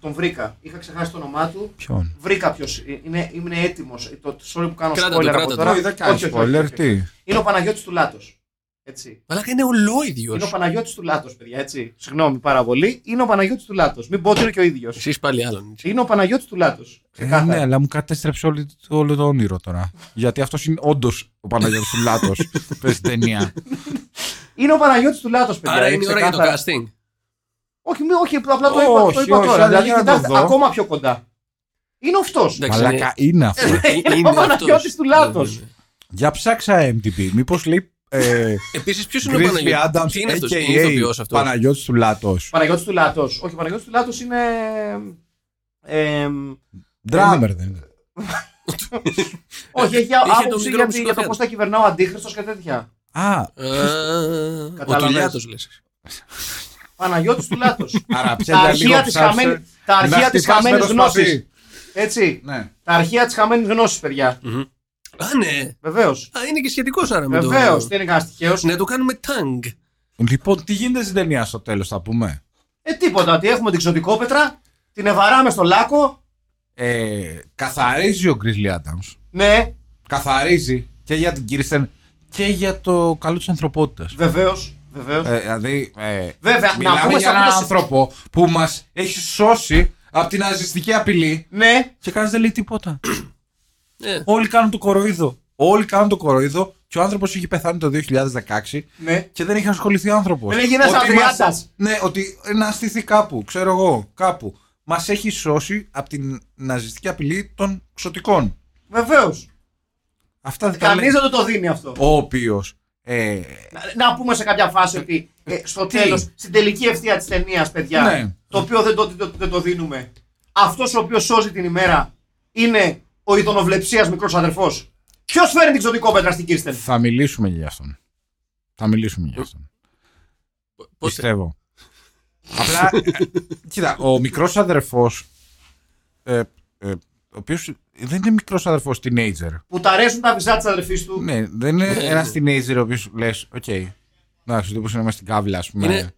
Speaker 3: τον βρήκα. Είχα ξεχάσει το όνομά του.
Speaker 4: Ποιον.
Speaker 3: Βρήκα ποιος. Είναι, είναι έτοιμο. Το sorry που κάνω
Speaker 5: Κράτα το,
Speaker 3: spoiler
Speaker 5: κράτα
Speaker 3: από
Speaker 5: το.
Speaker 3: τώρα.
Speaker 4: Όχι, δεν κάνει
Speaker 3: Όχι, όχι,
Speaker 4: spoiler,
Speaker 3: όχι, όχι.
Speaker 4: τι.
Speaker 3: Είναι ο Παναγιώτης του Λάτος. Έτσι.
Speaker 5: Αλλά είναι ολόιδιος.
Speaker 3: Είναι ο Παναγιώτης του Λάτος, παιδιά, έτσι. Συγγνώμη πάρα πολύ. Είναι ο Παναγιώτης του Λάτος. Μην πω ότι είναι και ο ίδιος.
Speaker 5: Εσείς πάλι άλλον. έτσι.
Speaker 3: Είναι ο Παναγιώτης του Λάτος.
Speaker 4: Ε,
Speaker 3: Ξεκάθαρα.
Speaker 4: ναι, αλλά μου κατέστρεψε όλη- όλο το όνειρο τώρα. Γιατί αυτός είναι όντως ο Παναγιώτης Λάτος. (laughs) Πες την ταινία.
Speaker 3: Είναι ο Παναγιώτης του Λάτος, παιδιά.
Speaker 5: Άρα είναι η ώρα για το
Speaker 3: ξεκάθαρα.
Speaker 5: casting.
Speaker 3: Όχι, μη- όχι, απλά το είπα,
Speaker 4: Όχι,
Speaker 3: το είπα
Speaker 4: όχι,
Speaker 3: τώρα.
Speaker 4: αλλά
Speaker 3: Δηλαδή,
Speaker 4: για να το
Speaker 3: κοιτάξτε,
Speaker 4: δω. Ναι.
Speaker 3: ακόμα πιο κοντά. Είναι αυτός.
Speaker 5: Εντάξει,
Speaker 4: Μαλάκα είναι αυτό.
Speaker 5: Ε,
Speaker 3: ο
Speaker 5: είναι
Speaker 3: Παναγιώτης
Speaker 5: αυτός.
Speaker 3: του Λάτος.
Speaker 5: Ναι, ναι, ναι.
Speaker 4: Για ψάξα MTV. Μήπως λέει. Ε,
Speaker 5: Επίσης, ποιος είναι ο
Speaker 4: Grizzly
Speaker 5: Παναγιώτης.
Speaker 4: Adams,
Speaker 5: Τι είναι αυτός, είναι
Speaker 4: a.k.a.
Speaker 5: ηθοποιός αυτός.
Speaker 4: Παναγιώτης του Λάτος.
Speaker 3: Παναγιώτης του Λάτος. Όχι, ο Παναγιώτης του Λάτος είναι... Ε,
Speaker 4: Ντράμερ δεν είναι.
Speaker 3: όχι, έχει
Speaker 5: το
Speaker 3: άποψη για,
Speaker 5: μικρό
Speaker 3: τη-
Speaker 5: μουσικό
Speaker 3: για το
Speaker 5: θέατρο.
Speaker 3: πώς θα κυβερνά ο αντίχρηστος και τέτοια.
Speaker 4: Α,
Speaker 5: Ε, Ο
Speaker 3: Κατάλαβες.
Speaker 5: Τουλιάτος λες.
Speaker 3: Παναγιώτης του Λάτος.
Speaker 4: άρα
Speaker 3: τα
Speaker 4: ψέματα λίγο
Speaker 3: αρχεία της
Speaker 4: ψάξε.
Speaker 3: χαμένη- τα
Speaker 4: Να
Speaker 3: αρχεία της
Speaker 4: χτυπάς με
Speaker 3: χαμένης
Speaker 4: το σπαθί.
Speaker 3: γνώσης. Έτσι.
Speaker 4: Ναι.
Speaker 3: Τα αρχεία της χαμένης γνώσης, παιδιά.
Speaker 5: Α, ναι.
Speaker 3: Βεβαίως.
Speaker 5: Α, είναι και σχετικός άρα με το...
Speaker 3: Βεβαίως. Δεν είναι κανένας τυχαίος.
Speaker 4: Ναι.
Speaker 5: Να το κάνουμε tang.
Speaker 4: Λοιπόν, τι γίνεται στην ταινία στο τέλος, θα πούμε.
Speaker 3: Ε, τίποτα. Ότι έχουμε την ξωτικόπετρα, την ευαράμε στο λάκκο.
Speaker 4: Ε, καθαρίζει ο Grizzly Adams.
Speaker 3: Ναι,
Speaker 4: Καθαρίζει και για την Kirsten και για το καλό της ανθρωπότητας.
Speaker 3: βεβαίως. Βεβαίως.
Speaker 4: Ε, δηλαδή, ε,
Speaker 3: Βέβαια, να
Speaker 4: μιλάμε
Speaker 3: πούμε σε
Speaker 4: για έναν
Speaker 3: αυτό το-
Speaker 4: άνθρωπο που μας έχει σώσει από την ναζιστική απειλή
Speaker 3: Ναι,
Speaker 4: και κανένας δεν λέει τίποτα.
Speaker 5: Ε.
Speaker 4: Όλοι κάνουν το κοροϊδό. Όλοι κάνουν το κοροϊδό και ο άνθρωπος είχε πεθάνει το 2016
Speaker 3: ναι.
Speaker 4: και δεν είχε ασχοληθεί ο άνθρωπος.
Speaker 3: Δεν έγινε ένας αδριάτας.
Speaker 4: Ναι, ότι να στηθεί κάπου, ξέρω εγώ, κάπου. Μας έχει σώσει από την ναζιστική απειλή των ξωτικών.
Speaker 3: Βεβαίως.
Speaker 4: Αυτά δεν τα
Speaker 3: Κανείς
Speaker 4: λέει.
Speaker 3: δεν του το δίνει αυτό.
Speaker 4: Ο οποίος. Ε,
Speaker 3: Να- Να πούμε σε κάποια φάση ότι ε, στο
Speaker 4: Τι?
Speaker 3: τέλος, στην τελική ευθεία της ταινίας, παιδιά,
Speaker 4: Ναι.
Speaker 3: το οποίο δεν το, το- δεν το δίνουμε, αυτός ο οποίος σώζει την ημέρα είναι ο ειδωνοβλεψία μικρός αδερφός. Ποιος φέρνει την ξωτικόπετρα στην Κίρστεν.
Speaker 4: Θα μιλήσουμε για αυτόν. Θα μιλήσουμε για αυτόν.
Speaker 5: Πότε. (laughs)
Speaker 4: Πιστεύω. Απλά, ε, κοίτα, ο μικρός αδερφός, ε, ε, ο οποίος δεν είναι μικρός αδερφός teenager.
Speaker 3: Που τα αρέσουν τα βυζά της αδερφής του.
Speaker 4: Ναι, δεν είναι ένας teenager ο οποίος λες, οκ, εντάξει, ο τύπος είναι μέσα στην κάβλα, ας πούμε,
Speaker 5: Είναι-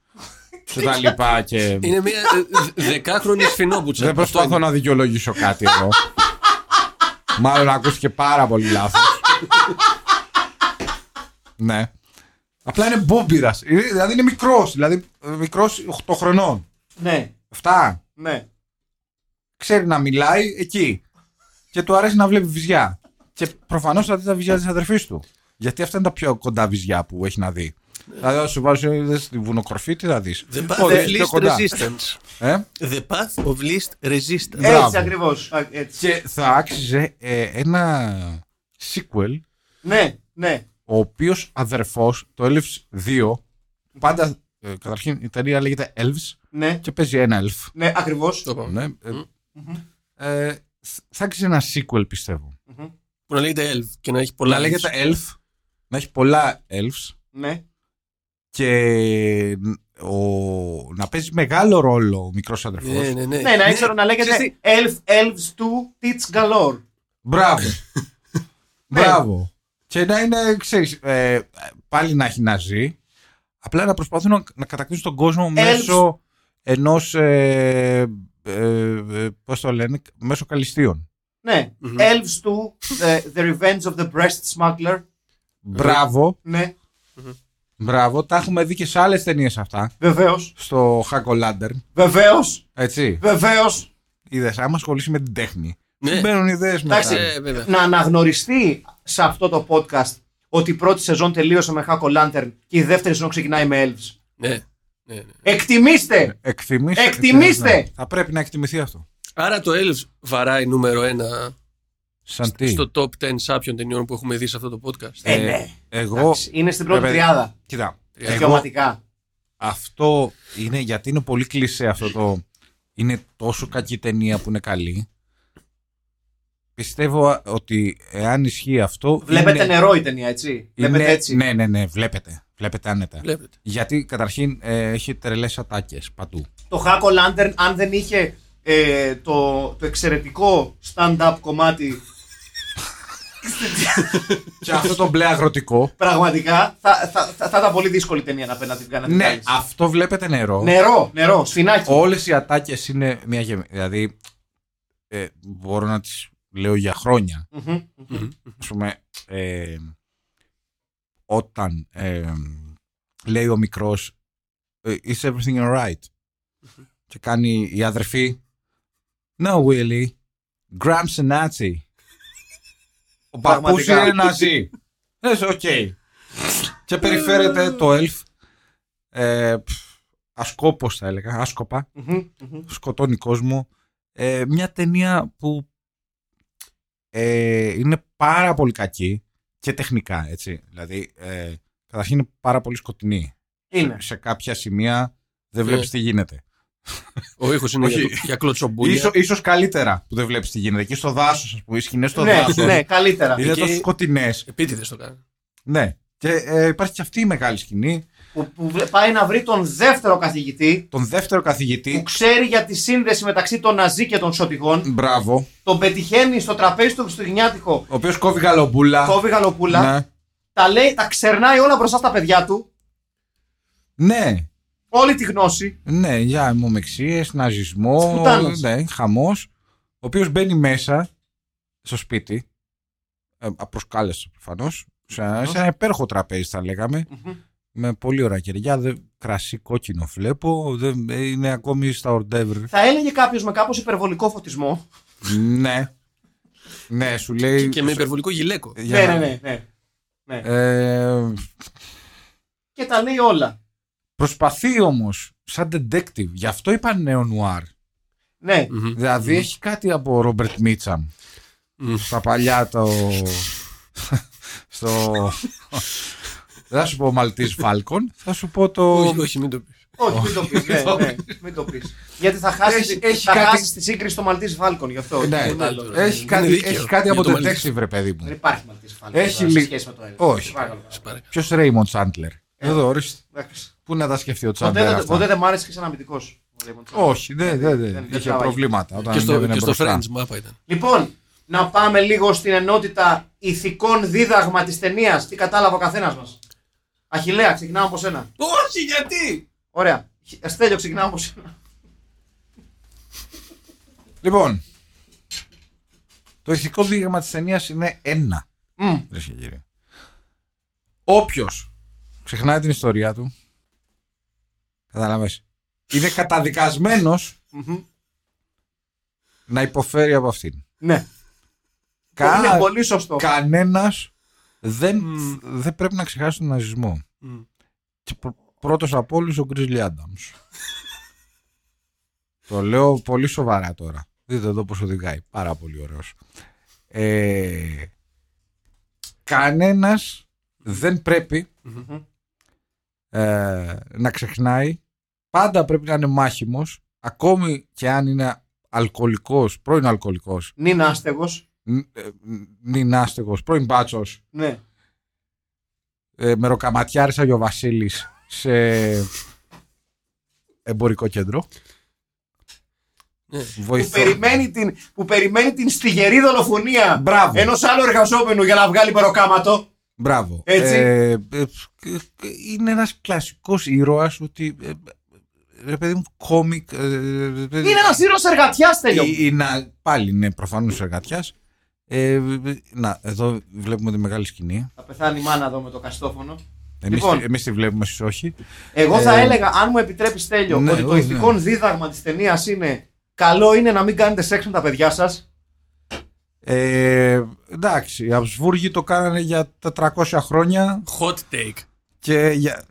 Speaker 4: και τα λοιπά και...
Speaker 5: Είναι μια ε, δε- δεκάχρονης σφινόπουτσα.
Speaker 4: Δεν
Speaker 5: Αυτό
Speaker 4: προσπαθώ να δικαιολογήσω κάτι εδώ. Μάλλον ακούστηκε πάρα πολύ λάθος. ναι. Απλά είναι μπόμπιρας. Είναι- Δηλαδή είναι μικρός. Δηλαδή ε, μικρός 8 χρονών.
Speaker 3: Ναι,
Speaker 4: 7.
Speaker 3: ναι.
Speaker 4: Ξέρει να μιλάει εκεί. Και του αρέσει να βλέπει βυζιά. Και προφανώς θα δει τα βυζιά της αδερφής του. Γιατί αυτά είναι τα πιο κοντά βυζιά που έχει να δει. Δηλαδή, όταν σου βάζεις δες τη βουνοκορφή, τι θα δεις.
Speaker 5: είναι. The path of least resistance.
Speaker 4: Ε?
Speaker 5: The path of least resistance.
Speaker 4: Μπράβο.
Speaker 3: Έτσι ακριβώς. Έτσι.
Speaker 4: Και θα άξιζε ε, ένα sequel
Speaker 3: Ναι, ναι.
Speaker 4: ο οποίος αδερφός, το Elves 2, πάντα. ε, καταρχήν η ταινία λέγεται Elves
Speaker 3: Ναι,
Speaker 4: και παίζει ένα Elf.
Speaker 3: ναι, ακριβώς.
Speaker 5: Το είπαμε.
Speaker 4: Ναι, ε, ε, θα άξιζε ένα sequel πιστεύω.
Speaker 5: Που να λέγεται Elf και να έχει πολλά.
Speaker 4: Να λέγεται Elf, να έχει πολλά Elves
Speaker 3: Ναι.
Speaker 4: και ε, ο, να παίζει μεγάλο ρόλο ο μικρός αδερφός.
Speaker 5: Ναι, ναι, ναι.
Speaker 3: Ναι, να ήξερα να
Speaker 5: Ξέρεις
Speaker 3: λέγεται Elf Elves 2 Tits Galore. (laughs)
Speaker 4: Μπράβο.
Speaker 3: Ναι.
Speaker 4: Μπράβο. Και να είναι, ξέρεις, ε, πάλι να έχει να ζει, απλά να προσπαθούν να, να κατακτήσουν τον κόσμο μέσω ενός, ε, ε, ε, πώς το λένε, μέσω καλυστίων.
Speaker 3: Ναι.
Speaker 5: Μμμ.
Speaker 3: Elves 2 the, the Revenge of the Breast Smuggler.
Speaker 4: Μπράβο,
Speaker 3: Ναι,
Speaker 4: μπράβο. Τα έχουμε δει και σε άλλες ταινίες αυτά,
Speaker 3: βεβαίως.
Speaker 4: στο Hack Lantern,
Speaker 3: Βεβαίως.
Speaker 4: έτσι.
Speaker 3: Βεβαίως.
Speaker 4: Είδες, άμα ασχολείσαι με την τέχνη,
Speaker 5: Ναι.
Speaker 4: μπαίνουν ιδέες μετά.
Speaker 3: Εντάξει.
Speaker 5: τι- Ε, βέβαια.
Speaker 3: Να αναγνωριστεί σε αυτό το podcast ότι η πρώτη σεζόν τελείωσε με Hack Lantern και η δεύτερη σεζόν ξεκινάει με Elves.
Speaker 5: Ναι. Ναι, ναι.
Speaker 3: Εκτιμήστε!
Speaker 4: Εκτιμήστε.
Speaker 3: Εκτιμήστε!
Speaker 4: Ναι. Θα πρέπει να εκτιμηθεί αυτό.
Speaker 5: Άρα το Elves βαράει νούμερο ένα
Speaker 4: Σαν τι.
Speaker 5: στο top 10 σάπιων ταινιών που έχουμε δει σε αυτό το podcast.
Speaker 3: Ε, ναι.
Speaker 4: Εγώ.
Speaker 3: Εντάξει, Είναι στην πρώτη
Speaker 4: Βέβαια.
Speaker 3: τριάδα.
Speaker 4: Κοίτα. Εγώ,
Speaker 3: Δικαιωματικά.
Speaker 4: αυτό είναι γιατί είναι πολύ κλεισέ αυτό το. Είναι τόσο κακή ταινία που είναι καλή. Πιστεύω ότι εάν ισχύει αυτό.
Speaker 3: Βλέπετε
Speaker 4: είναι-
Speaker 3: νερό η ταινία, έτσι.
Speaker 4: είναι-
Speaker 3: Βλέπετε έτσι.
Speaker 4: Ναι, ναι, ναι, βλέπετε. Βλέπετε άνετα.
Speaker 5: Βλέπετε.
Speaker 4: Γιατί καταρχήν ε, έχει τρελές ατάκες παντού.
Speaker 3: Το Χάκο Λάντερν, αν δεν είχε ε, το, το εξαιρετικό stand-up κομμάτι,
Speaker 4: Και αυτό το μπλε αγροτικό.
Speaker 3: πραγματικά θα, θα, θα, θα ήταν πολύ δύσκολη ταινία να, πει, να την κάνει.
Speaker 4: ναι, αυτό βλέπετε νερό.
Speaker 3: Νερό, νερό, σφινάκι.
Speaker 4: Όλες οι ατάκες είναι μια γεμ- Δηλαδή, ε, μπορώ να τις λέω για χρόνια.
Speaker 3: Μμμ.
Speaker 4: ας πούμε, ε, όταν ε, λέει ο μικρός ε, Is everything alright? και κάνει η αδερφή No, Willy. Gramps a Nazi. Ο παππούς
Speaker 3: Πραγματικά.
Speaker 4: είναι Ναζί. Λες, οκ. και περιφέρεται το Elf ε, πφ, ασκόπως θα έλεγα, άσκοπα
Speaker 3: Μμμ, μμμ.
Speaker 4: σκοτώνει κόσμο. Ε, μια ταινία που ε, είναι πάρα πολύ κακή και τεχνικά, έτσι. Δηλαδή, ε, καταρχήν είναι πάρα πολύ σκοτεινή.
Speaker 3: Είναι.
Speaker 4: Σε κάποια σημεία δεν
Speaker 5: Ε.
Speaker 4: βλέπεις τι γίνεται.
Speaker 5: Ο ήχος είναι
Speaker 4: Όχι.
Speaker 5: για, για κλωτσομπούνια.
Speaker 4: Ίσως, ίσως καλύτερα που δεν βλέπεις τι γίνεται. Εκεί στο δάσος, ας πούμε, οι σκηνές στο
Speaker 3: Ναι,
Speaker 4: δάσος.
Speaker 3: ναι, καλύτερα.
Speaker 4: Είναι
Speaker 5: Εκεί-
Speaker 4: τόσο σκοτεινές.
Speaker 5: Επίτηδες το κάνει.
Speaker 4: Ναι. Και ε, υπάρχει και αυτή η μεγάλη σκηνή.
Speaker 3: Που, που βλέ- πάει να βρει τον δεύτερο καθηγητή
Speaker 4: Τον δεύτερο καθηγητή.
Speaker 3: που ξέρει για τη σύνδεση μεταξύ των Ναζί και των
Speaker 4: Ναι.
Speaker 3: Σωτηγών.
Speaker 4: Μπράβο.
Speaker 3: Τον πετυχαίνει στο τραπέζι του Χριστουγεννιάτικο.
Speaker 4: Ο οποίος κόβει γαλομπούλα.
Speaker 3: Κόβει γαλοπούλα.
Speaker 4: Ναι.
Speaker 3: Τα, λέει, τα ξερνάει όλα μπροστά στα παιδιά του.
Speaker 4: ναι.
Speaker 3: Όλη τη γνώση.
Speaker 4: Ναι, για αιμομεξίες, ναζισμό.
Speaker 3: Σπουτάνος.
Speaker 4: Ναι, χαμός. Ο οποίος μπαίνει μέσα στο σπίτι. Ε, απροσκάλεσε προφανώς. Σε, ένα- σε ένα υπέροχο τραπέζι, θα λέγαμε. Με πολύ ωραία κεριά. Δε, κρασί κόκκινο βλέπω. δεν- ε, είναι ακόμη στα ορντεύρ.
Speaker 3: Θα έλεγε κάποιος με κάπως υπερβολικό φωτισμό.
Speaker 4: ναι. Ναι, σου
Speaker 5: Και,
Speaker 4: λέει.
Speaker 5: και με υπερβολικό γυλαίκο.
Speaker 4: για
Speaker 3: Ναι,
Speaker 4: να-
Speaker 3: ναι, ναι, ναι.
Speaker 4: Ε,
Speaker 3: Και τα λέει όλα.
Speaker 4: προσπαθεί όμως σαν detective. Γι' αυτό είπα νέο νουάρ.
Speaker 3: Ναι.
Speaker 5: Μμμ.
Speaker 4: Δηλαδή έχει κάτι από Ρόμπερτ Μίτσαμ.
Speaker 5: Μμμ.
Speaker 4: Στα παλιά το. στο. Δεν θα σου πω Μαλτής Φάλκον, θα σου πω το.
Speaker 5: Όχι, όχι, μην το πεις.
Speaker 3: Όχι, μην το πεις. Ναι, ναι, μην το πεις. Γιατί θα χάσει
Speaker 4: Έχει- έχει
Speaker 3: θα
Speaker 4: κάτι-
Speaker 3: χάσεις τη σύγκριση στο Μαλτή Φάλκον γι' αυτό.
Speaker 4: Ναι,
Speaker 3: Τίποτα άλλο.
Speaker 4: έχει
Speaker 5: Είναι
Speaker 4: κάτι,
Speaker 5: δίκαιο
Speaker 4: έχει κάτι
Speaker 5: για
Speaker 4: από
Speaker 5: το
Speaker 4: το
Speaker 5: Maltese.
Speaker 4: detective, ρε παιδί
Speaker 3: Δεν
Speaker 4: μου.
Speaker 3: υπάρχει Μαλτή Φάλκον.
Speaker 4: Έχει
Speaker 3: τώρα,
Speaker 4: λι-
Speaker 3: σε σχέση με το έλεγχο.
Speaker 4: Όχι.
Speaker 5: Σε παρακαλώ.
Speaker 4: Ποιος Ρέιμον Σάντλερ. Εδώ, ορίστε.
Speaker 3: Εντάξει.
Speaker 4: Πού να τα σκεφτεί ο
Speaker 3: Ποτέ
Speaker 4: Τσάντλερ.
Speaker 3: δεν- Ποτέ
Speaker 4: αυτά.
Speaker 3: δεν μ' άρεσε και σαν αμυντικός.
Speaker 4: Όχι, δεν δεν-
Speaker 3: δεν
Speaker 4: δεν. Είχε
Speaker 3: τραβάει.
Speaker 4: προβλήματα. Όταν
Speaker 5: Και στο,
Speaker 4: ανέβαινε
Speaker 5: και στο
Speaker 4: μπροστά.
Speaker 5: Friends μάπα ήταν.
Speaker 3: Λοιπόν, να πάμε λίγο στην ενότητα ηθικών δίδαγμα της ταινίας. Τι κατάλαβε ο καθένας μας. Αχηλέα, ξεκινάμε από σένα.
Speaker 5: Όχι, γιατί!
Speaker 3: Ωραία. Στέλιο, ξεκινάμε από σένα.
Speaker 4: Λοιπόν, το ηθικό δείγμα της ταινίας είναι ένα.
Speaker 3: Μμ.
Speaker 4: Ρε και κύριε. Όποιος ξεχνάει την ιστορία του. Καταλαβες. Είναι καταδικασμένος
Speaker 3: Μμμ.
Speaker 4: να υποφέρει από αυτήν.
Speaker 3: Ναι.
Speaker 4: Κα...
Speaker 3: Είναι πολύ σωστό.
Speaker 4: κανένας δεν, δεν πρέπει να ξεχάσει τον ναζισμό. Και πρω- πρώτος από όλους ο Γκρίζλι Άνταμς. το λέω πολύ σοβαρά τώρα. Δείτε εδώ πως οδηγάει. Πάρα πολύ ωραίος. Ε, κανένας δεν πρέπει ε, να ξεχνάει. Πάντα πρέπει να είναι μάχημος. Ακόμη και αν είναι αλκοολικός, πρώην αλκοολικός,
Speaker 3: Νίνα άστεγο.
Speaker 4: ν- ε, νυν άστεγος, πρώην μπάτσος,
Speaker 3: Ναι.
Speaker 4: ε, μεροκαματιάρισα ο Βασίλης σε εμπορικό κέντρο.
Speaker 5: Ναι.
Speaker 3: Που
Speaker 4: Βοηθό.
Speaker 3: περιμένει, την, που περιμένει την στιγερή δολοφονία
Speaker 4: Μπράβο.
Speaker 3: ενός άλλου εργαζόμενου για να βγάλει περοκάματο.
Speaker 4: Μπράβο.
Speaker 3: Έτσι.
Speaker 4: Ε, ε, ε, είναι ένας κλασικός ήρωας ότι ε, ε, ρε παιδί μου κόμικ ε,
Speaker 3: Είναι ένας ήρωας εργατιάς, Στέλιο.
Speaker 4: ή- ή να- πάλι είναι προφανώς εργατιάς ε, ε, να, εδώ βλέπουμε τη μεγάλη σκηνή.
Speaker 3: Θα πεθάνει η μάνα εδώ με το καστόφωνο.
Speaker 4: Εμείς,
Speaker 3: Λοιπόν.
Speaker 4: τη- εμείς τη βλέπουμε, εσείς όχι.
Speaker 3: Εγώ θα
Speaker 4: Ε,
Speaker 3: έλεγα, αν μου επιτρέπεις, Στέλιο,
Speaker 4: ναι,
Speaker 3: ότι το
Speaker 4: όχι,
Speaker 3: ηθικό
Speaker 4: ναι.
Speaker 3: δίδαγμα της ταινίας είναι καλό είναι να μην κάνετε σεξ με τα παιδιά σας.
Speaker 4: Ε, εντάξει, οι Αψβούργοι το κάνανε για τα 300 χρόνια.
Speaker 5: Hot take.
Speaker 4: Και για...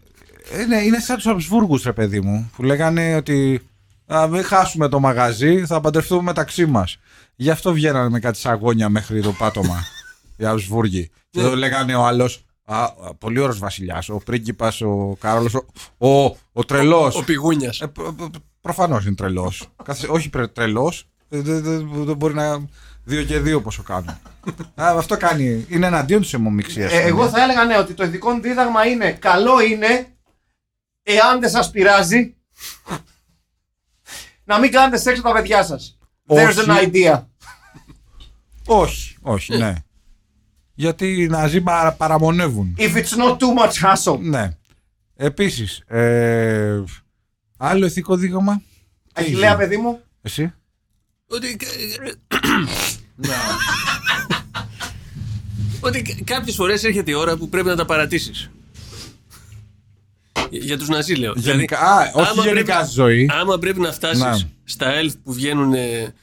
Speaker 4: είναι, είναι σαν τους Αψβούργου, ρε παιδί μου, που λέγανε ότι να μην χάσουμε το μαγαζί, θα παντρευτούμε μεταξύ μας. Γι' αυτό βγαίνανε με κάτι σαγόνια μέχρι το πάτωμα οι Αψβούργοι. Και εδώ λέγανε ο άλλος. πολύ ωραίος βασιλιάς. Ο πρίγκιπας, ο Κάρολος, ο, ο, ο τρελός.
Speaker 5: Ο πηγούνιας.
Speaker 4: Ε, προ- προ- Προφανώς είναι τρελός.
Speaker 3: (laughs)
Speaker 4: Όχι ε, τρελό. Δεν μπορεί να. Δύο και δύο πόσο
Speaker 3: (laughs)
Speaker 4: κάνουν. Α, αυτό κάνει. Είναι εναντίον της αιμομηξία.
Speaker 3: Ε, εγώ θα έλεγα ναι, ότι το ειδικό δίδαγμα είναι καλό είναι εάν δεν σας πειράζει να μην κάνετε σεξ με τα παιδιά σας. There's
Speaker 4: Όχι.
Speaker 3: an idea.
Speaker 4: Όχι,
Speaker 3: Ε.
Speaker 4: όχι, ναι. Γιατί οι Ναζί παρα- παραμονεύουν.
Speaker 3: If it's not too much hassle.
Speaker 4: Ναι. Επίσης. Ε, άλλο ηθικό δίγαμα. Τι
Speaker 3: Αχιλέα
Speaker 4: είχε?
Speaker 3: παιδί μου,
Speaker 4: Εσύ.
Speaker 5: Ότι.
Speaker 4: Ναι.
Speaker 5: (laughs) Ότι κάποιες φορές έρχεται η ώρα που πρέπει να τα παρατήσεις. Για τους Ναζί, λέω.
Speaker 4: Γενικά. Α, όχι
Speaker 5: άμα
Speaker 4: γενικά
Speaker 5: πρέπει-
Speaker 4: στη ζωή.
Speaker 5: Άμα πρέπει να
Speaker 4: Ναι.
Speaker 5: φτάσει στα ΕΛΦ που βγαίνουν ε,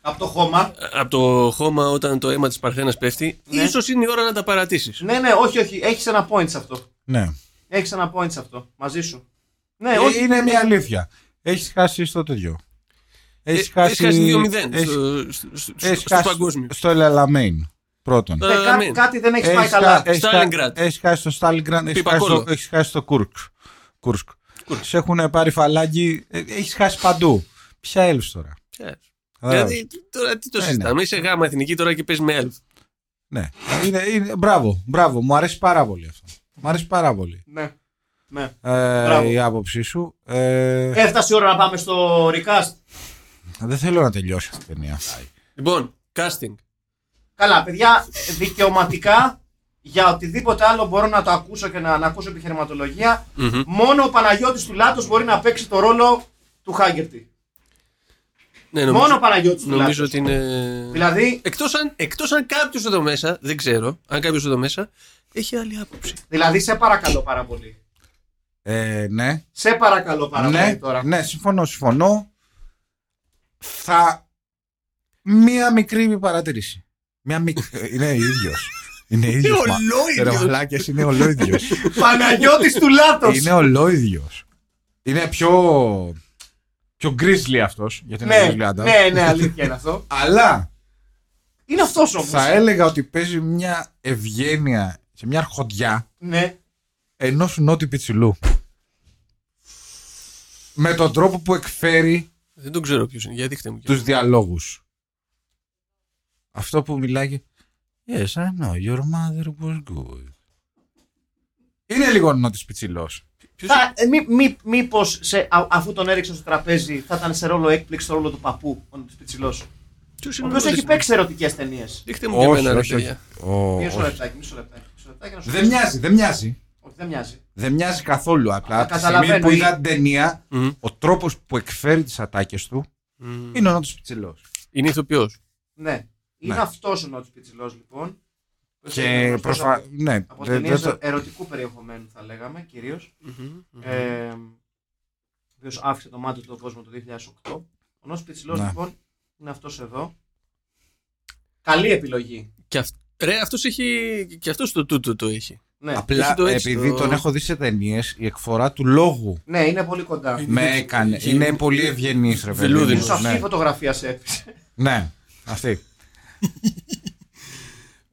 Speaker 3: από το χώμα.
Speaker 5: από το χώμα όταν το αίμα της Παρθένας πέφτει,
Speaker 4: Ναι.
Speaker 5: ίσως είναι η ώρα να τα παρατήσεις.
Speaker 3: Ναι, ναι, όχι, όχι. Έχεις ένα point σε αυτό.
Speaker 4: Ναι.
Speaker 3: Έχεις ένα point σε αυτό. Μαζί σου. Ναι,
Speaker 4: Ε,
Speaker 3: όχι.
Speaker 4: είναι μια αλήθεια. Έχεις χάσει στο τέτοιο.
Speaker 5: Ε,
Speaker 4: Έχεις χάσει.
Speaker 5: 2-0
Speaker 4: έχεις-
Speaker 5: στο- στο- στο-
Speaker 4: έχεις
Speaker 5: στο
Speaker 4: χάσει
Speaker 5: παγκόσμιο.
Speaker 4: στο Ελαλαμέιν. Πρώτον.
Speaker 5: Τα-
Speaker 3: Ναι, κά-
Speaker 5: Αμήν. Ε,
Speaker 3: κάτι δεν έχεις
Speaker 4: Έχεις
Speaker 3: πάει
Speaker 4: χα-
Speaker 3: καλά.
Speaker 4: έχεις χα-
Speaker 5: Στάλινγκραντ.
Speaker 4: Έχεις χάσει το Στάλινγκραντ, έχεις χάσει το,
Speaker 5: Πυπακόλο.
Speaker 4: έχεις χάσει το Κούρκ. Κούρσκ. Σε έχουν πάρει φαλάκι, ε, έχεις χάσει παντού. Ποια έλευση τώρα.
Speaker 5: Ξέρεις.
Speaker 4: Κατάλαβες.
Speaker 5: Δηλαδή τώρα τι το
Speaker 4: Ναι, ναι.
Speaker 5: συζητάμε. Είσαι γάμα εθνική τώρα και παίζεις με ΕΛΦ.
Speaker 4: Ναι. Είναι, είναι, μπράβο, μπράβο. Μου αρέσει πάρα πολύ αυτό. Μου αρέσει πάρα πολύ
Speaker 3: Ναι. ναι. Μπράβο.
Speaker 4: ε, η άποψή σου. Ε,
Speaker 3: Έφτασε η ώρα να πάμε στο recast.
Speaker 4: δεν θέλω να τελειώσει αυτή η ταινία.
Speaker 5: Λοιπόν, casting.
Speaker 3: Καλά, παιδιά, δικαιωματικά για οτιδήποτε άλλο μπορώ να το ακούσω και να, να ακούσω επιχειρηματολογία. Μόνο ο Παναγιώτης του Λάτος μπορεί να παίξει το ρόλο του Χάγκερτη.
Speaker 5: Ναι, νομίζω,
Speaker 3: Μόνο ο Παναγιώτης του
Speaker 5: νομίζω
Speaker 3: Λάτος.
Speaker 5: ότι είναι.
Speaker 3: Δηλαδή,
Speaker 5: Εκτός αν, εκτός αν κάποιος εδώ μέσα, δεν ξέρω, αν κάποιος εδώ μέσα έχει άλλη άποψη.
Speaker 3: δηλαδή, σε παρακαλώ πάρα πολύ.
Speaker 4: Ε, ναι.
Speaker 3: Σε παρακαλώ πάρα
Speaker 4: ναι,
Speaker 3: πολύ τώρα.
Speaker 4: ναι, συμφωνώ, συμφωνώ. Θα. Μία μικρή παρατήρηση. Μία
Speaker 3: (laughs)
Speaker 4: μικρή. είναι ίδιος. Είναι ίδιο.
Speaker 5: ολόιδιος.
Speaker 4: είναι ολόιδιος.
Speaker 3: Παναγιώτης του Λάτος.
Speaker 4: είναι ολόιδιος. Είναι πιο. πιο γκρίζλι αυτός. Γιατί είναι
Speaker 3: Ναι,
Speaker 4: γκρίζλι άντρα.
Speaker 3: ναι, ναι, αλήθεια είναι αυτό.
Speaker 4: Αλλά
Speaker 3: Είναι αυτός όμως.
Speaker 4: θα έλεγα ότι παίζει μια ευγένεια και μια αρχοντιά
Speaker 3: Ναι.
Speaker 4: ενός νότιου πιτσιλού. Με τον τρόπο που εκφέρει
Speaker 5: Δεν τον ξέρω ποιος είναι. Για δείχτε μου.
Speaker 4: τους διαλόγους. Αυτό που μιλάει Yes, I know your mother was good. Είναι λίγο νότις πιτσιλός.
Speaker 3: Θα, ε, μη, μη, μήπως σε, α- αφού τον έριξαν στο τραπέζι θα ήταν σε ρόλο έκπληξη το ρόλο του παππού, ο Πιτσιλός. Ο
Speaker 5: Ποιος είναι
Speaker 3: οποίος έχει
Speaker 5: Νότις?
Speaker 3: παίξει ερωτικές ταινίες.
Speaker 5: Δείχτε μου και εμένα, ρε παιδιά.
Speaker 4: Ο-
Speaker 3: Μισό
Speaker 4: όχι.
Speaker 3: λεπτάκι, μισό λεπτάκι. Μισό λεπτάκι να σου
Speaker 4: Δεν
Speaker 3: δείξω.
Speaker 4: μοιάζει, δεν μοιάζει.
Speaker 3: Όχι, δεν μοιάζει.
Speaker 4: Δεν μοιάζει καθόλου. Απλά από τη στιγμή
Speaker 3: καταλαβαίνω,
Speaker 4: που
Speaker 3: ή-
Speaker 4: είδα την ταινία,
Speaker 5: Μμμ.
Speaker 4: ο τρόπος που εκφέρει τις ατάκες του
Speaker 5: Μμμ.
Speaker 4: είναι ο νότις πιτσιλός.
Speaker 5: Mm. Είναι ηθοποιός.
Speaker 3: Ναι. Είναι
Speaker 4: Ναι.
Speaker 3: αυτός ο Νότι Πιτσιλός, λοιπόν.
Speaker 4: Και
Speaker 3: Αυτός
Speaker 4: προσπα...
Speaker 3: από-
Speaker 4: Ναι,
Speaker 3: Από
Speaker 4: δεν-
Speaker 3: ταινίες
Speaker 4: δεν το-
Speaker 3: ερωτικού περιεχομένου, θα λέγαμε κυρίως.
Speaker 5: Μμμ.
Speaker 3: Ε, ο οποίος άφησε το μάτι του τον κόσμο το 2008. Ο Νότι Πιτσιλός,
Speaker 4: Ναι.
Speaker 3: λοιπόν, είναι αυτός εδώ. Καλή επιλογή.
Speaker 5: Και αυ- Ρε, αυτός έχει. Και αυτός το τούτο το έχει.
Speaker 3: Ναι,
Speaker 4: Απλά
Speaker 5: Έχει το έτσι,
Speaker 4: επειδή
Speaker 5: το-
Speaker 4: τον έχω δει σε ταινίες, η εκφορά του λόγου
Speaker 3: ναι είναι πολύ κοντά.
Speaker 5: Είναι-
Speaker 4: με έκανε.
Speaker 5: Είχε-
Speaker 4: Είναι πολύ ευγενής, ρε παιδί. μου.
Speaker 5: Φιλούδινος,
Speaker 3: Ίσως αυτή
Speaker 4: Ναι.
Speaker 3: η φωτογραφία σε έπεισε.
Speaker 4: Ναι, αυτή.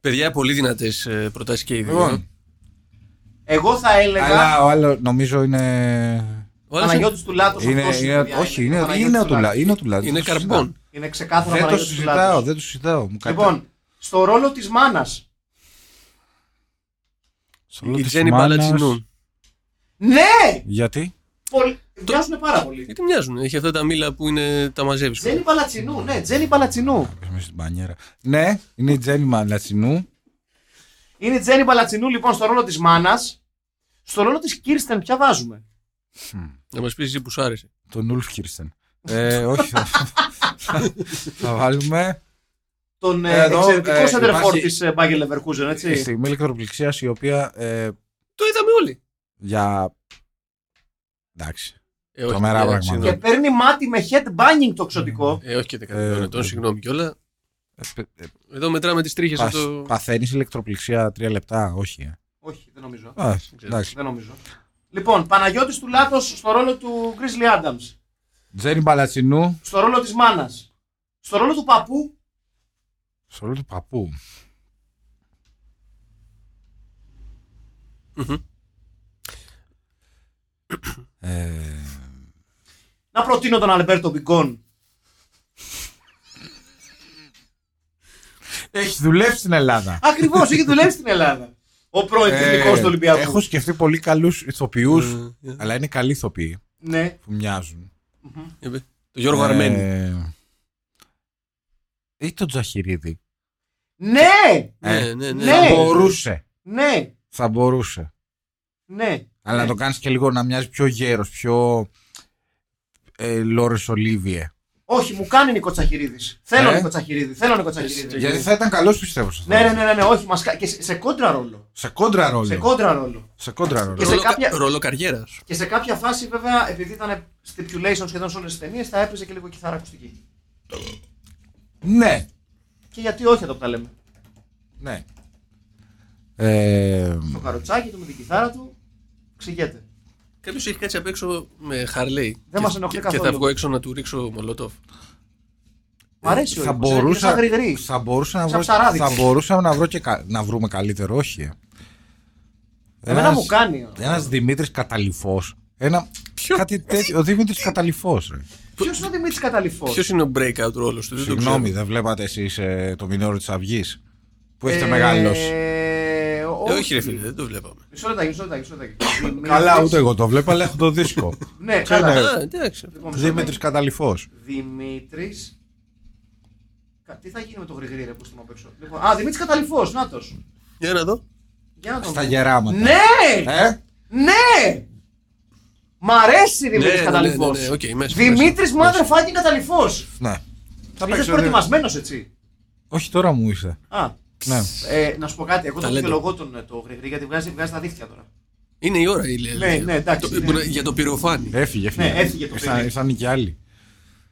Speaker 5: Παιδιά, πολύ δυνατές ε, προτάσεις και οι δύο.
Speaker 4: Λοιπόν,
Speaker 3: Εγώ θα έλεγα.
Speaker 4: αλλά ο άλλο νομίζω είναι.
Speaker 5: Ο άλλος είναι-
Speaker 3: Παναγιώτης του Λάτος.
Speaker 4: είναι, είναι όχι, είναι, είναι, ο τουλά, είναι ο τουλά.
Speaker 5: είναι καρμπών.
Speaker 3: Είναι ξεκάθαρα
Speaker 4: Δεν το
Speaker 3: Παναγιώτης του Λάτος.
Speaker 4: συζητάω, δεν το συζητάω. Μου κατα-
Speaker 3: Λοιπόν, στο ρόλο της μάνας.
Speaker 4: Στο λόγο
Speaker 5: Η
Speaker 4: της
Speaker 5: Τζένι
Speaker 4: μάνας-
Speaker 5: Μπαλατσινού.
Speaker 3: Ναι!
Speaker 4: Γιατί?
Speaker 3: Πολύ... Μοιάζουν πάρα πολύ.
Speaker 5: Γιατί μοιάζουν, έχει αυτά τα μήλα που είναι, τα μαζεύεις.
Speaker 3: Τζένι Παλατσινού, ναι, Τζένι Παλατσινού.
Speaker 4: Είμαι στην μπανιέρα. Ναι, είναι η Τζένι Μπαλατσινού.
Speaker 3: Είναι η Τζένι Παλατσινού λοιπόν στο ρόλο της μάνας. Στο ρόλο της Κίρστεν ποια βάζουμε.
Speaker 5: Να μας πεις εσύ που σ' άρεσε.
Speaker 4: Τον Ουλφ Χίρστεν. Ε, όχι,
Speaker 3: (laughs)
Speaker 4: θα, θα- θα βάλουμε
Speaker 3: Τον ε,
Speaker 4: Εδώ,
Speaker 3: εξαιρετικό
Speaker 4: ε,
Speaker 3: σεντερφόρ
Speaker 4: υπάρχει-
Speaker 3: της ε, Μπάγκερ Λεβερκούζεν, έτσι.
Speaker 4: στιγμή ηλεκτροπληξίας η οποία ε,
Speaker 5: Το είδαμε όλοι.
Speaker 4: για... Εντάξει.
Speaker 5: Ε, όχι,
Speaker 4: Τρομερά ναι.
Speaker 5: δεν
Speaker 4: πράγματα.
Speaker 5: ξέρω.
Speaker 3: Και παίρνει μάτι με headbanging το εξωτικό.
Speaker 5: Ε, όχι και
Speaker 4: Ε,
Speaker 5: 18 ετών,
Speaker 4: ε,
Speaker 5: συγγνώμη κιόλα.
Speaker 4: Ε, πε- ε,
Speaker 5: Εδώ μετράμε τις τρίχες
Speaker 4: Πα,
Speaker 5: από το...
Speaker 4: Παθαίνεις ηλεκτροπληξία τρία λεπτά, όχι. ε.
Speaker 3: Όχι, δεν νομίζω.
Speaker 4: Α,
Speaker 5: ξέρω.
Speaker 4: εντάξει.
Speaker 3: Δεν νομίζω. Λοιπόν, Παναγιώτης του Λάτος στο ρόλο του Grizzly Adams.
Speaker 4: Τζένι Μπαλατσινού.
Speaker 3: Στο ρόλο της μάνας. Στο ρόλο του παππού,
Speaker 4: Στο ρόλο του παππού. Ε,
Speaker 3: να προτείνω τον Αλμπέρτο Μπιγκόν.
Speaker 4: έχει δουλέψει στην Ελλάδα. Ε,
Speaker 3: Ακριβώς, έχει δουλέψει στην Ελλάδα. Ο πρώην τεχνικός Ε, του Ολυμπιακού.
Speaker 4: Έχω σκεφτεί πολύ καλούς ηθοποιούς,
Speaker 5: Ναι,
Speaker 4: αλλά είναι καλοί ηθοποιοί
Speaker 3: Ναι.
Speaker 4: που μοιάζουν.
Speaker 5: Είπε. Το Γιώργο Αρμένη.
Speaker 4: Ε, Ή τον Τζαχυρίδη.
Speaker 3: Ναι!
Speaker 5: Ναι, ναι, ναι.
Speaker 3: ναι.
Speaker 4: Θα μπορούσε.
Speaker 3: Ναι!
Speaker 4: Θα μπορούσε.
Speaker 3: Ναι!
Speaker 4: Αλλά να το κάνεις και λίγο να μοιάζει πιο γέρος, πιο. Ε, Λόρες Ολίβιε.
Speaker 3: Όχι, μου κάνει Νίκο Τσαχυρίδης. Θέλω
Speaker 4: Ε.
Speaker 3: Νίκο Τσαχυρίδη. Θέλω Νίκο Τσαχυρίδη.
Speaker 4: Γιατί θα ήταν καλός πιστεύω σε αυτό.
Speaker 3: Ναι, ναι, ναι, ναι, ναι, όχι, μας κα- και σε, σε κόντρα ρόλο.
Speaker 4: Σε κόντρα ρόλο.
Speaker 3: Σε κόντρα ρόλο.
Speaker 4: Σε κόντρα ρόλο.
Speaker 3: Και σε
Speaker 5: Ρόλο,
Speaker 3: κάποια-
Speaker 5: ρόλο καριέρας.
Speaker 3: Και σε κάποια φάση, βέβαια, επειδή ήταν stipulation σχεδόν σε όλες τις ταινίες, θα έπαιζε και λίγο κιθάρα ακουστική.
Speaker 4: Ναι.
Speaker 3: Και γιατί όχι εδώ που τα λέμε.
Speaker 4: ναι. Ε,
Speaker 3: Το καροτσάκι του με την κιθάρα του ξηγέται.
Speaker 5: Κάποιος έχει κάτσει απ' έξω με Χαρλέι.
Speaker 3: Δεν
Speaker 5: Και-
Speaker 3: μας ενοχλεί
Speaker 5: και- Και θα
Speaker 3: καθόλου.
Speaker 5: βγω έξω να του ρίξω μολοτόφ.
Speaker 3: Μ' αρέσει ο
Speaker 4: Ε, θα,
Speaker 3: ήχος, είναι
Speaker 4: μπορούσα,
Speaker 3: σαν γρηγρή.
Speaker 4: θα, μπορούσα να
Speaker 3: Σαν
Speaker 4: βρω,
Speaker 3: ψαράδικος.
Speaker 4: θα μπορούσα να βρω και κα- να βρούμε καλύτερο, όχι. ε.
Speaker 3: Εμένα
Speaker 4: Ένας- Ε,
Speaker 3: μου κάνει.
Speaker 4: Ένας Δημήτρης Καταληφός. Ένα. Κάτι τέτοιο. Ο Δημήτρης Καταληφός. ρε.
Speaker 3: Ποιος είναι ο Δημήτρης Καταληφό.
Speaker 5: Ποιος είναι ο breakout ρόλος του, δεν το ξέρω.
Speaker 4: Συγγνώμη, δεν βλέπατε εσείς ε, το μηνόρο της Αυγής που έχετε
Speaker 3: Ε,
Speaker 4: μεγαλώσει.
Speaker 3: ε,
Speaker 5: Ε, όχι, ρε φίλε, δεν το βλέπαμε.
Speaker 3: Μισό λεπτάκι, μισό λεπτάκι, μισό λεπτάκι. Δημήτρης-
Speaker 4: Καλά, ούτε εγώ το βλέπω, αλλά έχω το δίσκο.
Speaker 3: Ναι,
Speaker 4: Ξέρω,
Speaker 3: ε, καλά.
Speaker 4: ε,
Speaker 5: Α, εντάξει.
Speaker 3: Λοιπόν, μισό
Speaker 4: Δημήτρης
Speaker 3: λεπτάκι.
Speaker 4: Καταληφός.
Speaker 3: Δημήτρης. Κα- Τι θα γίνει με το γρηγρή ρε που στην απ' έξω. Λοιπόν, α, Δημήτρης Καταληφός, να τος.
Speaker 5: Για να δω.
Speaker 3: Για να τον
Speaker 4: Στα
Speaker 3: δω.
Speaker 4: γεράματα.
Speaker 3: Ναι!
Speaker 4: Ε,
Speaker 3: Ναι! Μ' αρέσει Δημήτρης ναι,
Speaker 5: ναι,
Speaker 3: Καταληφό.
Speaker 5: ναι, ναι, οκ, μέσα,
Speaker 3: Δημήτρη
Speaker 5: μέσα, μέσα.
Speaker 3: motherfucking Καταληφό.
Speaker 4: ναι. Θα
Speaker 3: Είσαι
Speaker 4: παίξω δύο.
Speaker 3: προετοιμασμένος έτσι.
Speaker 4: Όχι τώρα μου είσαι.
Speaker 3: Α,
Speaker 4: Ναι.
Speaker 3: ε, να σου πω κάτι. Εγώ τον
Speaker 5: Ταλέντο.
Speaker 3: δικαιολογώ τον ε, το γρηγρή γιατί βγάζει, βγάζει τα δίχτυα τώρα.
Speaker 5: Είναι η ώρα, η Λέλη.
Speaker 3: Ναι, ναι, εντάξει,
Speaker 5: Το-
Speaker 3: ναι.
Speaker 5: ήμουν Για το πυροφάνι.
Speaker 4: Έφυγε, έφυγε. Ε,
Speaker 3: Ναι, έφυγε το
Speaker 4: Ήρθαν-
Speaker 3: παιδί.
Speaker 4: Ήρθαν και άλλοι.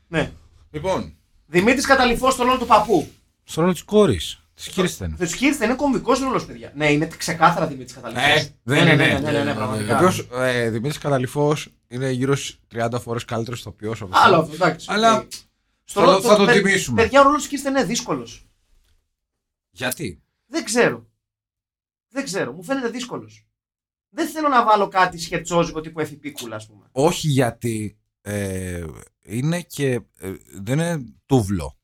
Speaker 3: Ναι.
Speaker 4: Λοιπόν,
Speaker 3: Δημήτρης Καταληφός στο ρόλο του παππού.
Speaker 4: στο ρόλο της κόρης, της Κίρστεν.
Speaker 3: Δεν σου χείριστε, είναι κωμικό ρόλος, παιδιά. Ναι, είναι ξεκάθαρα Δημήτρης Καταληφός.
Speaker 4: Ε, δεν είναι,
Speaker 3: ναι, ναι,
Speaker 4: ναι.
Speaker 3: ναι, ναι, ναι,
Speaker 4: Ο
Speaker 3: πραγματικά.
Speaker 4: οποίος, ε, Δημήτρης Καταληφός είναι γύρω στις 30 φορές καλύτερος ηθοποιός από
Speaker 3: Άλλο
Speaker 4: αυτό.
Speaker 3: αυτό, εντάξει.
Speaker 4: Αλλά
Speaker 3: οκ.
Speaker 4: θα
Speaker 3: ρόλο
Speaker 4: το-
Speaker 3: του-
Speaker 4: θα τον
Speaker 3: παι-
Speaker 4: τιμήσουμε.
Speaker 3: Παιδιά, ο ρόλος χείριστε είναι δύσκολος.
Speaker 4: Γιατί.
Speaker 3: Δεν ξέρω. Δεν ξέρω, μου φαίνεται δύσκολος. Δεν θέλω να βάλω κάτι σχετσόζικο τύπου εφηπίκουλα, ας πούμε.
Speaker 4: Όχι γιατί ε, είναι και ε, δεν είναι τούβλο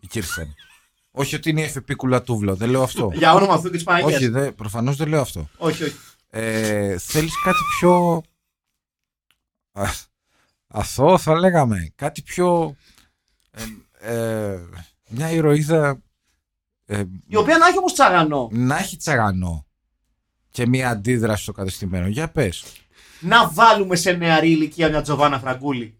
Speaker 4: η (laughs) Κίρστεν. Όχι ότι είναι η εφηπίκουλα τούβλο, δεν λέω αυτό.
Speaker 3: Για όνομα αυτού και τη Παναγία.
Speaker 4: Όχι, δε, προφανώς δεν λέω αυτό.
Speaker 3: όχι, όχι.
Speaker 4: Ε, θέλεις κάτι πιο... Α, αθώο θα λέγαμε. Κάτι πιο... ε, ε, μια ηρωίδα... ε,
Speaker 3: Η οποία να έχει όμως τσαγανό.
Speaker 4: να έχει τσαγανό και μια αντίδραση στο κατεστημένο. Για πες.
Speaker 3: Να βάλουμε σε νεαρή ηλικία μια Τζοβάνα Φραγκούλη.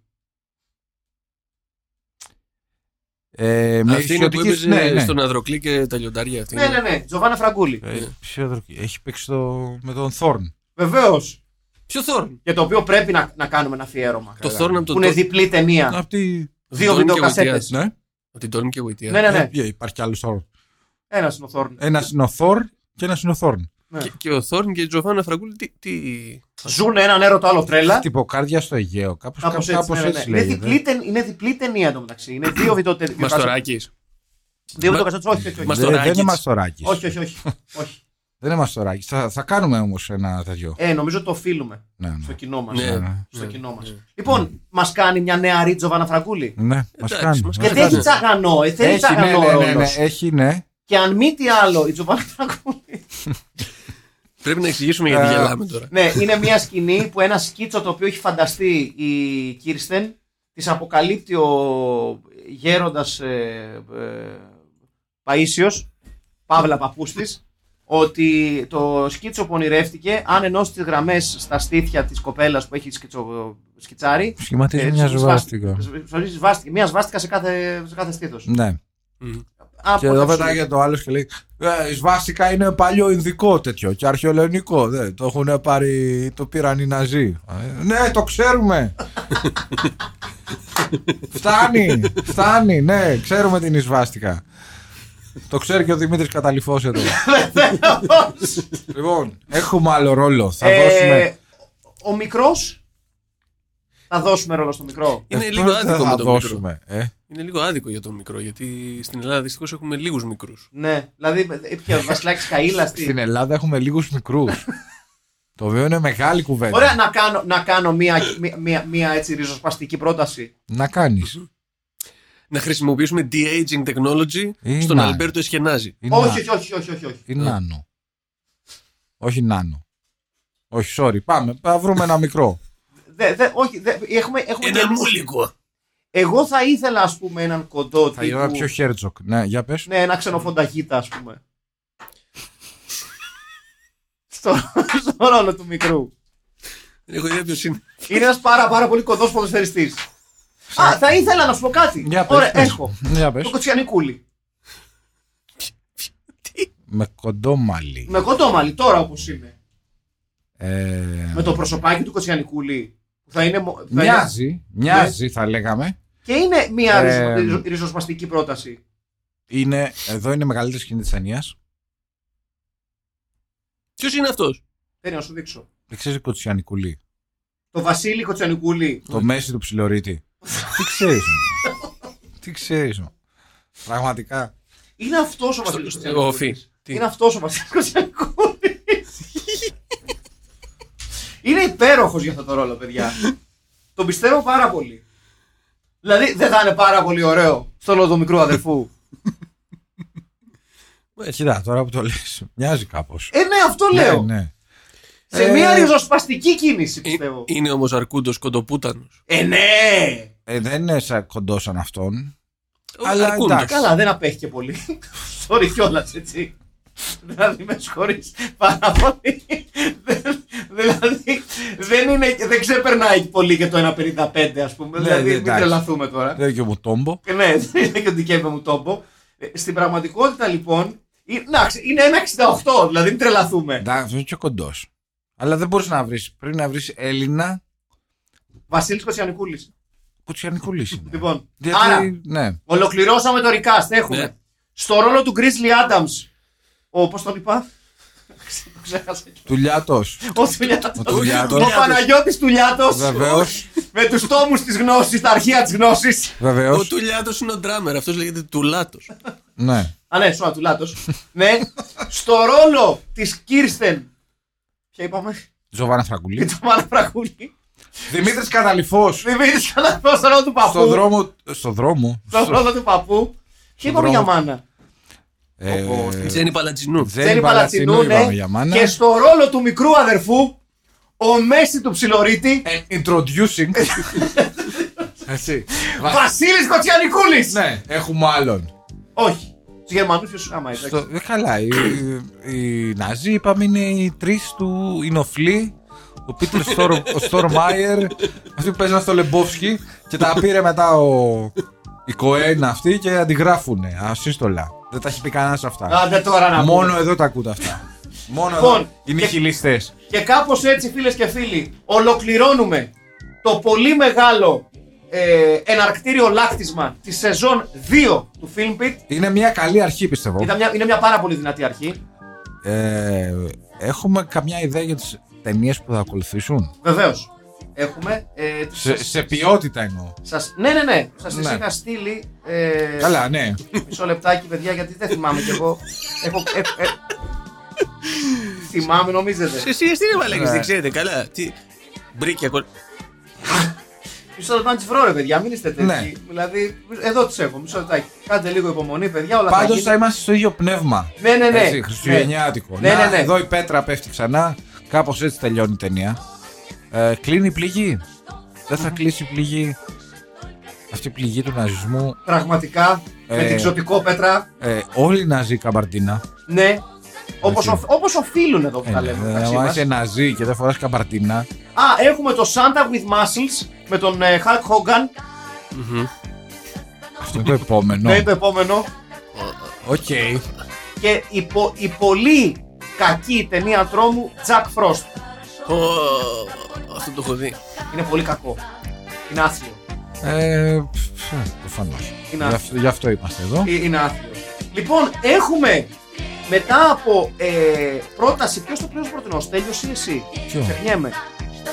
Speaker 4: Ε, με
Speaker 5: Αυτή είναι που
Speaker 4: ισιωτική-
Speaker 5: έπαιζε
Speaker 4: ναι, ναι.
Speaker 5: στον Αδροκλή και τα λιοντάρια. Αυτή
Speaker 3: Ναι,
Speaker 5: είναι.
Speaker 3: ναι, ναι, Τζοβάνα Φραγκούλη.
Speaker 4: Ε, ψυχοδρομική. Έχει παίξει το... με τον Θόρν.
Speaker 3: Βεβαίως.
Speaker 5: Ποιο Θόρν.
Speaker 3: Για το οποίο πρέπει να, να κάνουμε ένα αφιέρωμα.
Speaker 5: Το Θόρν
Speaker 3: Που είναι
Speaker 5: από
Speaker 3: διπλή ταινία.
Speaker 4: Απ' τη...
Speaker 3: Δύο
Speaker 5: Θόρν και
Speaker 3: βιντεοκασέτες.
Speaker 5: Βουτιάς.
Speaker 4: Ναι,
Speaker 5: Από την Τόρν και Γουιτία.
Speaker 3: Ναι, ναι, ναι.
Speaker 4: Ε, υπάρχει κι άλλος Θόρν.
Speaker 3: Ένα είναι ο Θόρν.
Speaker 4: Ένα είναι ο Θόρν και ένας είναι ο Θόρν.
Speaker 3: ναι.
Speaker 5: Και, και ο Θόρν και η Τζοβάνα Φραγκούλη. Τι. τι...
Speaker 3: Ζουν ένα νερό το άλλο τρέλα.
Speaker 4: Τυποκάρδια στο Αιγαίο. Κάπως
Speaker 3: Κάπως
Speaker 4: κάπως,
Speaker 3: έτσι.
Speaker 4: κάπως
Speaker 3: ναι, ναι, ναι.
Speaker 4: έτσι
Speaker 3: είναι,
Speaker 4: λέγεται.
Speaker 3: διπλή, ται- είναι διπλή ταινία εντωμεταξύ. Είναι δύο βιντεοκασέτες.
Speaker 5: Μαστοράκη.
Speaker 3: Δύο βιντεοκασέτες. Όχι, όχι, όχι.
Speaker 5: Μαστο-
Speaker 4: Δεν, δεν
Speaker 5: Μαστοράκης.
Speaker 4: είναι Μαστοράκης.
Speaker 3: Όχι, όχι, όχι. όχι.
Speaker 4: Δεν είναι Μαστοράκης. Θα, θα κάνουμε όμως ένα τέτοιο.
Speaker 3: Ε, νομίζω ότι το οφείλουμε
Speaker 4: Ναι, ναι.
Speaker 3: στο κοινό μας.
Speaker 5: Ναι.
Speaker 4: Ναι.
Speaker 3: Στο κοινό μας. Λοιπόν, μας κάνει μια νεαρή Τζοβάνα Φραγκούλη.
Speaker 4: Ναι, μας
Speaker 5: Εντάξει,
Speaker 4: κάνει.
Speaker 5: μας
Speaker 4: μας
Speaker 3: Γιατί
Speaker 5: κάνει.
Speaker 4: κάνει.
Speaker 3: έχει τσαγανό, ε, θέλει
Speaker 4: Έχει, ναι,
Speaker 3: τσαγανό
Speaker 4: ναι, ναι, ναι,
Speaker 3: ρόλος.
Speaker 4: έχει, ναι.
Speaker 3: Και αν μη τι άλλο, η Τζοβάνα Φραγκούλη.
Speaker 5: Πρέπει να εξηγήσουμε γιατί
Speaker 4: Ε,
Speaker 5: γελάμε τώρα.
Speaker 3: ναι, είναι μια σκηνή που ένα σκίτσο το οποίο έχει φανταστεί η Κίρστεν της αποκαλύπτει ο γέροντας ε, ε, Παίσιος, Παύλα παππού τη, ότι το σκίτσο που ονειρεύτηκε, αν ενώσει τις γραμμές στα στήθια της κοπέλας που έχει σκιτσο, ε, σκιτσάρι.
Speaker 4: Σχηματίζει μια ζωβάστηκα.
Speaker 3: Σβάστηκε. Μια σβάστηκα σε κάθε, σε κάθε στήθο.
Speaker 4: Ναι.
Speaker 5: Μμ.
Speaker 4: Και εδώ πετάγεται το άλλος και λέει: «Ε, Η σβάστηκα είναι παλιό Ινδικό τέτοιο και αρχαιολεωνικό. Δεν, το έχουν πάρει, το πήραν οι Ναζί. Ε, ναι, το
Speaker 5: (laughs)
Speaker 4: ξέρουμε. φτάνει, φτάνει, ναι, ξέρουμε την σβάστηκα. το ξέρει και ο Δημήτρης Καταληφό
Speaker 5: (laughs) Ε,
Speaker 4: εδώ. λοιπόν, έχουμε άλλο ρόλο. Θα δώσουμε.
Speaker 3: Ε, Ο μικρός. Θα δώσουμε ρόλο στο μικρό.
Speaker 5: Είναι
Speaker 4: Αυτό
Speaker 5: λίγο
Speaker 4: δεν ε,
Speaker 5: άδικο
Speaker 4: θα
Speaker 5: με τον μικρό.
Speaker 4: δώσουμε. Ε.
Speaker 5: Είναι λίγο άδικο για τον μικρό, γιατί στην Ελλάδα δυστυχώς έχουμε λίγους μικρούς.
Speaker 3: Ναι, δηλαδή ήπια
Speaker 4: (laughs)
Speaker 3: ο Βασιλάκη Καήλα.
Speaker 4: Στην Ελλάδα έχουμε λίγους
Speaker 5: (laughs)
Speaker 4: μικρούς. το οποίο είναι μεγάλη κουβέντα.
Speaker 3: Ωραία, να κάνω, να κάνω μία, μία, μία, μία έτσι ριζοσπαστική πρόταση.
Speaker 4: Να κάνεις.
Speaker 5: Να χρησιμοποιήσουμε de-aging technology
Speaker 4: Είναι.
Speaker 5: στον Αλμπέρτο Εσχενάζη.
Speaker 4: Ή να-
Speaker 3: Όχι, όχι, όχι, όχι, όχι, όχι.
Speaker 4: ή νάνο. Όχι νάνο. Όχι, sorry. Πάμε. Θα βρούμε ένα μικρό.
Speaker 3: Δε, δε, όχι δε, έχουμε, έχουμε
Speaker 5: Ένα
Speaker 3: και-
Speaker 5: μούλικο.
Speaker 3: Εγώ θα ήθελα, ας πούμε, έναν κοντό
Speaker 4: Θα γινόταν πιο χέρτσοκ. Ναι, για πες.
Speaker 3: Ναι, ένα ξενοφονταγίτα, ας
Speaker 4: (laughs)
Speaker 3: πούμε. στο, στο ρόλο του μικρού.
Speaker 5: Δεν έχω ιδέα ποιος είναι.
Speaker 3: Είναι ένας πάρα, πάρα πολύ κοντός ποδοσφαιριστής. Α, θα ήθελα να σου πω κάτι.
Speaker 4: Για πες,
Speaker 3: Ωραία,
Speaker 4: πες.
Speaker 3: έχω.
Speaker 4: Για πες.
Speaker 3: Το κοτσιανικούλι.
Speaker 4: Με κοντό μαλλί.
Speaker 3: Με κοντό μαλλί, τώρα όπως είναι.
Speaker 4: Ε,
Speaker 3: Με το προσωπάκι του κοτσιανικούλι. που Θα είναι, μο- θα είναι-
Speaker 4: Μοιάζει,
Speaker 3: Ναι.
Speaker 4: μοιάζει θα λέγαμε.
Speaker 3: Και είναι μια
Speaker 4: Ναι, Ε,
Speaker 3: ριζο- ριζοσπαστική πρόταση.
Speaker 4: Είναι, εδώ είναι η μεγαλύτερη σκηνή της ταινίας.
Speaker 5: Ποιος είναι αυτός.
Speaker 3: Θέλει να σου δείξω.
Speaker 4: Δεν ξέρεις κοτσιανικουλή.
Speaker 3: Το Βασίλη Κοτσιανικούλη.
Speaker 4: Το μέση του ψιλορίτη. Τι ξέρεις. μου. Τι ξέρεις. μου. Πραγματικά.
Speaker 3: Είναι αυτός ο Βασίλης
Speaker 5: στο-
Speaker 3: Κοτσιανικούλη.
Speaker 5: Όφι. Τι?
Speaker 3: Είναι αυτός ο Βασίλης Κοτσιανικούλης. Είναι υπέροχος για αυτό το ρόλο, παιδιά. Τον πιστεύω πάρα πολύ. Δηλαδή δεν θα είναι πάρα πολύ ωραίο στο ρόλο του μικρού αδερφού.
Speaker 4: Ε, Κοίτα, τώρα που το λες, μοιάζει κάπως.
Speaker 3: Ε, ναι, αυτό λέω.
Speaker 4: Ναι, ναι.
Speaker 3: Σε
Speaker 4: Ε,
Speaker 3: μια ριζοσπαστική κίνηση,
Speaker 5: Ε,
Speaker 3: πιστεύω.
Speaker 5: Είναι όμως αρκούντος κοντοπούτανος.
Speaker 3: Ε, ναι!
Speaker 4: Ε, δεν είναι σαν κοντό σαν αυτόν. Αλλά
Speaker 5: Αλλά
Speaker 4: εντάξει.
Speaker 3: Καλά, δεν απέχει και πολύ. Sorry κιόλας, έτσι. δηλαδή, με συγχωρείς πάρα πολύ. Δεν- δηλαδή, δεν, είναι, δεν ξεπερνάει πολύ και το 1,55, ας πούμε.
Speaker 4: Ναι,
Speaker 3: δηλαδή,
Speaker 4: ναι,
Speaker 3: μην
Speaker 4: εντάξει.
Speaker 3: τρελαθούμε τώρα.
Speaker 4: Δεν είναι και μου τόμπο.
Speaker 3: Και ναι, δεν είναι και ότι κέμπε μου τόπο. Ε, Στην πραγματικότητα, λοιπόν, ε, εντάξει, είναι 1,68, δηλαδή, μην τρελαθούμε.
Speaker 4: Εντάξει, αυτό είναι και κοντός. Αλλά δεν μπορείς να βρεις. Πρέπει να βρεις Έλληνα
Speaker 3: Βασίλης Κωσιανικούλη.
Speaker 4: κουτσιανικούλη. είναι.
Speaker 3: Λοιπόν,
Speaker 4: Γιατί,
Speaker 3: άρα,
Speaker 4: ναι.
Speaker 3: ολοκληρώσαμε το recast. Έχουμε
Speaker 5: Ναι.
Speaker 3: στο ρόλο του Grizzly Adams. Ο, πώς τον είπα. (laughs) Το ξέχασα.
Speaker 4: Τουλιάτος.
Speaker 3: Ο Τουλιάτος.
Speaker 4: Ο Τουλιάτος.
Speaker 3: Ο Παναγιώτης Τουλιάτος.
Speaker 4: Βεβαίως.
Speaker 3: Με τους τόμους της γνώσης, τα αρχεία της γνώσης.
Speaker 4: Βεβαίως.
Speaker 5: Ο Τουλιάτος είναι ο ντράμερ. Αυτός λέγεται Τουλάτος.
Speaker 4: Ναι.
Speaker 3: Α, ναι, σώμα Τουλιάτος. Ναι. Στο ρόλο της Κίρστεν. Ποια είπαμε.
Speaker 4: Τζοβάνα
Speaker 3: Και
Speaker 4: Φραγκουλή.
Speaker 3: το Μάνα Φραγκούλη.
Speaker 4: Δημήτρη Καταληφό.
Speaker 3: Δημήτρης Καλαθός στο ρόλο του
Speaker 4: Στον
Speaker 3: παππού.
Speaker 4: δρόμο. Στον δρόμο.
Speaker 3: Στο ρόλο του παππού. Και είπαμε για
Speaker 4: δρόμο.
Speaker 3: μάνα.
Speaker 4: Ε,
Speaker 3: Ο- ο-
Speaker 5: Τζένι Παλατζινού.
Speaker 4: Τζένι Παλατσινού
Speaker 3: ναι.
Speaker 4: είπαμε για μάνα.
Speaker 3: Και στο ρόλο του μικρού αδερφού, ο Μέση του Ψιλορίτη,
Speaker 4: And Ε, Introducing.
Speaker 3: (laughs)
Speaker 4: Έτσι. Βα-
Speaker 3: Βασίλης Κοτσιανικούλης.
Speaker 4: Ναι, έχουμε άλλον.
Speaker 3: Όχι. Στους Γερμανούς ποιος άμα ήταν.
Speaker 4: Στο... ε, Καλά, οι, οι- οι Ναζί είπαμε είναι οι τρεις του. Οι νοφλοί. Ο Πίτερ Στόρ, ο Στορμάιερ. Αυτοί που παίζαν στο Λεμπόφσκι. Και τα πήρε μετά ο. Η Κοέν αυτή και αντιγράφουνε ασύστολα. Δεν τα έχει πει κανένας αυτά.
Speaker 3: Άντε τώρα να πούμε.
Speaker 4: Μόνο εδώ τα ακούτε αυτά. Μόνο
Speaker 3: Λοιπόν,
Speaker 4: εδώ.
Speaker 3: και-
Speaker 4: Οι νιχηλιστέ.
Speaker 3: Και κάπως έτσι φίλες και φίλοι ολοκληρώνουμε το πολύ μεγάλο ε, εναρκτήριο λάκτισμα της σεζόν 2 του Film Pit.
Speaker 4: Είναι μια καλή αρχή πιστεύω.
Speaker 3: Ήταν μια, είναι μια πάρα πολύ δυνατή αρχή.
Speaker 4: Ε, έχουμε καμιά ιδέα για τις ταινίες που θα ακολουθήσουν.
Speaker 3: Βεβαίως. Έχουμε. Ε,
Speaker 4: Σε, σε ποιότητα εννοώ.
Speaker 3: σας, ναι, ναι, ναι. Σας τις
Speaker 4: Ναι.
Speaker 3: είχα στείλει. Ε,
Speaker 4: Καλά, ναι.
Speaker 3: Μισό λεπτάκι, παιδιά, γιατί δεν θυμάμαι κι εγώ. Έχω, ε, ε, θυμάμαι, νομίζετε.
Speaker 5: Εσύ εσύ δεν βαλέγει,
Speaker 4: Ναι.
Speaker 5: δεν ξέρετε. Καλά. Τι. Μπρίκια. κο-
Speaker 3: Μισό λεπτάκι τις βρω, ρε παιδιά, μην είστε τέτοιοι.
Speaker 4: Ναι.
Speaker 3: Δηλαδή, εδώ τις έχω. Μισό λεπτάκι. Κάντε λίγο υπομονή, παιδιά. Όλα θα
Speaker 4: Πάντως
Speaker 3: γίνουν.
Speaker 4: θα είμαστε στο ίδιο πνεύμα.
Speaker 3: Ναι, ναι, ναι.
Speaker 4: Έτσι, Χριστουγεννιάτικο.
Speaker 3: Ναι,
Speaker 4: Να,
Speaker 3: ναι, ναι.
Speaker 4: Εδώ η πέτρα πέφτει ξανά. Κάπως έτσι τελειώνει η ταινία. Ε, κλείνει η πληγή. Δεν θα κλείσει η πληγή. Αυτή η πληγή του ναζισμού.
Speaker 3: Πραγματικά, με
Speaker 4: Ε.
Speaker 3: την ξωτικόπετρα,
Speaker 4: Ε, όλοι οι ναζί καμπαρτίνα.
Speaker 3: ναι. Όπως, οφ, όπως οφείλουν εδώ που
Speaker 4: Ε,
Speaker 3: τα
Speaker 4: ναι,
Speaker 3: λέμε.
Speaker 4: ε,
Speaker 3: μεταξύ
Speaker 4: άμα
Speaker 3: μας.
Speaker 4: είσαι ναζί και δεν φοράς καμπαρτίνα.
Speaker 3: Α, έχουμε το Santa with Muscles με τον ε, Hulk Hogan.
Speaker 4: Αυτό είναι
Speaker 3: (laughs)
Speaker 4: το επόμενο.
Speaker 3: Ναι, είναι το επόμενο.
Speaker 4: Οκ.
Speaker 3: Και η, πο- η πολύ κακή ταινία τρόμου Jack Frost.
Speaker 5: Ω, Αυτό το έχω δει.
Speaker 3: Είναι πολύ κακό. Είναι άθλιο.
Speaker 4: Ε, Προφανώς.
Speaker 3: Είναι
Speaker 4: Γι, αυτό- γι' αυτό είμαστε εδώ.
Speaker 3: Ε, είναι άθλιο. Λοιπόν, έχουμε μετά από ε, πρόταση. Ποιος το πλέον προτείνω, Στέλιος ή εσύ.
Speaker 4: Ποιο?
Speaker 3: Ξεχνιέμαι.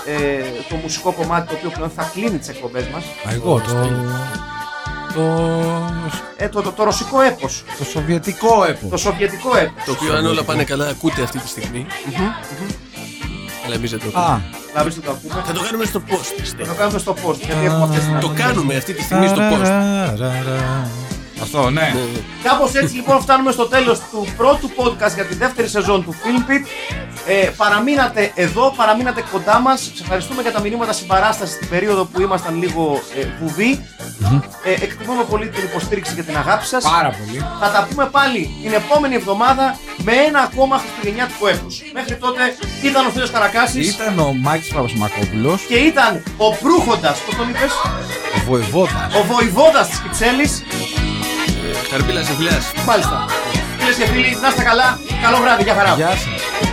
Speaker 3: ε, το μουσικό κομμάτι το οποίο πλέον θα κλείνει τις εκπομπές μας.
Speaker 4: Α, εγώ το. Το,
Speaker 3: Ε, το, το, το ρωσικό έπος,
Speaker 4: το σοβιετικό έπος.
Speaker 3: το σοβιετικό έπος.
Speaker 5: Το οποίο αν όλα πάνε καλά ακούτε αυτή τη στιγμη Αλλά εμείς δεν το ακούμε.
Speaker 4: Α,
Speaker 3: Δηλαδή στο το ακούμε.
Speaker 5: Θα το κάνουμε στο post. πιστεύω.
Speaker 3: Θα το κάνουμε στο post, γιατί έχουμε αυτές τις
Speaker 5: Το
Speaker 3: αναμονές.
Speaker 5: κάνουμε αυτή τη στιγμή στο post.
Speaker 4: Αυτό, ναι.
Speaker 3: Κάπως έτσι λοιπόν φτάνουμε στο τέλος του πρώτου podcast για τη δεύτερη σεζόν του Film Pit. Ε, παραμείνατε εδώ, παραμείνατε κοντά μας. Σε ευχαριστούμε για τα μηνύματα συμπαράστασης στην περίοδο που ήμασταν λίγο ε, βουβοί. Ε, εκτιμούμε πολύ την υποστήριξη και την αγάπη σας.
Speaker 4: Πάρα πολύ.
Speaker 3: Θα τα πούμε πάλι την επόμενη εβδομάδα με ένα ακόμα χριστουγεννιάτικο έθνος. Μέχρι τότε ήταν ο Θεός Καρακάσης
Speaker 4: Ήταν ο Μάκης Παπασμακόπουλος,
Speaker 3: και ήταν ο Προύχοντας, πώς τον είπες,
Speaker 4: ο Βοεβόδας.
Speaker 3: ο Βοηβόδας της Κυψέλης.
Speaker 5: Χαρμπίλα σε φιλιάς.
Speaker 3: Μάλιστα. Φίλες και φίλοι, να είστε καλά. Καλό βράδυ, για χαρά.
Speaker 4: Γεια σας.